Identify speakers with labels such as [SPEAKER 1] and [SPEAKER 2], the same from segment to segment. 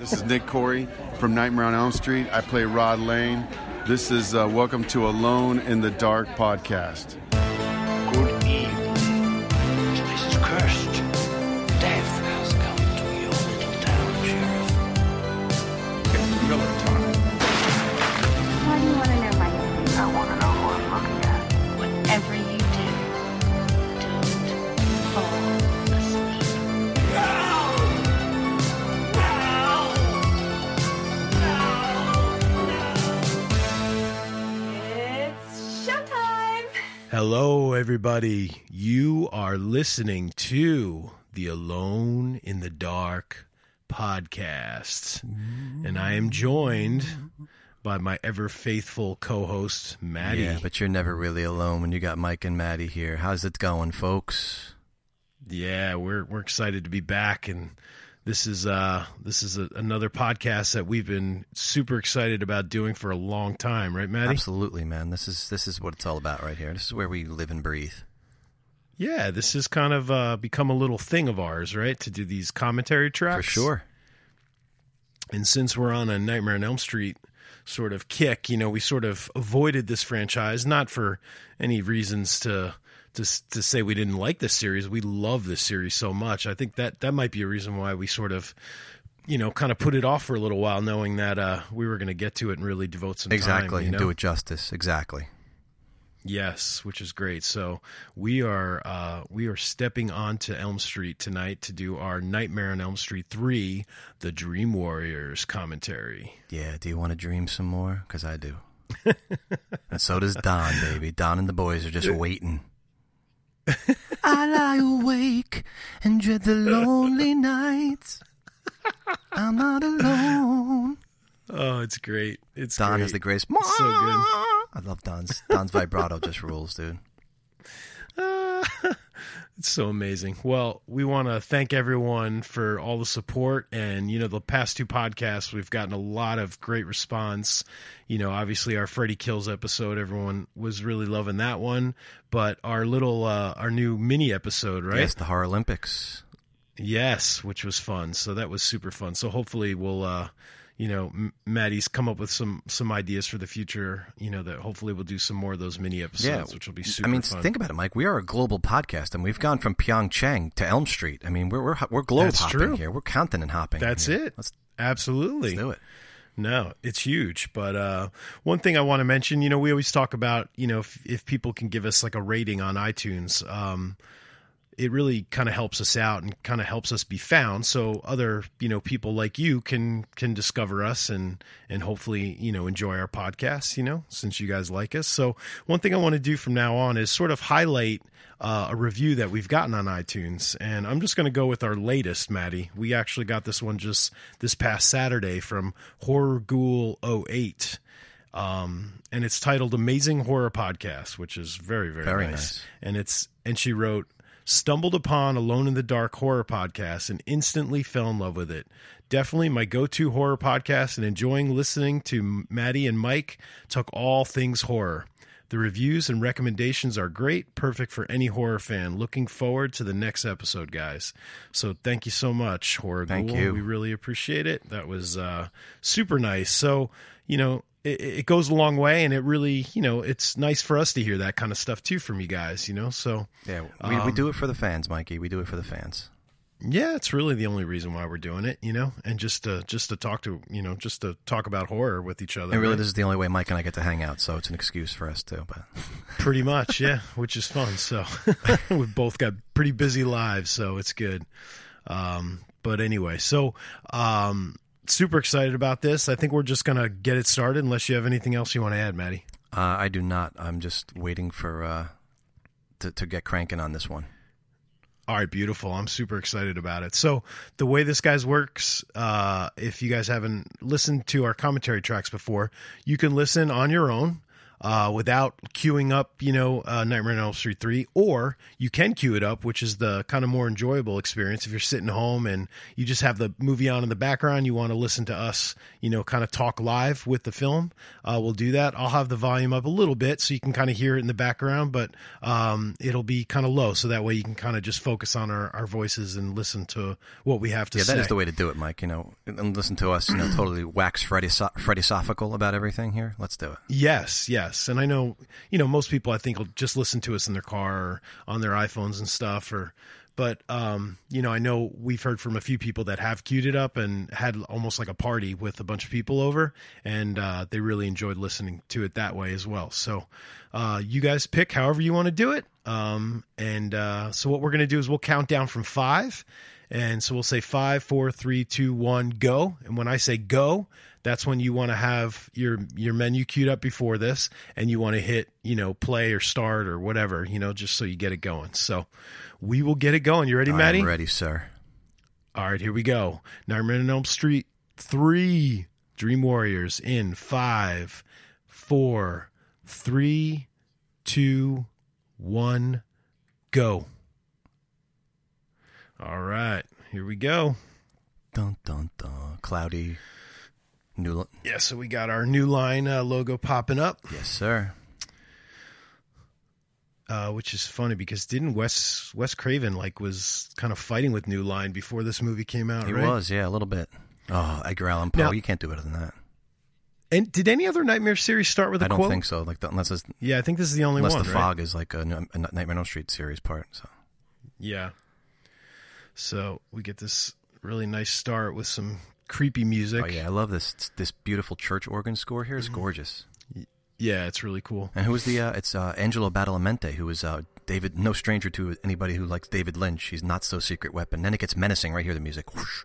[SPEAKER 1] This is Nick Corey from Nightmare on Elm Street. I play Rod Lane. This is uh, Welcome to Alone in the Dark podcast.
[SPEAKER 2] Good evil. This place is cursed. Death has come to your little town, Sheriff.
[SPEAKER 3] Why do you want to know my name?
[SPEAKER 2] I want to know who I'm looking at.
[SPEAKER 3] Whatever you do, don't fall asleep. It's showtime!
[SPEAKER 4] Hello, everybody. You are listening to the Alone in the Dark podcast. And I am joined by my ever faithful co host, Maddie.
[SPEAKER 5] Yeah, but you're never really alone when you got Mike and Maddie here. How's it going, folks?
[SPEAKER 4] Yeah, we're we're excited to be back, and this is uh this is a, another podcast that we've been super excited about doing for a long time, right, Maddie?
[SPEAKER 5] Absolutely, man. This is this is what it's all about right here. This is where we live and breathe.
[SPEAKER 4] Yeah, this has kind of uh, become a little thing of ours, right? To do these commentary tracks
[SPEAKER 5] For sure.
[SPEAKER 4] And since we're on a Nightmare on Elm Street sort of kick, you know, we sort of avoided this franchise not for any reasons to to s- to say we didn't like this series. We love this series so much. I think that that might be a reason why we sort of you know, kind of put it off for a little while, knowing that uh, we were going to get to it and really devote some
[SPEAKER 5] Exactly.
[SPEAKER 4] time. you
[SPEAKER 5] and
[SPEAKER 4] know?
[SPEAKER 5] do it justice. Exactly.
[SPEAKER 4] Yes, which is great. So we are uh, we are stepping onto Elm Street tonight to do our Nightmare on Elm Street three, the Dream Warriors commentary.
[SPEAKER 5] Yeah, do you want to dream some more? Because I do. and so does Don, baby. Don and the boys are just waiting. I lie awake and dread the lonely nights. I'm not alone.
[SPEAKER 4] Oh, it's great! It's
[SPEAKER 5] Don
[SPEAKER 4] great.
[SPEAKER 5] has the greatest.
[SPEAKER 4] so good.
[SPEAKER 5] I love Don's. Don's vibrato just rules, dude.
[SPEAKER 4] It's so amazing. Well, we want to thank everyone for all the support. And, you know, the past two podcasts, we've gotten a lot of great response. You know, obviously our Freddy Kills episode, everyone was really loving that one. But our little, uh, our new mini episode, right?
[SPEAKER 5] Yes, the Horror Olympics.
[SPEAKER 4] Yes, which was fun. So that was super fun. So hopefully we'll, uh, you know, M- Maddie's come up with some some ideas for the future. You know that hopefully we'll do some more of those mini episodes, which will be super.
[SPEAKER 5] I mean,
[SPEAKER 4] fun.
[SPEAKER 5] think about it, Mike. We are a global podcast, and we've gone from Pyeongchang to Elm Street. I mean, we're we're we're globe
[SPEAKER 4] That's
[SPEAKER 5] hopping
[SPEAKER 4] true.
[SPEAKER 5] here. We're continent hopping.
[SPEAKER 4] that's
[SPEAKER 5] here.
[SPEAKER 4] it.
[SPEAKER 5] Let's,
[SPEAKER 4] Absolutely,
[SPEAKER 5] let's do it.
[SPEAKER 4] No, it's huge. But uh, one thing I want to mention, you know, we always talk about, you know, if, if people can give us like a rating on iTunes, um, it really kind of helps us out and kind of helps us be found. So other, you know, people like you can can discover us and and hopefully, you know, enjoy our podcast. You know, since you guys like us. So one thing I want to do from now on is sort of highlight uh, a review that we've gotten on iTunes, and I'm just going to go with our latest, Maddie. We actually got this one just this past Saturday from Horror Ghoul 08. Um, and it's titled Amazing Horror Podcast, which is very, very,
[SPEAKER 5] Very
[SPEAKER 4] nice.
[SPEAKER 5] nice.
[SPEAKER 4] And it's and she wrote, Stumbled upon Alone in the Dark horror podcast and instantly fell in love with it. Definitely my go to horror podcast and enjoying listening to Maddie and Mike talk all things horror. The reviews and recommendations are great, perfect for any horror fan. Looking forward to the next episode, guys. So thank you so much, Horror
[SPEAKER 5] Thank
[SPEAKER 4] Ghoul.
[SPEAKER 5] you.
[SPEAKER 4] We really appreciate it. That was uh, super nice. So, you know, it, it goes a long way, and it really, you know, it's nice for us to hear that kind of stuff too from you guys, you know? So,
[SPEAKER 5] Yeah, we,
[SPEAKER 4] Um,
[SPEAKER 5] we do it for the fans, Mikey. We do it for the fans.
[SPEAKER 4] yeah, it's really the only reason why we're doing it, you know? And just to, just to talk to, you know, just to talk about horror with each other.
[SPEAKER 5] And really,
[SPEAKER 4] right?
[SPEAKER 5] this is the only way Mike and I get to hang out. So it's an excuse for us too. But
[SPEAKER 4] Pretty much, yeah, which is fun. So we've both got pretty busy lives, so it's good. Um, but anyway, so um, super excited about this. I think we're just gonna get it started. Unless you have anything else you want to add, Maddie.
[SPEAKER 5] uh, I do not. I'm just waiting for uh, to to get cranking on this one.
[SPEAKER 4] All right, beautiful. I'm super excited about it. So the way this guys works, uh, if you guys haven't listened to our commentary tracks before, you can listen on your own. uh, without queuing up, you know, uh, Nightmare on Elm Street 3, or you can queue it up, which is the kind of more enjoyable experience if you're sitting home and you just have the movie on in the background, you want to listen to us, you know, kind of talk live with the film. Uh, we'll do that. I'll have the volume up a little bit so you can kind of hear it in the background, but um, it'll be kind of low. So that way you can kind of just focus on our, our voices and listen to what we have to
[SPEAKER 5] Yeah,
[SPEAKER 4] say.
[SPEAKER 5] that is the way to do it, Mike. You know, and listen to us. You know, totally wax Freddy so- Freddysophical about everything here. Let's do it.
[SPEAKER 4] Yes, yes. And I know, you know, most people I think will just listen to us in their car or on their iPhones and stuff or but um, you know, I know we've heard from a few people that have queued it up and had almost like a party with a bunch of people over and uh they really enjoyed listening to it that way as well. So, uh you guys pick however you want to do it. Um and uh so what we're going to do is we'll count down from 5 and so we'll say five, four, three, two, one, go. And when I say go, that's when you want to have your your menu queued up before this, and you want to hit you know play or start or whatever you know just so you get it going. So we will get it going. You ready, Maddie?
[SPEAKER 5] I'm ready, sir.
[SPEAKER 4] All right, here we go. Nightmare on Elm Street three, Dream Warriors in five, four, three, two, one, go. All right, here we go.
[SPEAKER 5] Dun dun dun. Cloudy. New. L-
[SPEAKER 4] Yeah, so we got our new line uh, logo popping up,
[SPEAKER 5] Yes, sir.
[SPEAKER 4] uh, which is funny because didn't Wes Wes Craven like was kind of fighting with New Line before this movie came out?
[SPEAKER 5] He
[SPEAKER 4] right?
[SPEAKER 5] was, yeah, a little bit. Oh, Edgar Allan Poe.
[SPEAKER 4] Now-
[SPEAKER 5] you can't do better than that.
[SPEAKER 4] And did any other Nightmare series start with a
[SPEAKER 5] I don't
[SPEAKER 4] quote?
[SPEAKER 5] think so. Like the, unless it's,
[SPEAKER 4] Yeah, I think this is the only
[SPEAKER 5] unless
[SPEAKER 4] one.
[SPEAKER 5] the
[SPEAKER 4] right?
[SPEAKER 5] fog is like a, N- a Nightmare on Elm Street series part. So
[SPEAKER 4] Yeah. So we get this really nice start with some creepy music.
[SPEAKER 5] oh yeah, I love this this beautiful church organ score here.
[SPEAKER 4] Mm-hmm.
[SPEAKER 5] It's gorgeous.
[SPEAKER 4] Yeah, it's really cool.
[SPEAKER 5] And who was the? Uh, it's uh, Angelo Badalamenti, who is uh, David, no stranger to anybody who likes David Lynch. He's not so secret weapon. Then it gets menacing right here. The music whoosh,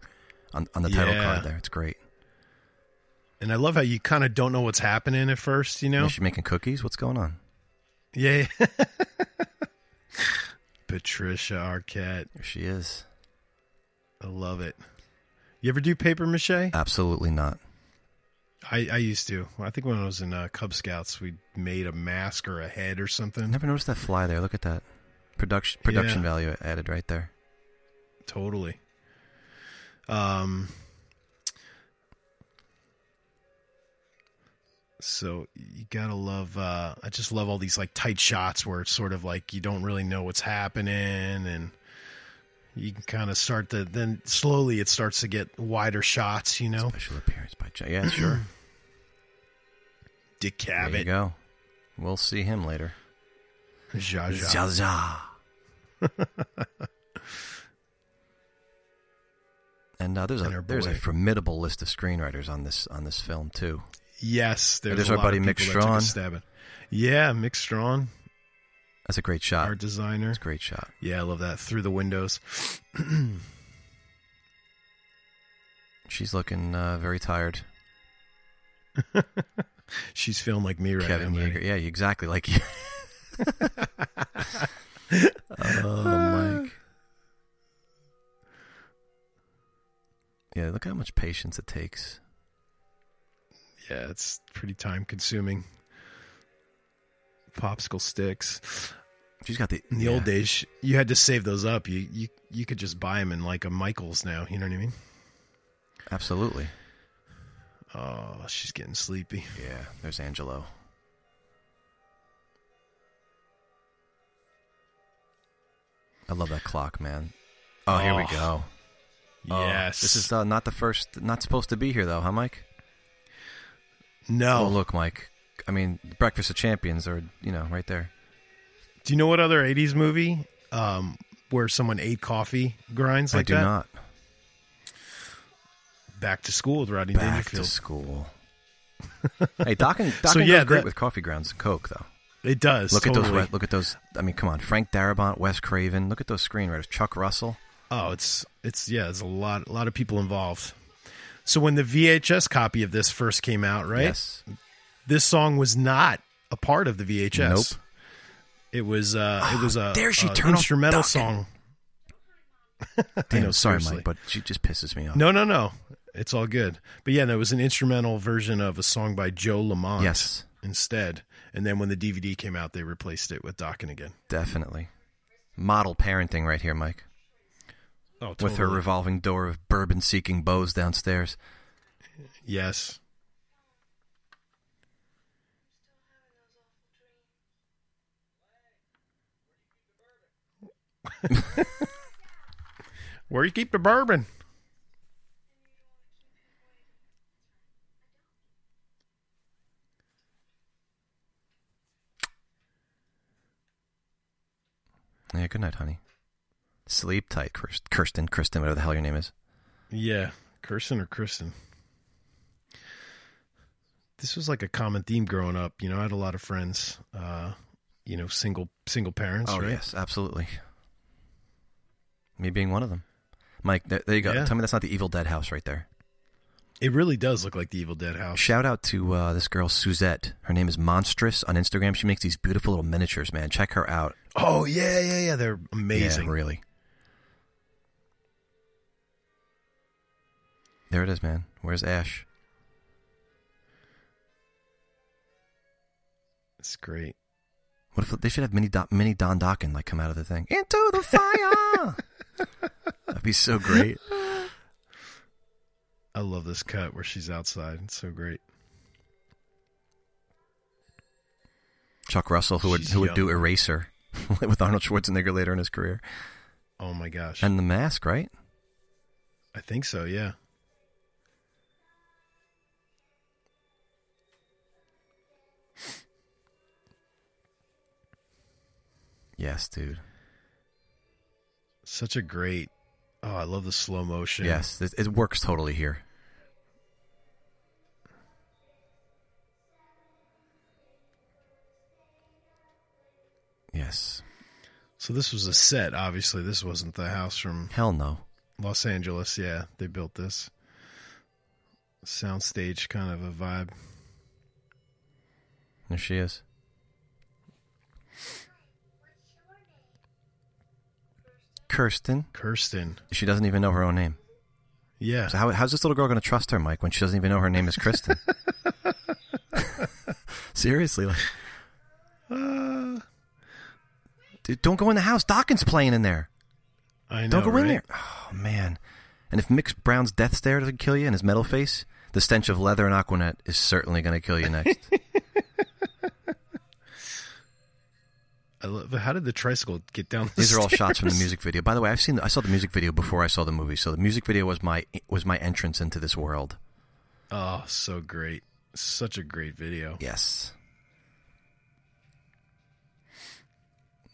[SPEAKER 5] on on the title
[SPEAKER 4] Yeah.
[SPEAKER 5] card there. It's great.
[SPEAKER 4] And I love how you kind of don't know what's happening at first, you know?
[SPEAKER 5] Is she making cookies? What's going on?
[SPEAKER 4] Yeah. Patricia Arquette.
[SPEAKER 5] There she is.
[SPEAKER 4] I love it. You ever do paper mache? I,
[SPEAKER 5] Absolutely not.
[SPEAKER 4] I used to. I think when I was in uh, Cub Scouts, we made a mask or a head or
[SPEAKER 5] I
[SPEAKER 4] something.
[SPEAKER 5] never noticed that fly there. Look at that production production
[SPEAKER 4] Yeah.
[SPEAKER 5] value added right there.
[SPEAKER 4] Totally. Um. So you gotta love. Uh, I just love all these like tight shots where it's sort of like you don't really know what's happening, and you can kind of start to then slowly it starts to get wider shots. You know,
[SPEAKER 5] Special appearance by J. Yeah, sure.
[SPEAKER 4] Dick
[SPEAKER 5] There you
[SPEAKER 4] Cavett,
[SPEAKER 5] go. We'll see him later.
[SPEAKER 4] Zsa Zsa.
[SPEAKER 5] Zsa Zsa. and uh, there's
[SPEAKER 4] And her
[SPEAKER 5] a there's a
[SPEAKER 4] boy.
[SPEAKER 5] formidable list of screenwriters on this on this film too.
[SPEAKER 4] Yes, there's,
[SPEAKER 5] There's
[SPEAKER 4] a
[SPEAKER 5] our
[SPEAKER 4] lot of
[SPEAKER 5] buddy Mick
[SPEAKER 4] people that took a
[SPEAKER 5] Strawn.
[SPEAKER 4] stab at- Yeah, Mick Strawn,
[SPEAKER 5] That's a great shot.
[SPEAKER 4] art designer.
[SPEAKER 5] That's a great shot.
[SPEAKER 4] Yeah, I love that through the windows.
[SPEAKER 5] She's looking uh, very tired.
[SPEAKER 4] She's feeling like me right
[SPEAKER 5] Kevin
[SPEAKER 4] now. Manny.
[SPEAKER 5] Yeager. Yeah, you- exactly. Like.
[SPEAKER 4] Ah.
[SPEAKER 5] oh, Mike. Yeah, look how much patience it takes.
[SPEAKER 4] Yeah, it's pretty time consuming. Popsicle sticks.
[SPEAKER 5] She's got the
[SPEAKER 4] In the
[SPEAKER 5] yeah.
[SPEAKER 4] old days, you had to save those up. You you you could just buy them in like a Michaels now. You know what I mean?
[SPEAKER 5] Absolutely.
[SPEAKER 4] Oh, she's getting sleepy.
[SPEAKER 5] Yeah, there's Angelo. I love that clock, man. Oh, here we
[SPEAKER 4] Oh,
[SPEAKER 5] go. Oh,
[SPEAKER 4] yes.
[SPEAKER 5] This is uh, not the first, not supposed to be here, though, huh, Mike?
[SPEAKER 4] no.
[SPEAKER 5] Oh, look, Mike. I mean, Breakfast of Champions are, you know, right there.
[SPEAKER 4] Do you know what other '80s movie um, where someone ate coffee grinds like
[SPEAKER 5] I do
[SPEAKER 4] that?
[SPEAKER 5] not.
[SPEAKER 4] Back to school with Rodney
[SPEAKER 5] Back to
[SPEAKER 4] Dangerfield.
[SPEAKER 5] school. hey, Doc and Doc
[SPEAKER 4] So,
[SPEAKER 5] and
[SPEAKER 4] yeah,
[SPEAKER 5] goes great
[SPEAKER 4] that-
[SPEAKER 5] with coffee grounds and Coke, though.
[SPEAKER 4] It does.
[SPEAKER 5] Look at
[SPEAKER 4] totally.
[SPEAKER 5] those. Look at those. I mean, come on, Frank Darabont, Wes Craven. Look at those screenwriters. Chuck Russell.
[SPEAKER 4] Oh, it's it's yeah, there's a lot a lot of people involved. So when the VHS copy of this first came out, right?
[SPEAKER 5] Yes.
[SPEAKER 4] This song was not a part of the VHS.
[SPEAKER 5] Nope.
[SPEAKER 4] It was uh it was a,
[SPEAKER 5] dare she
[SPEAKER 4] a
[SPEAKER 5] turn off
[SPEAKER 4] instrumental
[SPEAKER 5] Duncan.
[SPEAKER 4] song.
[SPEAKER 5] Damn,
[SPEAKER 4] know,
[SPEAKER 5] sorry,
[SPEAKER 4] seriously.
[SPEAKER 5] Mike, but she just pisses me off.
[SPEAKER 4] No, no, no. It's all good. But yeah, no, it was an instrumental version of a song by Joe Lamont
[SPEAKER 5] Yes.
[SPEAKER 4] instead. and then when the DVD came out, they replaced it with Dokken again.
[SPEAKER 5] Definitely. Model parenting right here, Mike.
[SPEAKER 4] Oh,
[SPEAKER 5] With her revolving door of bourbon seeking bows downstairs.
[SPEAKER 4] yes. Where you keep the bourbon?
[SPEAKER 5] Yeah, good night, honey. Sleep tight, Kirst- Kirsten. Kirsten, whatever the hell your name is.
[SPEAKER 4] Yeah, Kirsten or Kristen. This was like a common theme growing up. You know, I had a lot of friends, uh, you know, single single parents. right?
[SPEAKER 5] Oh, yes, absolutely. Me being one of them. Mike, there, there you go.
[SPEAKER 4] Yeah.
[SPEAKER 5] Tell me that's not the Evil Dead house right there.
[SPEAKER 4] It really does look like the Evil Dead house.
[SPEAKER 5] Shout out to uh, this girl, Suzette. Her name is Monstrous on Instagram. She makes these beautiful little miniatures, man. Check her out.
[SPEAKER 4] Oh yeah, yeah, yeah. They're amazing.
[SPEAKER 5] Yeah, really. There it is, man. Where's Ash?
[SPEAKER 4] It's great.
[SPEAKER 5] What if they should have mini Don, mini Don Dokken like come out of the thing into the fire? That'd be so great.
[SPEAKER 4] I love this cut where she's outside. It's so great.
[SPEAKER 5] Chuck Russell, who would
[SPEAKER 4] She's
[SPEAKER 5] who would
[SPEAKER 4] young.
[SPEAKER 5] do Eraser with Arnold Schwarzenegger later in his career,
[SPEAKER 4] Oh my gosh.
[SPEAKER 5] and The Mask, right?
[SPEAKER 4] I think so. Yeah.
[SPEAKER 5] Yes, dude.
[SPEAKER 4] Such a great. Oh, I love the slow motion.
[SPEAKER 5] Yes, it, it works totally here. Yes.
[SPEAKER 4] So this was a set. Obviously, this wasn't the house from
[SPEAKER 5] Hell no.
[SPEAKER 4] Los Angeles. Yeah, they built this soundstage kind of a vibe.
[SPEAKER 5] There she is. Kirsten.
[SPEAKER 4] Kirsten.
[SPEAKER 5] She doesn't even know her own name.
[SPEAKER 4] Yeah.
[SPEAKER 5] So how, how's this little girl going to trust her, Mike, when she doesn't even know her name is Kristen? Seriously, like,
[SPEAKER 4] Uh,
[SPEAKER 5] dude, don't go in the house. Dawkins playing in there.
[SPEAKER 4] I know.
[SPEAKER 5] Don't go in
[SPEAKER 4] right?
[SPEAKER 5] there. Oh man! And if Mix Brown's death stare doesn't kill you and his metal face, the stench of leather and Aquanet is certainly going to kill you next.
[SPEAKER 4] I love, how did the tricycle get down? The
[SPEAKER 5] These are all shots from the
[SPEAKER 4] stairs?
[SPEAKER 5] music video. By the way, I've seen I saw the music video before I saw the movie, so the music video was my was my entrance into this world.
[SPEAKER 4] Oh, so great. Such a great video.
[SPEAKER 5] Yes.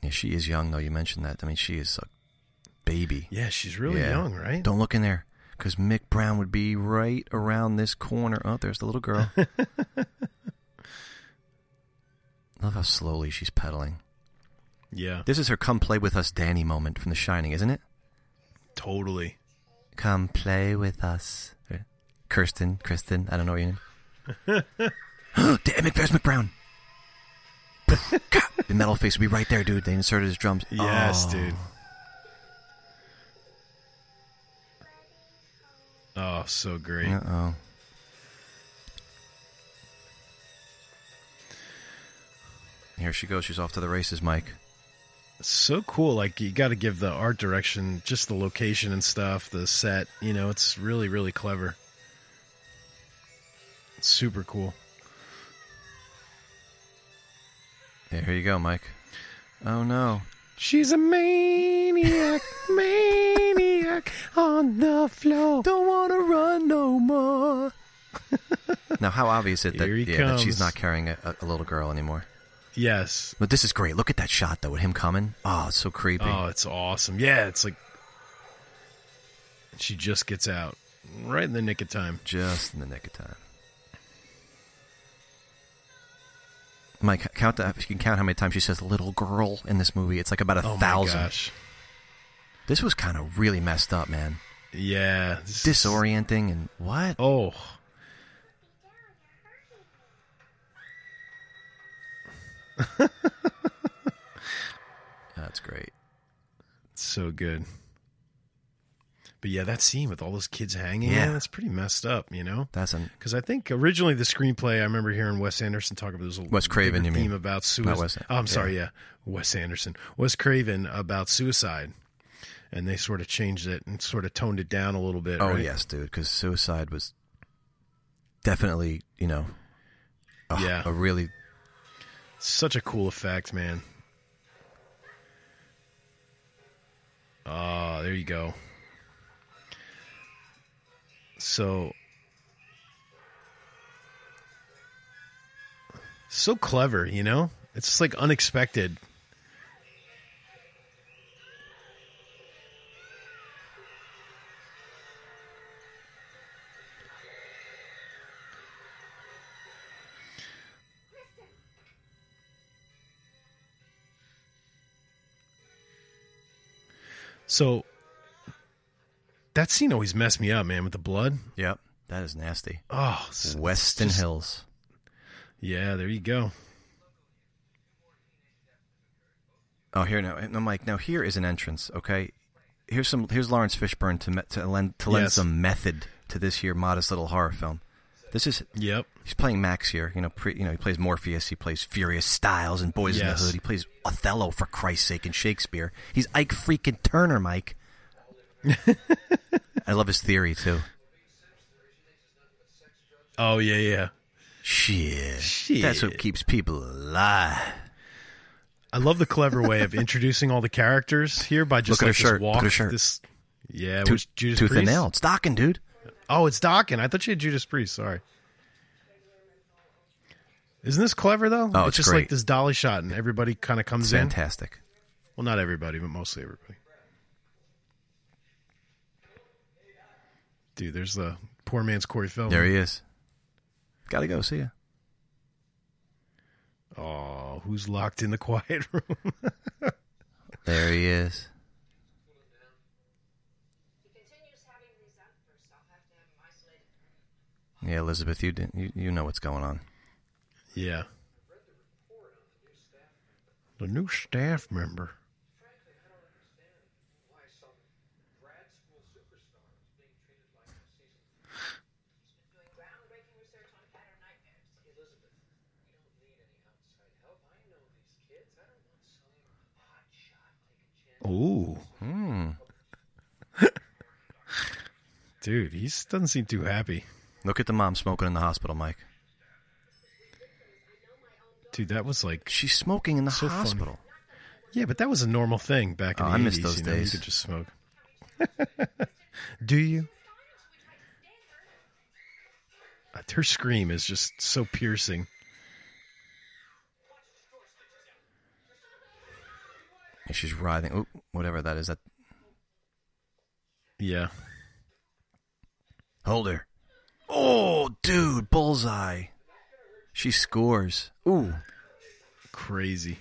[SPEAKER 5] Yeah, she is young though. You mentioned that. I mean, she is a baby.
[SPEAKER 4] Yeah, she's really
[SPEAKER 5] Yeah.
[SPEAKER 4] young, right?
[SPEAKER 5] Don't look in there because Mick Brown would be right around this corner. Oh, there's the little girl. Love how slowly she's pedaling.
[SPEAKER 4] Yeah,
[SPEAKER 5] This is her come play with us Danny moment from The Shining, isn't it?
[SPEAKER 4] totally.
[SPEAKER 5] Come play with us. Kirsten, Kristen, I don't know what your name Damn it, there's McBrown. the metal face would be right there, dude. They inserted his drums.
[SPEAKER 4] Yes,
[SPEAKER 5] Oh.
[SPEAKER 4] dude. Oh, so great.
[SPEAKER 5] Uh oh. Here she goes. She's off to the races, Mike.
[SPEAKER 4] So cool. Like, you got to give the art direction, just the location and stuff, the set. You know, it's really, really clever. It's super cool.
[SPEAKER 5] Yeah, here you go, Mike. Oh no.
[SPEAKER 4] She's a maniac, maniac on the floor.
[SPEAKER 5] Don't want to run no more. now, how obvious is it that,
[SPEAKER 4] Here he
[SPEAKER 5] yeah, that she's
[SPEAKER 4] comes.
[SPEAKER 5] not carrying a, a- a little girl anymore?
[SPEAKER 4] Yes.
[SPEAKER 5] But this is great. Look at that shot, though, with him coming. Oh, it's so creepy.
[SPEAKER 4] Oh, it's awesome. Yeah, it's like she just gets out right in the nick of time.
[SPEAKER 5] Just in the nick of time. Mike, count that. If you can count how many times she says "little girl" in this movie, it's like about a
[SPEAKER 4] Oh
[SPEAKER 5] thousand.
[SPEAKER 4] my gosh.
[SPEAKER 5] This was kind of really messed up, man.
[SPEAKER 4] Yeah. this is-
[SPEAKER 5] Disorienting and what?
[SPEAKER 4] Oh.
[SPEAKER 5] That's great.
[SPEAKER 4] So good. But But yeah, that scene with all those kids hanging,
[SPEAKER 5] Yeah.
[SPEAKER 4] yeah, that's pretty messed up, you know.
[SPEAKER 5] That's an
[SPEAKER 4] Because I think originally the screenplay, I remember hearing Wes Anderson talk about this.
[SPEAKER 5] Wes Craven, you mean.
[SPEAKER 4] theme about suicide.
[SPEAKER 5] Wes-
[SPEAKER 4] oh, I'm sorry, yeah, Wes Anderson, Wes Craven about suicide, and they sort of changed it and sort of toned it down a little bit.
[SPEAKER 5] oh
[SPEAKER 4] right?
[SPEAKER 5] yes, dude, because suicide was definitely you know a,
[SPEAKER 4] Yeah.
[SPEAKER 5] a really
[SPEAKER 4] such a cool effect, man. Ah, there you go. So so clever, you know? It's just like unexpected. So that scene always messed me up, man, with the blood.
[SPEAKER 5] yep. That is nasty.
[SPEAKER 4] Oh, s-
[SPEAKER 5] Weston
[SPEAKER 4] just-
[SPEAKER 5] Hills.
[SPEAKER 4] Yeah, there you go.
[SPEAKER 5] Oh, here now. And I'm like, now here is an entrance. Okay, here's some. Here's Lawrence Fishburne to me, to lend to lend
[SPEAKER 4] Yes.
[SPEAKER 5] some method to this here modest little horror film. This is
[SPEAKER 4] Yep.
[SPEAKER 5] he's playing Max here. You know, pre, you know he plays Morpheus. He plays Furious Styles and Boys in the
[SPEAKER 4] Yes.
[SPEAKER 5] Hood. He plays Othello for Christ's sake and Shakespeare. He's Ike freaking Turner, Mike. I love his theory too.
[SPEAKER 4] Oh, yeah, yeah.
[SPEAKER 5] Shit. that's what
[SPEAKER 4] Shit.
[SPEAKER 5] keeps people alive.
[SPEAKER 4] I love the clever way of introducing all the characters here by just
[SPEAKER 5] Look
[SPEAKER 4] like
[SPEAKER 5] at her
[SPEAKER 4] this
[SPEAKER 5] shirt. Look
[SPEAKER 4] walk.
[SPEAKER 5] at her shirt.
[SPEAKER 4] This, yeah, it was
[SPEAKER 5] Tooth,
[SPEAKER 4] Judas
[SPEAKER 5] tooth and
[SPEAKER 4] Priest.
[SPEAKER 5] nail. It's docking, dude.
[SPEAKER 4] Oh, it's Dokken. I thought you had Judas Priest. Sorry. Isn't this clever though?
[SPEAKER 5] Oh, it's
[SPEAKER 4] just
[SPEAKER 5] great.
[SPEAKER 4] like this dolly shot, and everybody kind of comes in.
[SPEAKER 5] Fantastic.
[SPEAKER 4] Well, not everybody, but mostly everybody. Dude, there's the poor man's Corey Feldman.
[SPEAKER 5] There he is. Gotta go. See ya.
[SPEAKER 4] Oh, who's locked in the quiet room?
[SPEAKER 5] There he is. Yeah, Elizabeth, you didn't, you, you know what's going on.
[SPEAKER 4] yeah. The new staff member. Ooh.
[SPEAKER 5] Hmm.
[SPEAKER 4] Dude, he s- doesn't seem too happy.
[SPEAKER 5] Look at the mom smoking in the hospital, Mike.
[SPEAKER 4] Dude, that was like
[SPEAKER 5] She's smoking in the
[SPEAKER 4] So funny.
[SPEAKER 5] hospital.
[SPEAKER 4] yeah, but that was a normal thing back in
[SPEAKER 5] Oh,
[SPEAKER 4] the
[SPEAKER 5] I miss
[SPEAKER 4] 80s,
[SPEAKER 5] those
[SPEAKER 4] you know,
[SPEAKER 5] days.
[SPEAKER 4] You could just smoke. Do you? Uh, Her scream is just so piercing.
[SPEAKER 5] And she's writhing. Oop, whatever that is. That
[SPEAKER 4] Yeah.
[SPEAKER 5] hold her. Oh, dude, bullseye. She scores. Ooh,
[SPEAKER 4] Crazy.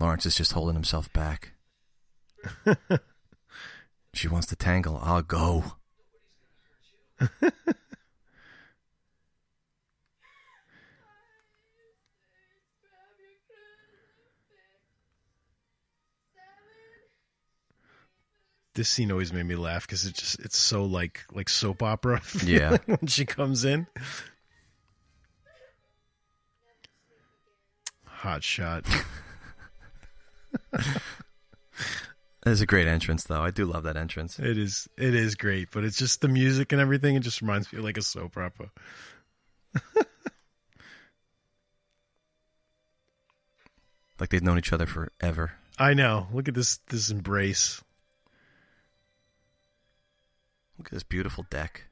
[SPEAKER 5] Lawrence is just holding himself back. she wants to tangle. I'll go.
[SPEAKER 4] This scene always made me laugh because it just it's so like like soap opera.
[SPEAKER 5] Yeah.
[SPEAKER 4] when she comes in. Hot shot.
[SPEAKER 5] That is a great entrance, though. I do love that entrance.
[SPEAKER 4] It is it is great, but it's just the music and everything. It just reminds me of like a soap opera.
[SPEAKER 5] Like they've known each other forever.
[SPEAKER 4] I know. Look at this this embrace.
[SPEAKER 5] Look at this beautiful deck.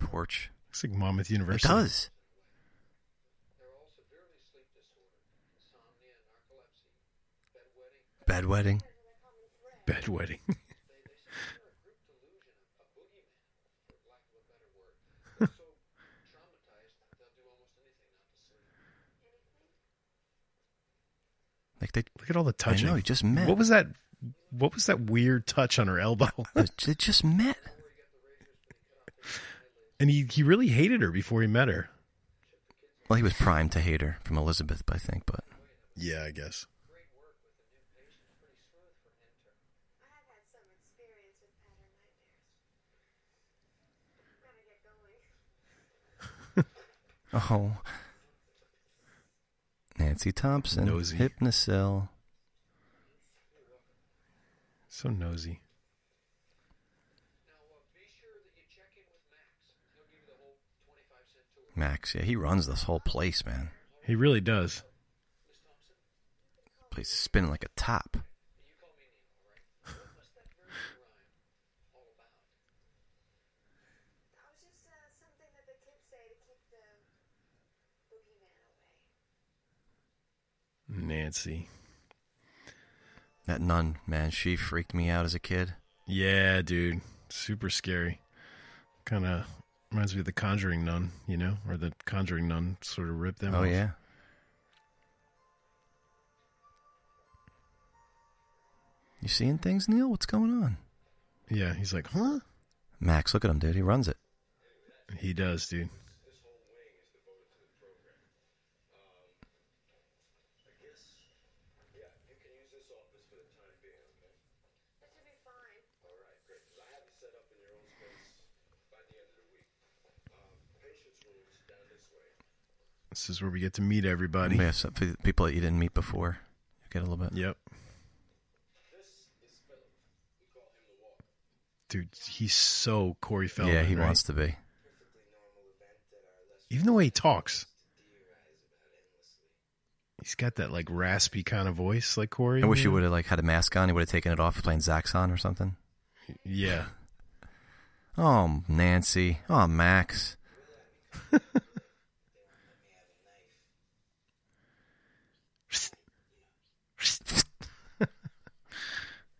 [SPEAKER 5] Porch.
[SPEAKER 4] Looks like Monmouth
[SPEAKER 5] It
[SPEAKER 4] University.
[SPEAKER 5] does. Bedwetting.
[SPEAKER 4] Bedwetting.
[SPEAKER 5] Like they,
[SPEAKER 4] Look at all the touching.
[SPEAKER 5] he just met.
[SPEAKER 4] What was that? What was that weird touch on her elbow?
[SPEAKER 5] they just met.
[SPEAKER 4] and he he really hated her before he met her.
[SPEAKER 5] Well, he was primed to hate her from Elizabeth, I think, but
[SPEAKER 4] Yeah, I guess.
[SPEAKER 5] Oh. Nancy Thompson.
[SPEAKER 4] Nosy.
[SPEAKER 5] Hypnocell.
[SPEAKER 4] So nosy.
[SPEAKER 5] Max, yeah, he runs this whole place, man.
[SPEAKER 4] He really does.
[SPEAKER 5] place is spinning like a top.
[SPEAKER 6] That was just uh, something that the kids say to keep the boogeyman away.
[SPEAKER 4] Nancy.
[SPEAKER 5] That nun, man, she freaked me out as a kid.
[SPEAKER 4] Yeah, dude. Super scary. Kind of reminds me of the Conjuring Nun, you know, or the Conjuring Nun sort of ripped them
[SPEAKER 5] Oh
[SPEAKER 4] off.
[SPEAKER 5] yeah. You seeing things, Neil? What's going on?
[SPEAKER 4] Yeah, he's like, huh?
[SPEAKER 5] Max, look at him, dude. He runs it.
[SPEAKER 4] He does, dude.
[SPEAKER 6] That should be fine.
[SPEAKER 4] This is where we get to meet everybody.
[SPEAKER 5] We have some for the people that you didn't meet before. You get a little bit.
[SPEAKER 4] Yep. Dude, he's so Corey Feldman.
[SPEAKER 5] yeah, he
[SPEAKER 4] right?
[SPEAKER 5] wants to be.
[SPEAKER 4] Even the way he talks. He's got that like raspy kind of voice, like Corey.
[SPEAKER 5] I wish he
[SPEAKER 4] know?
[SPEAKER 5] would have like had a mask on. He would have taken it off, playing Zaxxon or something.
[SPEAKER 4] Yeah.
[SPEAKER 5] Oh, Nancy. Oh, Max.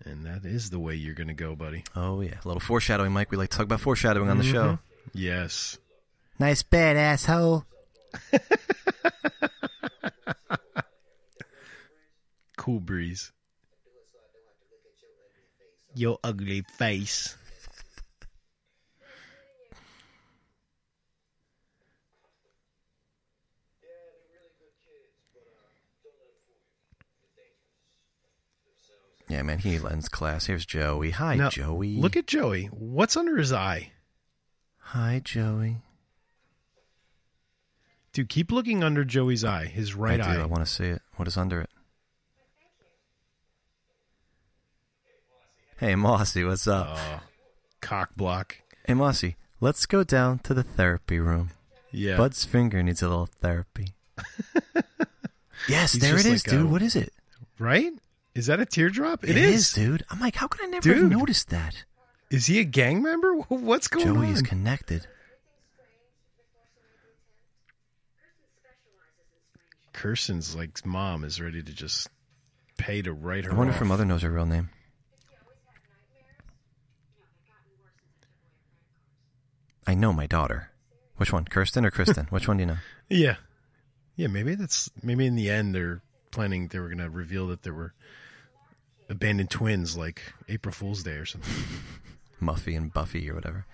[SPEAKER 4] And that is the way you're going to go, buddy.
[SPEAKER 5] Oh yeah, a little foreshadowing, Mike. We like to talk about foreshadowing on the show.
[SPEAKER 4] Mm-hmm. Yes.
[SPEAKER 5] Nice bed, asshole.
[SPEAKER 4] Cool breeze. Your ugly face.
[SPEAKER 5] Yeah, man, he lends class. Here's Joey. Hi,
[SPEAKER 4] Now,
[SPEAKER 5] Joey.
[SPEAKER 4] Look at Joey. What's under his eye?
[SPEAKER 5] Hi, Joey.
[SPEAKER 4] Dude, keep looking under Joey's eye, his right
[SPEAKER 5] I do. I
[SPEAKER 4] eye.
[SPEAKER 5] want to see it. What is under it? Hey, Mossy, what's up?
[SPEAKER 4] Uh, Cock block.
[SPEAKER 5] hey, Mossy, let's go down to the therapy room.
[SPEAKER 4] Yeah.
[SPEAKER 5] Bud's finger needs a little therapy. yes,
[SPEAKER 4] He's
[SPEAKER 5] there it
[SPEAKER 4] just
[SPEAKER 5] is,
[SPEAKER 4] like
[SPEAKER 5] dude.
[SPEAKER 4] a-
[SPEAKER 5] what is it?
[SPEAKER 4] right? Is that a teardrop?
[SPEAKER 5] it is. dude. I'm like, how could I never have
[SPEAKER 4] Dude.
[SPEAKER 5] noticed that?
[SPEAKER 4] Is he a gang member? What's going
[SPEAKER 5] Joey
[SPEAKER 4] on?
[SPEAKER 5] is connected.
[SPEAKER 4] Kirsten's like mom is ready to just pay to write her.
[SPEAKER 5] I wonder if
[SPEAKER 4] off.
[SPEAKER 5] her mother knows her real name. I know my daughter. Which one, Kirsten or Kristen? Which one do you know?
[SPEAKER 4] Yeah, yeah. Maybe that's maybe in the end they're planning they were gonna reveal that there were abandoned twins like April Fool's Day or something.
[SPEAKER 5] Muffy and Buffy or whatever.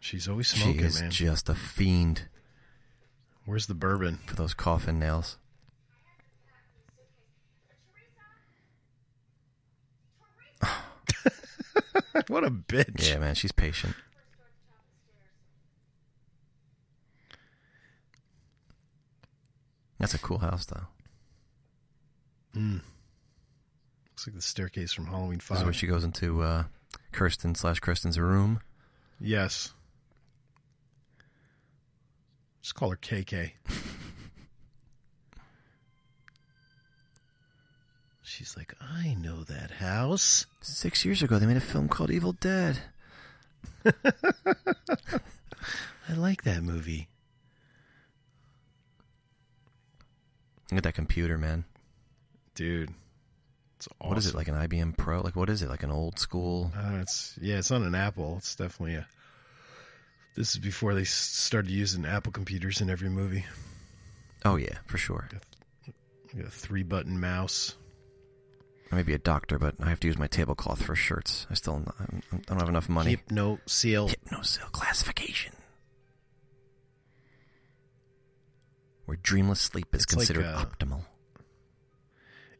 [SPEAKER 4] She's always smoking,
[SPEAKER 5] she is
[SPEAKER 4] man.
[SPEAKER 5] just a fiend
[SPEAKER 4] Where's the bourbon?
[SPEAKER 5] for those coffin nails.
[SPEAKER 4] what a bitch.
[SPEAKER 5] Yeah, man, she's patient. That's a cool house, though.
[SPEAKER 4] Looks like the staircase from Halloween
[SPEAKER 5] This is where
[SPEAKER 4] Five.
[SPEAKER 5] she goes into uh, Kirsten slash Kristen's room.
[SPEAKER 4] yes. Just call her KK. She's like, I know that house.
[SPEAKER 5] Six years ago, they made a film called Evil Dead.
[SPEAKER 4] I like that movie.
[SPEAKER 5] Look at that computer, man.
[SPEAKER 4] Dude. It's awesome.
[SPEAKER 5] What is it like an IBM Pro? Like what is it like an old school?
[SPEAKER 4] Uh, it's yeah, it's not an Apple. It's definitely a. This is before they s- started using Apple computers in every movie.
[SPEAKER 5] Oh yeah, for sure.
[SPEAKER 4] Like a three button mouse.
[SPEAKER 5] I may be a doctor, but I have to use my tablecloth for shirts. I still not, I'm- I don't have enough money.
[SPEAKER 4] Hypno seal.
[SPEAKER 5] Hypnocell classification, where dreamless sleep is
[SPEAKER 4] It's like,
[SPEAKER 5] considered
[SPEAKER 4] uh,
[SPEAKER 5] optimal.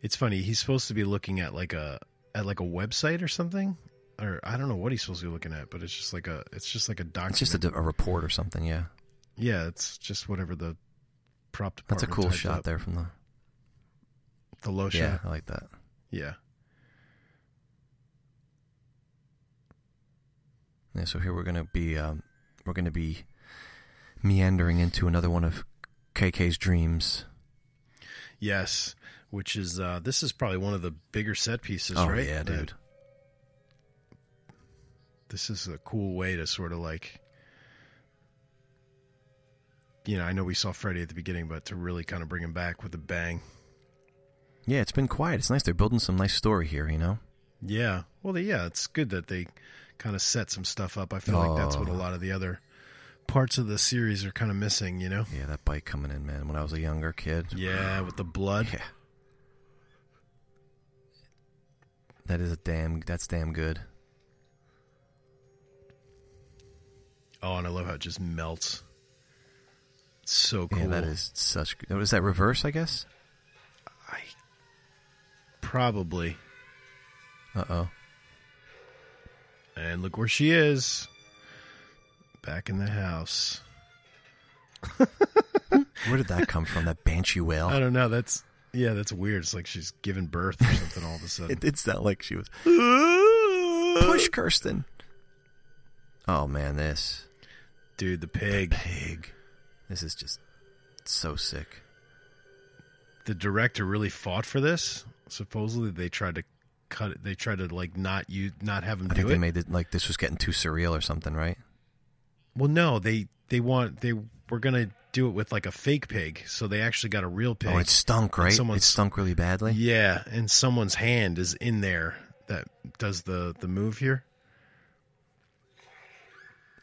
[SPEAKER 4] It's funny. He's supposed to be looking at like a at like a website or something, or I don't know what he's supposed to be looking at, but it's just like a it's just like a document.
[SPEAKER 5] It's just a, a report or something. Yeah,
[SPEAKER 4] yeah, it's just whatever the prop
[SPEAKER 5] that's a
[SPEAKER 4] department
[SPEAKER 5] cool
[SPEAKER 4] typed
[SPEAKER 5] shot
[SPEAKER 4] up.
[SPEAKER 5] there from the.
[SPEAKER 4] The low
[SPEAKER 5] Yeah,
[SPEAKER 4] shot,
[SPEAKER 5] I like that.
[SPEAKER 4] yeah.
[SPEAKER 5] Yeah, so here we're gonna be um, we're gonna be meandering into another one of KK's dreams.
[SPEAKER 4] Yes, which is uh this is probably one of the bigger set pieces, right?
[SPEAKER 5] Oh, yeah,
[SPEAKER 4] That-
[SPEAKER 5] dude.
[SPEAKER 4] this is a cool way to sort of like you know, I know we saw Freddy at the beginning, but to really kind of bring him back with a bang.
[SPEAKER 5] Yeah, it's been quiet. It's nice. They're building some nice story here. You know.
[SPEAKER 4] Yeah. Well, they- yeah, it's good that they kind of set some stuff up. I feel like that's what a
[SPEAKER 5] Oh.
[SPEAKER 4] lot of the other parts of the series are kind of missing, you know?
[SPEAKER 5] Yeah, that bike coming in, man. When I was a younger kid.
[SPEAKER 4] Yeah, with the blood.
[SPEAKER 5] Yeah. That is a damn. That's damn good.
[SPEAKER 4] Oh, and I love how it just melts. It's so cool.
[SPEAKER 5] Yeah, that is such. good. Was that reverse? I guess.
[SPEAKER 4] I probably.
[SPEAKER 5] Uh oh.
[SPEAKER 4] And look where she is. Back in the house.
[SPEAKER 5] Where did that come from? That banshee wail.
[SPEAKER 4] I don't know. That's yeah, that's weird. It's like she's giving birth or something all of a sudden.
[SPEAKER 5] It did sound like she was. Push Kirsten. Oh man, this
[SPEAKER 4] Dude, the pig.
[SPEAKER 5] pig. This is just so sick.
[SPEAKER 4] The director really fought for this. Supposedly they tried to cut it. They tried to like not you not have him do
[SPEAKER 5] I think they
[SPEAKER 4] it.
[SPEAKER 5] made it like this was getting too surreal or something, right?
[SPEAKER 4] well, no, they they want they were gonna do it with like a fake pig, so they actually got a real pig.
[SPEAKER 5] Oh, it stunk, right?
[SPEAKER 4] someone's-
[SPEAKER 5] It stunk really badly.
[SPEAKER 4] yeah, and someone's hand is in there that does the the move here.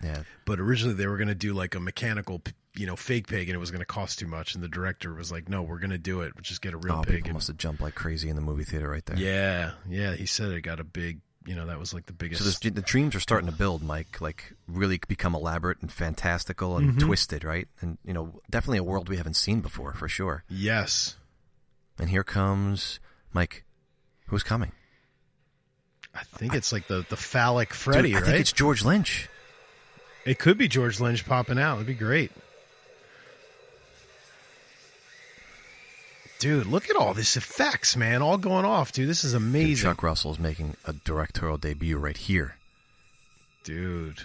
[SPEAKER 5] Yeah.
[SPEAKER 4] but originally they were going to do like a mechanical p- you know fake pig and it was going to cost too much and the director was like no we're going to do it We'll just get a real
[SPEAKER 5] Oh,
[SPEAKER 4] pig
[SPEAKER 5] people
[SPEAKER 4] and-
[SPEAKER 5] must have jumped like crazy in the movie theater right there.
[SPEAKER 4] yeah yeah he said it got a big you know that was like the
[SPEAKER 5] So
[SPEAKER 4] biggest
[SPEAKER 5] this, the dreams are starting to build, Mike. Like really become elaborate and fantastical
[SPEAKER 4] Mm-hmm.
[SPEAKER 5] and twisted, right? And you know, definitely a world we haven't seen before, for sure.
[SPEAKER 4] yes
[SPEAKER 5] And here comes Mike. Who's coming?
[SPEAKER 4] i think it's like the the phallic freddy
[SPEAKER 5] Dude, I
[SPEAKER 4] right
[SPEAKER 5] think it's George Lynch.
[SPEAKER 4] it could be george lynch popping out it'd be great dude look at all this effects man all going off dude this is
[SPEAKER 5] Dude,
[SPEAKER 4] amazing
[SPEAKER 5] Chuck Russell's making a directorial debut right here.
[SPEAKER 4] dude.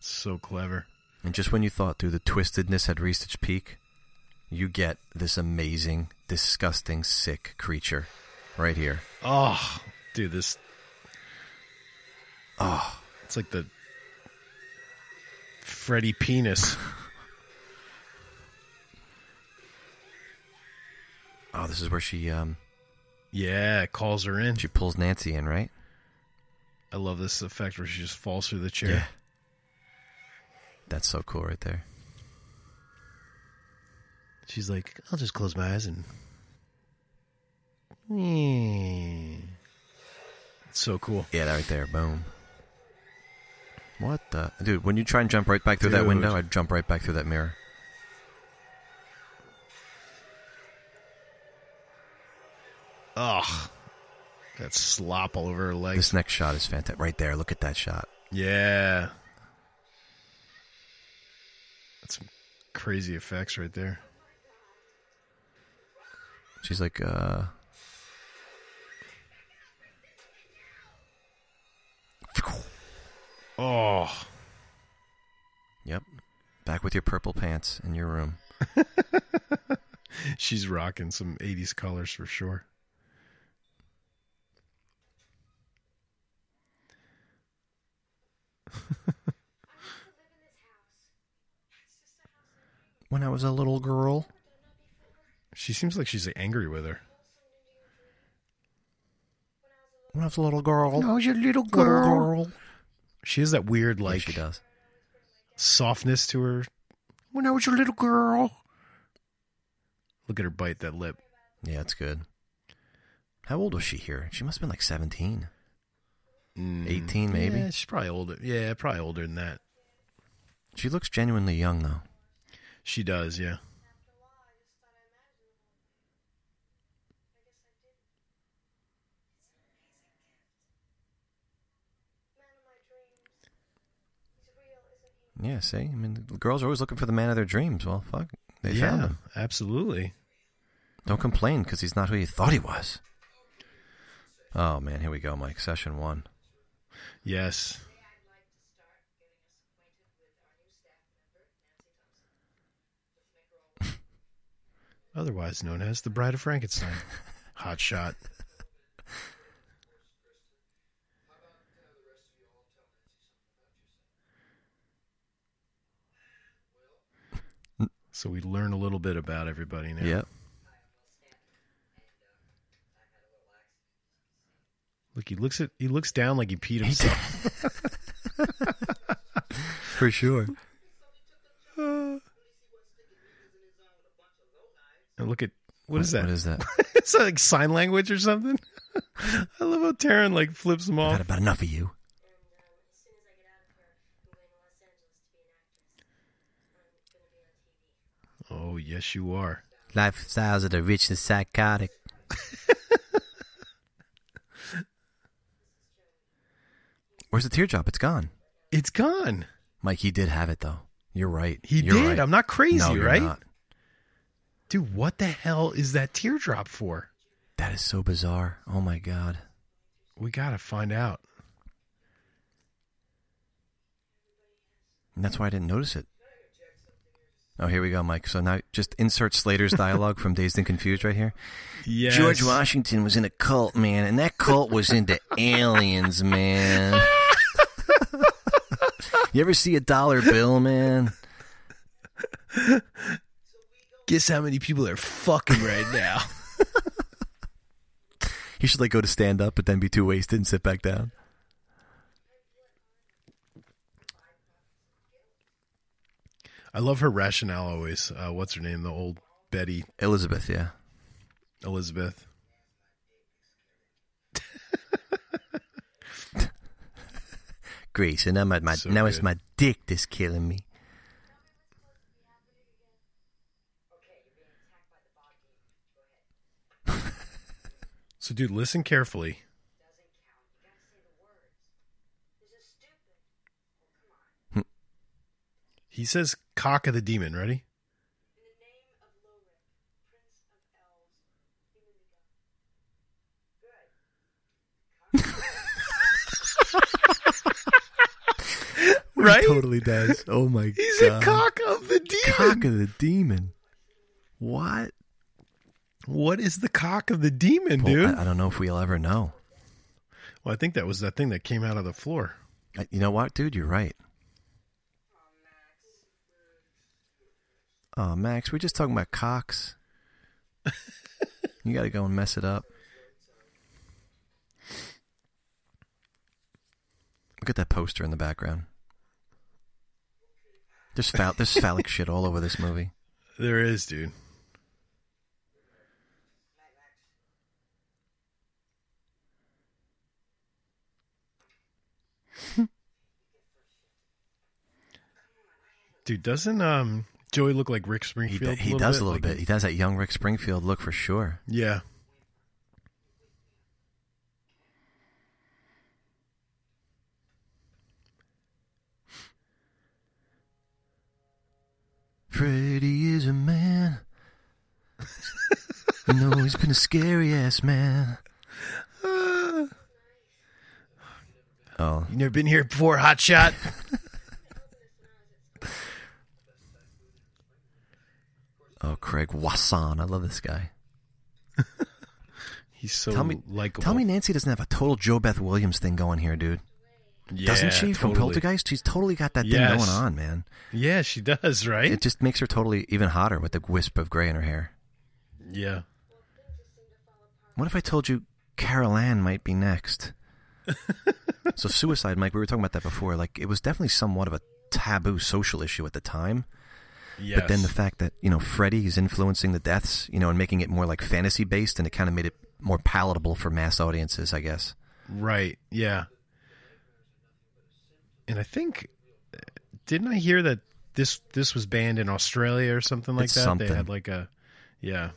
[SPEAKER 4] so clever
[SPEAKER 5] And just when you thought, dude, the twistedness had reached its peak, you get this amazing, disgusting, sick creature right here.
[SPEAKER 4] Oh, dude, this.
[SPEAKER 5] Oh.
[SPEAKER 4] It's like the Freddy penis.
[SPEAKER 5] Oh, this is where she um
[SPEAKER 4] yeah, it calls her in.
[SPEAKER 5] she pulls Nancy in, right?
[SPEAKER 4] I love this effect where she just falls through the chair.
[SPEAKER 5] That's so cool right there.
[SPEAKER 4] She's like, I'll just close my eyes and. It's so cool.
[SPEAKER 5] Yeah, that right there. Boom. What the dude? When you try and jump right back through that
[SPEAKER 4] Dude.
[SPEAKER 5] window, I'd jump right back through that mirror.
[SPEAKER 4] Ugh. That slop all over her legs.
[SPEAKER 5] This next shot is fantastic. Right there. Look at that shot.
[SPEAKER 4] Yeah. That's some crazy effects right there.
[SPEAKER 5] She's like, uh.
[SPEAKER 4] Oh.
[SPEAKER 5] Yep. Back with your purple pants in your room.
[SPEAKER 4] She's rocking some 80s colors for sure.
[SPEAKER 5] When I was a little girl.
[SPEAKER 4] She seems like she's angry with her.
[SPEAKER 5] When I was a little girl.
[SPEAKER 4] was your little
[SPEAKER 5] girl.
[SPEAKER 4] She has that weird,
[SPEAKER 5] Like
[SPEAKER 4] like,
[SPEAKER 5] she does.
[SPEAKER 4] softness to her. When I was your little girl. Look at her bite that lip.
[SPEAKER 5] Yeah, it's good. How old was she here? She must have been like 17. 18, maybe.
[SPEAKER 4] Mm, Yeah, she's probably older. Yeah, probably older than that.
[SPEAKER 5] She looks genuinely young, though.
[SPEAKER 4] She does, yeah.
[SPEAKER 5] Yeah, see? I mean, the girls are always looking for the man of their dreams. Well, fuck. They found
[SPEAKER 4] yeah,
[SPEAKER 5] him.
[SPEAKER 4] absolutely.
[SPEAKER 5] Don't complain because he's not who you thought he was. Oh, man. Here we go, Mike. Session one.
[SPEAKER 4] Yes. Otherwise known as the Bride of Frankenstein. Hot shot. So we learn a little bit about everybody now.
[SPEAKER 5] Yep.
[SPEAKER 4] Look, he looks at he looks down like he peed himself.
[SPEAKER 5] For sure.
[SPEAKER 4] And look at what is that?
[SPEAKER 5] What is that?
[SPEAKER 4] it's like sign language or something. I love how Taryn like flips him
[SPEAKER 5] I've had
[SPEAKER 4] off.
[SPEAKER 5] about enough of you.
[SPEAKER 4] Oh yes, you are.
[SPEAKER 5] Lifestyles of the rich and psychotic. Where's the teardrop? It's gone.
[SPEAKER 4] It's gone.
[SPEAKER 5] Mike, he did have it though. You're right.
[SPEAKER 4] He
[SPEAKER 5] You're
[SPEAKER 4] did.
[SPEAKER 5] right.
[SPEAKER 4] I'm not crazy,
[SPEAKER 5] No, you're
[SPEAKER 4] right?
[SPEAKER 5] not.
[SPEAKER 4] Dude, what the hell is that teardrop for?
[SPEAKER 5] That is so bizarre. Oh my god.
[SPEAKER 4] We gotta find out.
[SPEAKER 5] And that's why I didn't notice it. Oh, here we go, Mike. So now just insert Slater's dialogue from Dazed and Confused right here.
[SPEAKER 4] Yes.
[SPEAKER 5] George Washington was in a cult, man, and that cult was into aliens, man. you ever see a dollar bill, man?
[SPEAKER 4] Guess how many people are fucking right now?
[SPEAKER 5] He should like go to stand up, but then be too wasted and sit back down.
[SPEAKER 4] I love her rationale always. Uh, what's her name? The old Betty
[SPEAKER 5] Elizabeth, yeah.
[SPEAKER 4] Elizabeth.
[SPEAKER 5] Grace, and now my, my
[SPEAKER 4] So
[SPEAKER 5] now it's
[SPEAKER 4] good.
[SPEAKER 5] my dick that's killing me.
[SPEAKER 4] So, dude, listen carefully. He says cock of the demon, ready? right?
[SPEAKER 5] totally does. Oh my
[SPEAKER 4] He's
[SPEAKER 5] god.
[SPEAKER 4] a cock of the demon.
[SPEAKER 5] Cock of the demon. What?
[SPEAKER 4] What is the cock of the demon,
[SPEAKER 5] Well,
[SPEAKER 4] dude?
[SPEAKER 5] I, I don't know if we'll ever know.
[SPEAKER 4] well, I think that was that thing that came out of the floor.
[SPEAKER 5] I- Uh, You know what, dude? You're right. Oh, Max, we're just talking about cocks. you got to go and mess it up. Look at that poster in the background. There's, phal- there's phallic shit all over this movie.
[SPEAKER 4] There is, dude. dude, doesn't um Joey look like Rick
[SPEAKER 5] He,
[SPEAKER 4] Springfield?
[SPEAKER 5] d- he does a little bit. He does that young Rick Springfield look for sure.
[SPEAKER 4] Yeah.
[SPEAKER 5] Freddy is a man. you know, he's been a scary ass man. Oh,
[SPEAKER 4] You never been here before, hot shot.
[SPEAKER 5] oh, Craig Wasson. I love this guy.
[SPEAKER 4] He's so
[SPEAKER 5] tell me,
[SPEAKER 4] likable.
[SPEAKER 5] tell me, Nancy doesn't have a total Joe Beth Williams thing going here, dude.
[SPEAKER 4] Yeah,
[SPEAKER 5] doesn't she? From
[SPEAKER 4] totally.
[SPEAKER 5] Poltergeist, she's totally got that
[SPEAKER 4] Yes.
[SPEAKER 5] thing going on, man.
[SPEAKER 4] Yeah, she does, right?
[SPEAKER 5] It just makes her totally even hotter with the wisp of gray in her hair.
[SPEAKER 4] yeah.
[SPEAKER 5] What if I told you Carol Ann might be next? so suicide, Mike, we were talking about that before. Like it was definitely somewhat of a taboo social issue at the time.
[SPEAKER 4] Yes.
[SPEAKER 5] But then the fact that, you know, Freddy is influencing the deaths, you know, and making it more like fantasy based and it kind of made it more palatable for mass audiences, I guess.
[SPEAKER 4] Right. Yeah. And I think didn't I hear that this this was banned in Australia or something like
[SPEAKER 5] It's
[SPEAKER 4] that? They
[SPEAKER 5] something.
[SPEAKER 4] had like a yeah.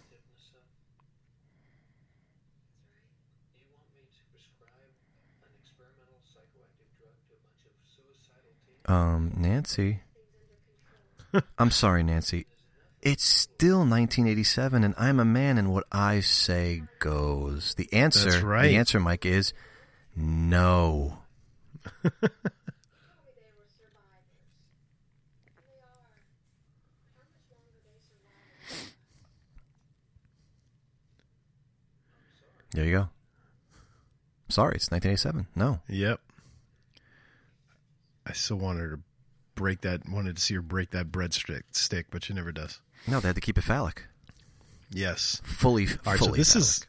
[SPEAKER 5] Um, Nancy, I'm sorry, Nancy. It's still 1987, and I'm a man, and what I say goes. The answer,
[SPEAKER 4] That's right.
[SPEAKER 5] the answer, Mike, is no. there you go. Sorry, it's 1987. No.
[SPEAKER 4] Yep. I still wanted her to break that. Wanted to see her break that breadstick stick, but she never does.
[SPEAKER 5] No, they had to keep it phallic.
[SPEAKER 4] Yes.
[SPEAKER 5] Fully,
[SPEAKER 4] All right.
[SPEAKER 5] fully
[SPEAKER 4] so this
[SPEAKER 5] phallic.
[SPEAKER 4] is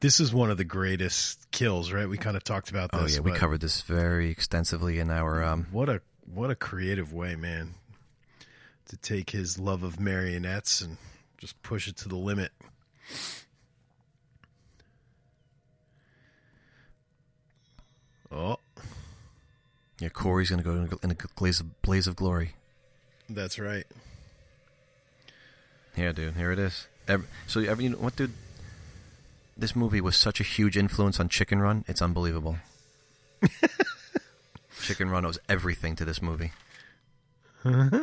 [SPEAKER 4] this is one of the greatest kills, right? We kind of talked about
[SPEAKER 5] Oh
[SPEAKER 4] this.
[SPEAKER 5] yeah, we
[SPEAKER 4] but
[SPEAKER 5] covered this very extensively in our um,
[SPEAKER 4] What a what a creative way, man, to take his love of marionettes and just push it to the limit. Oh,
[SPEAKER 5] Yeah, Corey's gonna go in a, in a blaze of, blaze of glory.
[SPEAKER 4] that's right.
[SPEAKER 5] Yeah, dude, here it is. Ev- so, every, you know what, dude? This movie was such a huge influence on Chicken Run. It's unbelievable. Chicken Run owes everything to this movie. oh,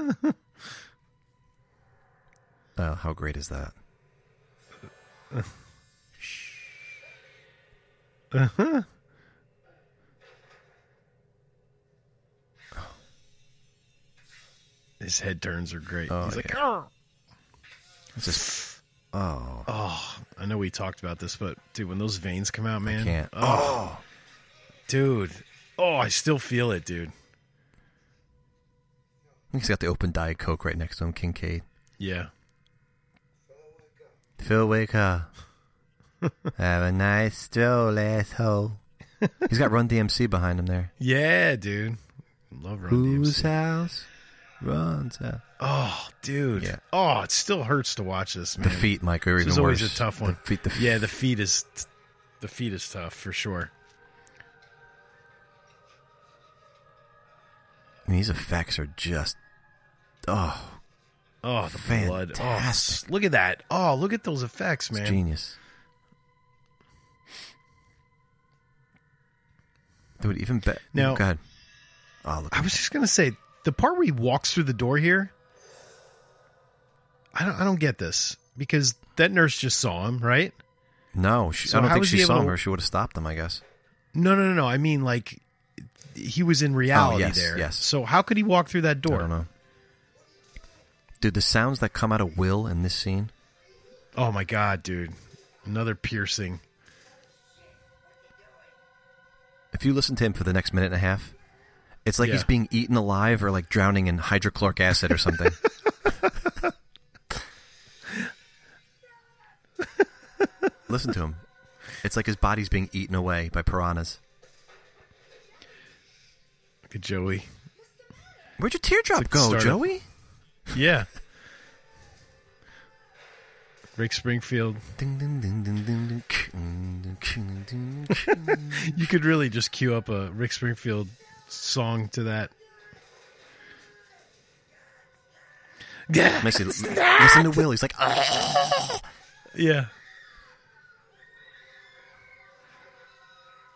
[SPEAKER 5] how great is that?
[SPEAKER 4] His head turns are great.
[SPEAKER 5] Oh,
[SPEAKER 4] He's like,
[SPEAKER 5] yeah.
[SPEAKER 4] "Arr!"
[SPEAKER 5] It's just oh,
[SPEAKER 4] oh, I know we talked about this, but dude, when those veins come out, man,
[SPEAKER 5] can't.
[SPEAKER 4] Oh, dude, oh, I still feel it, dude.
[SPEAKER 5] he's got the open diet coke right next to him, Kincaid.
[SPEAKER 4] Yeah,
[SPEAKER 5] Phil, wake up. Have a nice stroll, asshole. He's got Run DMC behind him there.
[SPEAKER 4] yeah, dude. Love Run
[SPEAKER 5] Whose
[SPEAKER 4] DMC.
[SPEAKER 5] house runs out?
[SPEAKER 4] Oh, dude.
[SPEAKER 5] Yeah.
[SPEAKER 4] Oh, it still hurts to watch this, man.
[SPEAKER 5] The feet, Mike, are
[SPEAKER 4] This
[SPEAKER 5] even
[SPEAKER 4] is always
[SPEAKER 5] worse.
[SPEAKER 4] a tough one.
[SPEAKER 5] The feet, the feet.
[SPEAKER 4] yeah, the feet is the feet is tough for sure.
[SPEAKER 5] And these effects are just. Oh,
[SPEAKER 4] Oh, the blood. Oh,
[SPEAKER 5] Fantastic.
[SPEAKER 4] s- look at that. Oh, look at those effects,
[SPEAKER 5] it's
[SPEAKER 4] man.
[SPEAKER 5] genius. Dude, even better.
[SPEAKER 4] Now-
[SPEAKER 5] go ahead. Oh, look.
[SPEAKER 4] I was just gonna say the part where he walks through the door here. I don't. I don't get this because that nurse just saw him, right?
[SPEAKER 5] No, she,
[SPEAKER 4] So
[SPEAKER 5] I don't
[SPEAKER 4] how
[SPEAKER 5] think
[SPEAKER 4] was
[SPEAKER 5] she
[SPEAKER 4] he
[SPEAKER 5] saw
[SPEAKER 4] able
[SPEAKER 5] him
[SPEAKER 4] to-
[SPEAKER 5] or she would have stopped him, I guess.
[SPEAKER 4] No, no, no, no. I mean, like he was in reality
[SPEAKER 5] yes,
[SPEAKER 4] there.
[SPEAKER 5] yes.
[SPEAKER 4] So how could he walk through that door?
[SPEAKER 5] I don't know. Dude, the sounds that come out of Will in this scene.
[SPEAKER 4] Oh my god, dude! Another piercing.
[SPEAKER 5] If you listen to him for the next minute and a half, it's like
[SPEAKER 4] Yeah.
[SPEAKER 5] he's being eaten alive or like drowning in hydrochloric acid or something. listen to him. It's like his body's being eaten away by piranhas.
[SPEAKER 4] Look at Joey.
[SPEAKER 5] Where'd your teardrop
[SPEAKER 4] It's like the
[SPEAKER 5] go,
[SPEAKER 4] start of-
[SPEAKER 5] Joey?
[SPEAKER 4] Yeah. Rick Springfield.
[SPEAKER 5] Ding, ding, ding, ding, ding, ding, king, ding, king, ding, ding, king.
[SPEAKER 4] You could really just cue up a Rick Springfield song to that. Yeah.
[SPEAKER 5] Makes it, listen to Will. He's like, "Ah."
[SPEAKER 4] Yeah.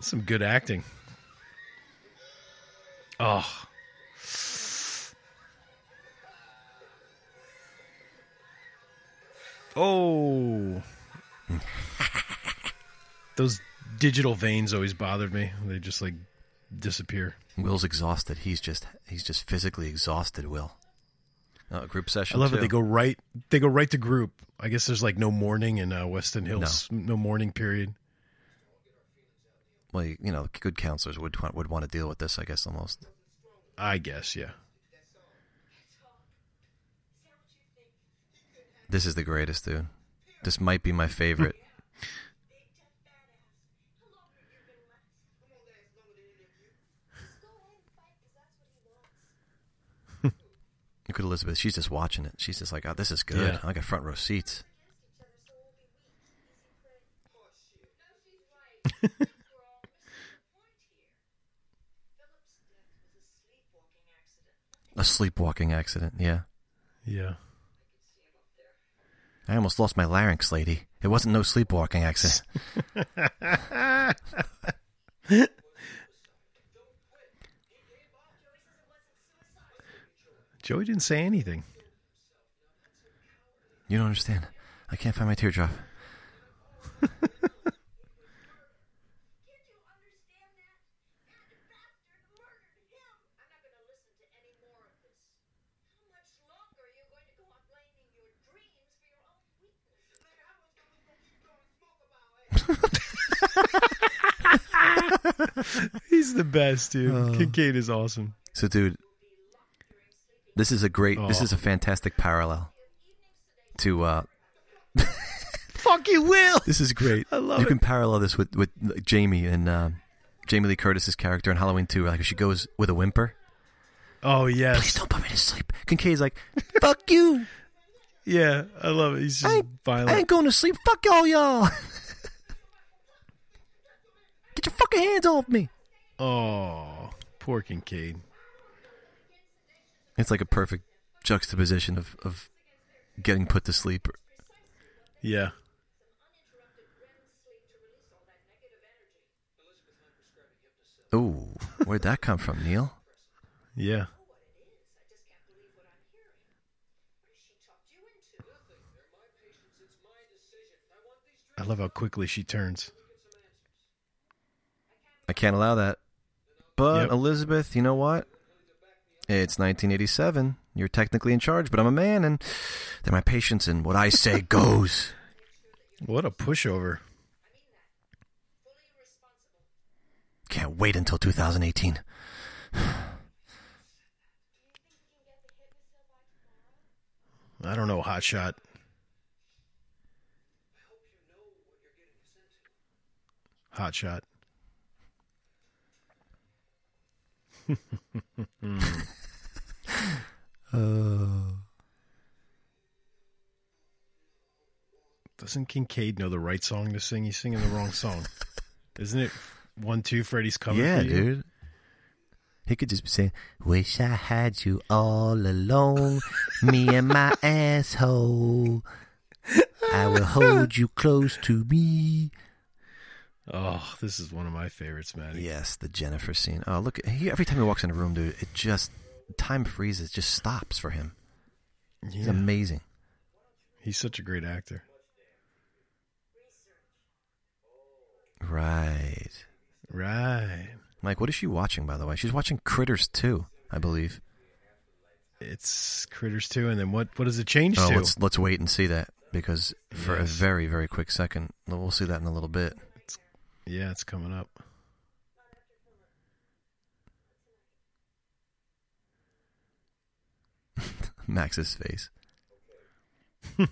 [SPEAKER 4] Some good acting. Oh. Oh. Those digital veins always bothered me. They just like disappear.
[SPEAKER 5] Will's exhausted. He's just he's just physically exhausted. Will. Uh, group
[SPEAKER 4] I
[SPEAKER 5] session.
[SPEAKER 4] love
[SPEAKER 5] too.
[SPEAKER 4] it. They go right. They go right to group. I guess there's like no morning in uh, Weston Hills. no morning period.
[SPEAKER 5] well, you you know, good counselors would want, would want to deal with this, I guess, almost.
[SPEAKER 4] I guess. Yeah.
[SPEAKER 5] This is the greatest, dude. This might be my favorite. Look at Elizabeth. She's just watching it. She's just like, oh, this is good.
[SPEAKER 4] Yeah.
[SPEAKER 5] I got front row seats. A sleepwalking accident, yeah.
[SPEAKER 4] Yeah.
[SPEAKER 5] I almost lost my larynx, lady. It wasn't no sleepwalking accident.
[SPEAKER 4] Joey didn't say anything.
[SPEAKER 5] You don't understand. I can't find my teardrop.
[SPEAKER 6] Can't you understand that? That bastard murdered him. I'm not going to listen to any more of this. How much longer are you going to go on blaming your dreams for your own weakness? Man, I was going to go to the and smoke about it.
[SPEAKER 4] He's the best, dude. Kincaid is awesome.
[SPEAKER 5] So, dude, this is a great, this
[SPEAKER 4] Oh.
[SPEAKER 5] is a fantastic parallel to, uh,
[SPEAKER 4] Fuck you, Will.
[SPEAKER 5] this is great.
[SPEAKER 4] I love
[SPEAKER 5] you
[SPEAKER 4] it.
[SPEAKER 5] can parallel this with, with like, Jamie and, um, Jamie Lee Curtis's character in Halloween 2, where, like she goes with a whimper.
[SPEAKER 4] Oh
[SPEAKER 5] Please
[SPEAKER 4] yes,
[SPEAKER 5] don't put me to sleep. Kincaid's like, fuck you.
[SPEAKER 4] yeah, I love it. He's just
[SPEAKER 5] I, I ain't
[SPEAKER 4] violent.
[SPEAKER 5] going to sleep. Fuck all y'all. Get your fucking hands off me.
[SPEAKER 4] oh, poor Kincaid.
[SPEAKER 5] It's like a perfect juxtaposition of, of getting put to sleep.
[SPEAKER 4] Yeah,
[SPEAKER 5] Ooh, where'd that come from, Neil?
[SPEAKER 4] yeah. I love how quickly she turns.
[SPEAKER 5] I can't allow that. But
[SPEAKER 4] Yep.
[SPEAKER 5] Elizabeth, you know what? It's 1987. You're technically in charge, but I'm a man, and they're my patients, and what I say goes.
[SPEAKER 4] What a pushover.
[SPEAKER 5] Can't wait until 2018.
[SPEAKER 4] I don't know, hotshot. Hotshot. Doesn't Kincaid know the right song to sing? He's singing the wrong song. Isn't it one two Freddy's coming?
[SPEAKER 5] yeah,
[SPEAKER 4] for you?
[SPEAKER 5] dude. He could just be saying, "Wish I had you all alone, me and my asshole. I will hold you close to me."
[SPEAKER 4] Oh, this is one of my favorites, Maddie.
[SPEAKER 5] Yes, the Jennifer scene. Oh, look! He, every time he walks in a room, dude, it just time freezes, just stops for him. It's
[SPEAKER 4] Yeah.
[SPEAKER 5] amazing.
[SPEAKER 4] He's such a great actor.
[SPEAKER 5] Right,
[SPEAKER 4] Right.
[SPEAKER 5] Mike. What is she watching, by the way? She's watching Critters 2, I believe.
[SPEAKER 4] It's Critters 2, and then what, what does it change
[SPEAKER 5] Oh,
[SPEAKER 4] to?
[SPEAKER 5] let's let's wait and see that because for a
[SPEAKER 4] Yes.
[SPEAKER 5] very very quick second, we'll see that in a little bit.
[SPEAKER 4] Yeah, it's coming up.
[SPEAKER 5] Max's face.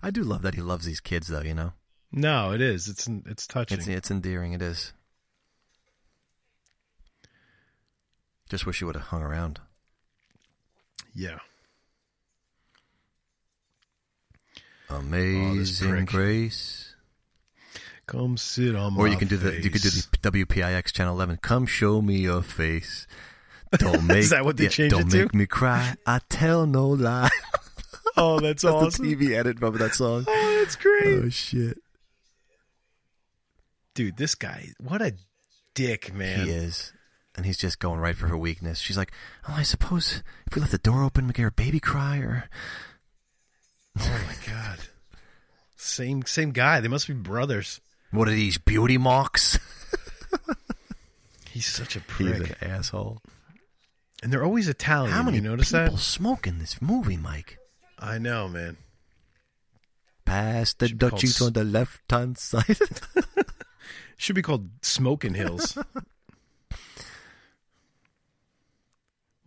[SPEAKER 5] I do love that he loves these kids, though. You know,
[SPEAKER 4] No, it is. It's it's touching.
[SPEAKER 5] it's it's endearing. It is. Just wish he would have hung around.
[SPEAKER 4] yeah. this
[SPEAKER 5] Amazing
[SPEAKER 4] prick.
[SPEAKER 5] grace.
[SPEAKER 4] Come sit on my
[SPEAKER 5] Or you can do the you could do the
[SPEAKER 4] face.
[SPEAKER 5] WPIX channel eleven. Come show me your face. Don't make
[SPEAKER 4] that what they changed
[SPEAKER 5] Don't
[SPEAKER 4] it to?
[SPEAKER 5] make me cry. I tell no lie.
[SPEAKER 4] Oh, that's,
[SPEAKER 5] That's
[SPEAKER 4] awesome.
[SPEAKER 5] the TV edit of that song.
[SPEAKER 4] Oh, that's great.
[SPEAKER 5] Oh shit.
[SPEAKER 4] Dude, this guy, what a dick, man.
[SPEAKER 5] He is. And he's just going right for her weakness. She's like, Oh, I suppose if we left the door open, we get her baby cry or
[SPEAKER 4] Oh my god. Same same guy. They must be brothers.
[SPEAKER 5] what are these beauty marks?
[SPEAKER 4] He's such a
[SPEAKER 5] He's Oh,
[SPEAKER 4] prick.
[SPEAKER 5] an asshole.
[SPEAKER 4] And they're always Italian.
[SPEAKER 5] How many
[SPEAKER 4] you notice
[SPEAKER 5] people
[SPEAKER 4] that?
[SPEAKER 5] smoke in this movie, Mike?
[SPEAKER 4] I know, man.
[SPEAKER 5] Pass the
[SPEAKER 4] Should be called
[SPEAKER 5] Dutchies
[SPEAKER 4] s-
[SPEAKER 5] on the left hand side.
[SPEAKER 4] Should be called Smoking Hills. Look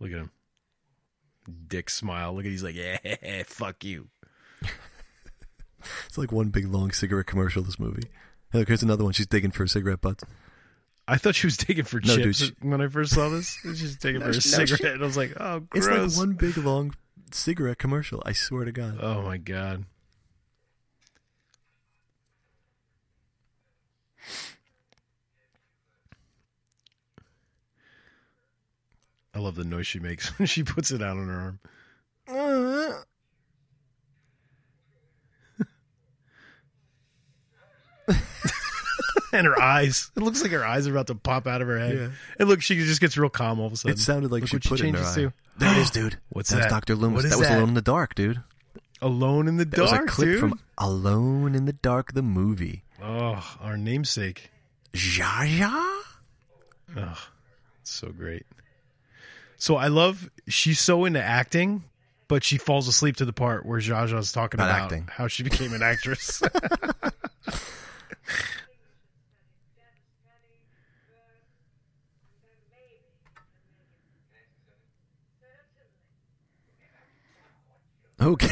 [SPEAKER 4] at him. Dick smile. Look at he's like, yeah, fuck you.
[SPEAKER 5] it's like one big long cigarette commercial, this movie. Hey, Look, here's another one. She's digging for a cigarette butt.
[SPEAKER 4] I thought she was digging for
[SPEAKER 5] No, dude,
[SPEAKER 4] chips
[SPEAKER 5] she-
[SPEAKER 4] when I first saw this. She's digging
[SPEAKER 5] No,
[SPEAKER 4] for a
[SPEAKER 5] she- no, she-
[SPEAKER 4] cigarette. and I was like, oh,
[SPEAKER 5] It's
[SPEAKER 4] gross.
[SPEAKER 5] like one big long cigarette commercial, I swear to God.
[SPEAKER 4] Oh my god. I love the noise she makes when she puts it out on her arm.
[SPEAKER 5] Uh,
[SPEAKER 4] and her eyes. It looks like her eyes are about to pop out of her head.
[SPEAKER 5] Yeah.
[SPEAKER 4] And look, she just gets real calm all of a sudden.
[SPEAKER 5] It sounded like
[SPEAKER 4] Look
[SPEAKER 5] she
[SPEAKER 4] what
[SPEAKER 5] put it in her
[SPEAKER 4] changes
[SPEAKER 5] eye. There it is, dude.
[SPEAKER 4] What's
[SPEAKER 5] That's
[SPEAKER 4] that?
[SPEAKER 5] Dr. Loomis.
[SPEAKER 4] What is
[SPEAKER 5] that was
[SPEAKER 4] that?
[SPEAKER 5] Alone in the Dark, dude.
[SPEAKER 4] Alone in the
[SPEAKER 5] That
[SPEAKER 4] dark,
[SPEAKER 5] was a clip
[SPEAKER 4] dude.
[SPEAKER 5] from Alone in the Dark, the movie.
[SPEAKER 4] Oh, our namesake.
[SPEAKER 5] Zha Zha?
[SPEAKER 4] So great. So I love she's so into acting, but she falls asleep to the part where Zsa Zsa's talking
[SPEAKER 5] About
[SPEAKER 4] about,
[SPEAKER 5] acting.
[SPEAKER 4] how she became an actress.
[SPEAKER 5] Okay.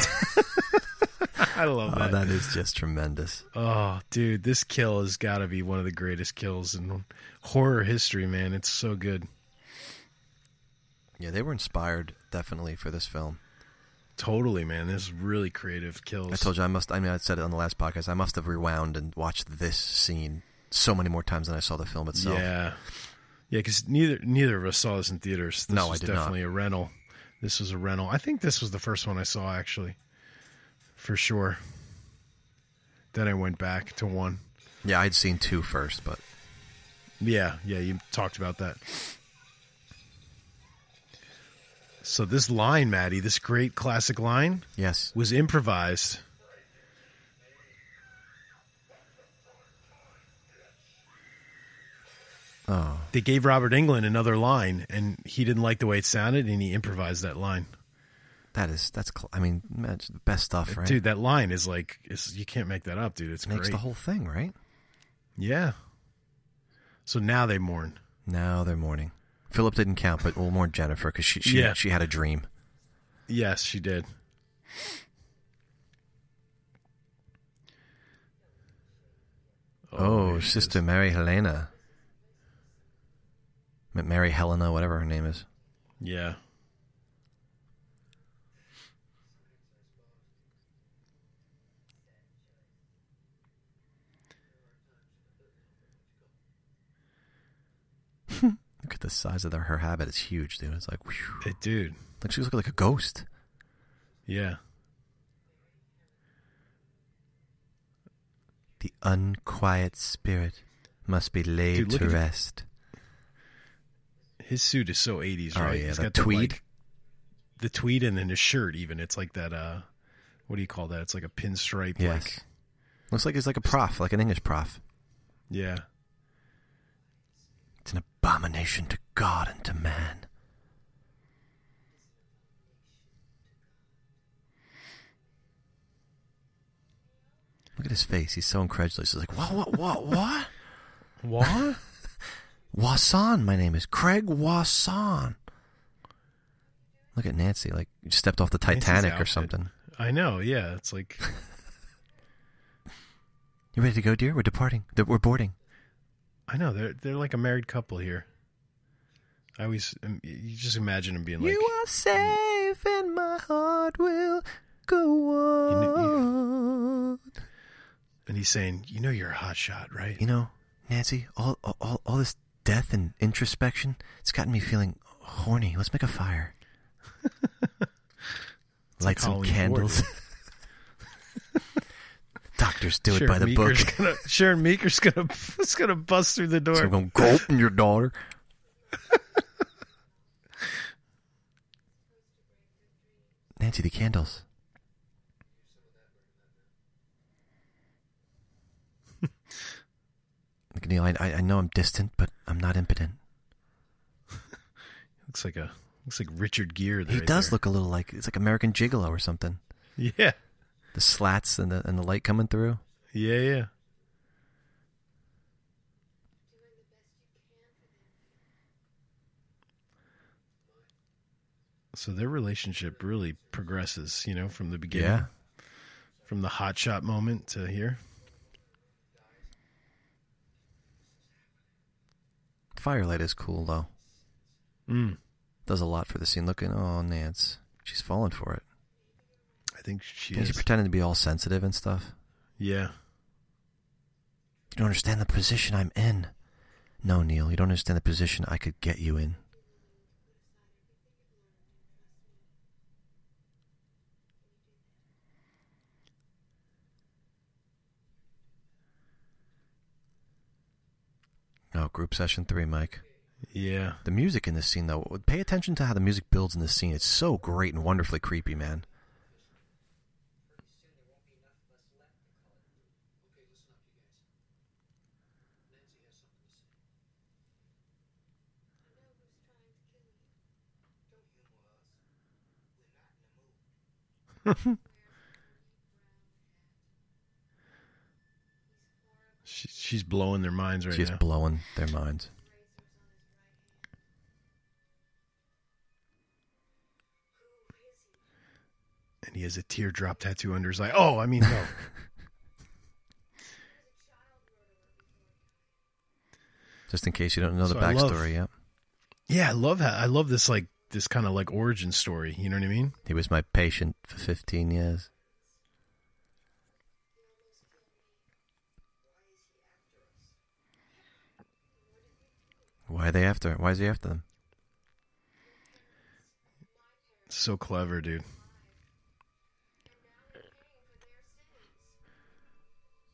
[SPEAKER 4] I love
[SPEAKER 5] oh,
[SPEAKER 4] that.
[SPEAKER 5] that is just tremendous.
[SPEAKER 4] Oh, dude, this kill has got to be one of the greatest kills in horror history, man. It's so good.
[SPEAKER 5] Yeah, they were inspired definitely for this film.
[SPEAKER 4] Totally, man. This is really creative kills.
[SPEAKER 5] I told you I must. I mean, I said it on the last podcast. I must have rewound and watched this scene so many more times than I saw the film itself.
[SPEAKER 4] Yeah, yeah, because neither neither of us saw this in theaters. This
[SPEAKER 5] No, I
[SPEAKER 4] was
[SPEAKER 5] did not.
[SPEAKER 4] definitely a rental. This was a rental. I think this was the first one I saw actually, for sure. Then I went back to one.
[SPEAKER 5] Yeah, I'd seen two first, but
[SPEAKER 4] Yeah, yeah, you talked about that. So this line, Maddie, this great classic line,
[SPEAKER 5] yes,
[SPEAKER 4] was improvised.
[SPEAKER 5] Oh.
[SPEAKER 4] They gave Robert England another line, and he didn't like the way it sounded, and he improvised that line.
[SPEAKER 5] that is that's. Cl- I mean, that's the best stuff, right?
[SPEAKER 4] Dude, that line is like, is, you can't make that up, dude. It's
[SPEAKER 5] makes
[SPEAKER 4] great.
[SPEAKER 5] the whole thing right.
[SPEAKER 4] yeah. So now they mourn.
[SPEAKER 5] Now they're mourning. Philip didn't count, but we'll mourn Jennifer because she she,
[SPEAKER 4] Yeah.
[SPEAKER 5] she had a dream.
[SPEAKER 4] Yes, she did.
[SPEAKER 5] Oh,
[SPEAKER 4] Oh, there she
[SPEAKER 5] Oh, Sister Mary Helena, M- Mary Helena, whatever her name is.
[SPEAKER 4] Yeah.
[SPEAKER 5] Look at the size of their, her habit; it's huge, dude. It's like, whew.
[SPEAKER 4] Hey, dude.
[SPEAKER 5] like she was like a ghost.
[SPEAKER 4] Yeah.
[SPEAKER 5] The unquiet spirit must be laid
[SPEAKER 4] Dude, look
[SPEAKER 5] to
[SPEAKER 4] at the-
[SPEAKER 5] rest.
[SPEAKER 4] His suit is so 80s,
[SPEAKER 5] Oh,
[SPEAKER 4] right?
[SPEAKER 5] yeah,
[SPEAKER 4] He's
[SPEAKER 5] the
[SPEAKER 4] got that,
[SPEAKER 5] tweed.
[SPEAKER 4] like, the tweed and then his shirt, even. It's like that, uh, what do you call that? It's like a pinstripe.
[SPEAKER 5] Yes.
[SPEAKER 4] Like,
[SPEAKER 5] Looks like he's like a prof, like an English prof.
[SPEAKER 4] yeah.
[SPEAKER 5] It's an abomination to God and to man. Look at his face. He's so incredulous. He's like, what, what, what, what?
[SPEAKER 4] What?
[SPEAKER 5] Wasson, my name is Craig Wasson. Look at Nancy, like you stepped off the
[SPEAKER 4] Nancy's
[SPEAKER 5] Titanic or
[SPEAKER 4] outfit.
[SPEAKER 5] something.
[SPEAKER 4] I know. Yeah. It's like,
[SPEAKER 5] You ready to go, dear? We're departing. Th- We're boarding.
[SPEAKER 4] I know. They're, they're like a married couple here. I always, um, you just imagine him being like,
[SPEAKER 5] are safe, and my heart will go
[SPEAKER 4] You kn- you-
[SPEAKER 5] on.
[SPEAKER 4] and he's saying, you know, you're a hot shot, right?
[SPEAKER 5] You know, Nancy, all all all this death and introspection, it's gotten me feeling horny. Let's make a fire. Light
[SPEAKER 4] like
[SPEAKER 5] some
[SPEAKER 4] Halloween four,
[SPEAKER 5] candles. Doctors do it by the
[SPEAKER 4] Meeker's
[SPEAKER 5] book.
[SPEAKER 4] Gonna, Sharon Meeker's gonna is gonna bust through the door.
[SPEAKER 5] So I'm going to gulp in your daughter. Nancy, the candles. Look, Neil, I, I I know I'm distant, but I'm not impotent.
[SPEAKER 4] looks like a looks like Richard Gere.
[SPEAKER 5] He
[SPEAKER 4] right
[SPEAKER 5] does
[SPEAKER 4] there.
[SPEAKER 5] look a little like it's like American Gigolo or something.
[SPEAKER 4] Yeah,
[SPEAKER 5] The slats and the and the light coming through.
[SPEAKER 4] yeah, yeah. So their relationship really progresses, you know, from the beginning,
[SPEAKER 5] Yeah.
[SPEAKER 4] from the hot shot moment to here.
[SPEAKER 5] Firelight is cool though.
[SPEAKER 4] Mm.
[SPEAKER 5] Does a lot for the scene. Looking, oh Nance, she's falling for it.
[SPEAKER 4] I think she
[SPEAKER 5] I think
[SPEAKER 4] is.
[SPEAKER 5] she's pretending to be all sensitive and stuff.
[SPEAKER 4] yeah,
[SPEAKER 5] You don't understand the position I'm in. No, Neil, you don't understand the position I could get you in. No, group session three, Mike.
[SPEAKER 4] Yeah.
[SPEAKER 5] The music in this scene, though, pay attention to how the music builds in this scene. It's so great and wonderfully creepy, man.
[SPEAKER 4] She, she's blowing their minds right
[SPEAKER 5] She's
[SPEAKER 4] now.
[SPEAKER 5] blowing their minds.
[SPEAKER 4] and he has a teardrop tattoo under his eye. Oh, I mean, no.
[SPEAKER 5] Just in case you don't know the
[SPEAKER 4] So I love-
[SPEAKER 5] backstory, yeah.
[SPEAKER 4] yeah, I love how I love this like this kind of like origin story. You know what I mean?
[SPEAKER 5] He was my patient for 15 years. Why are they after? Why is he after them?
[SPEAKER 4] So clever, dude.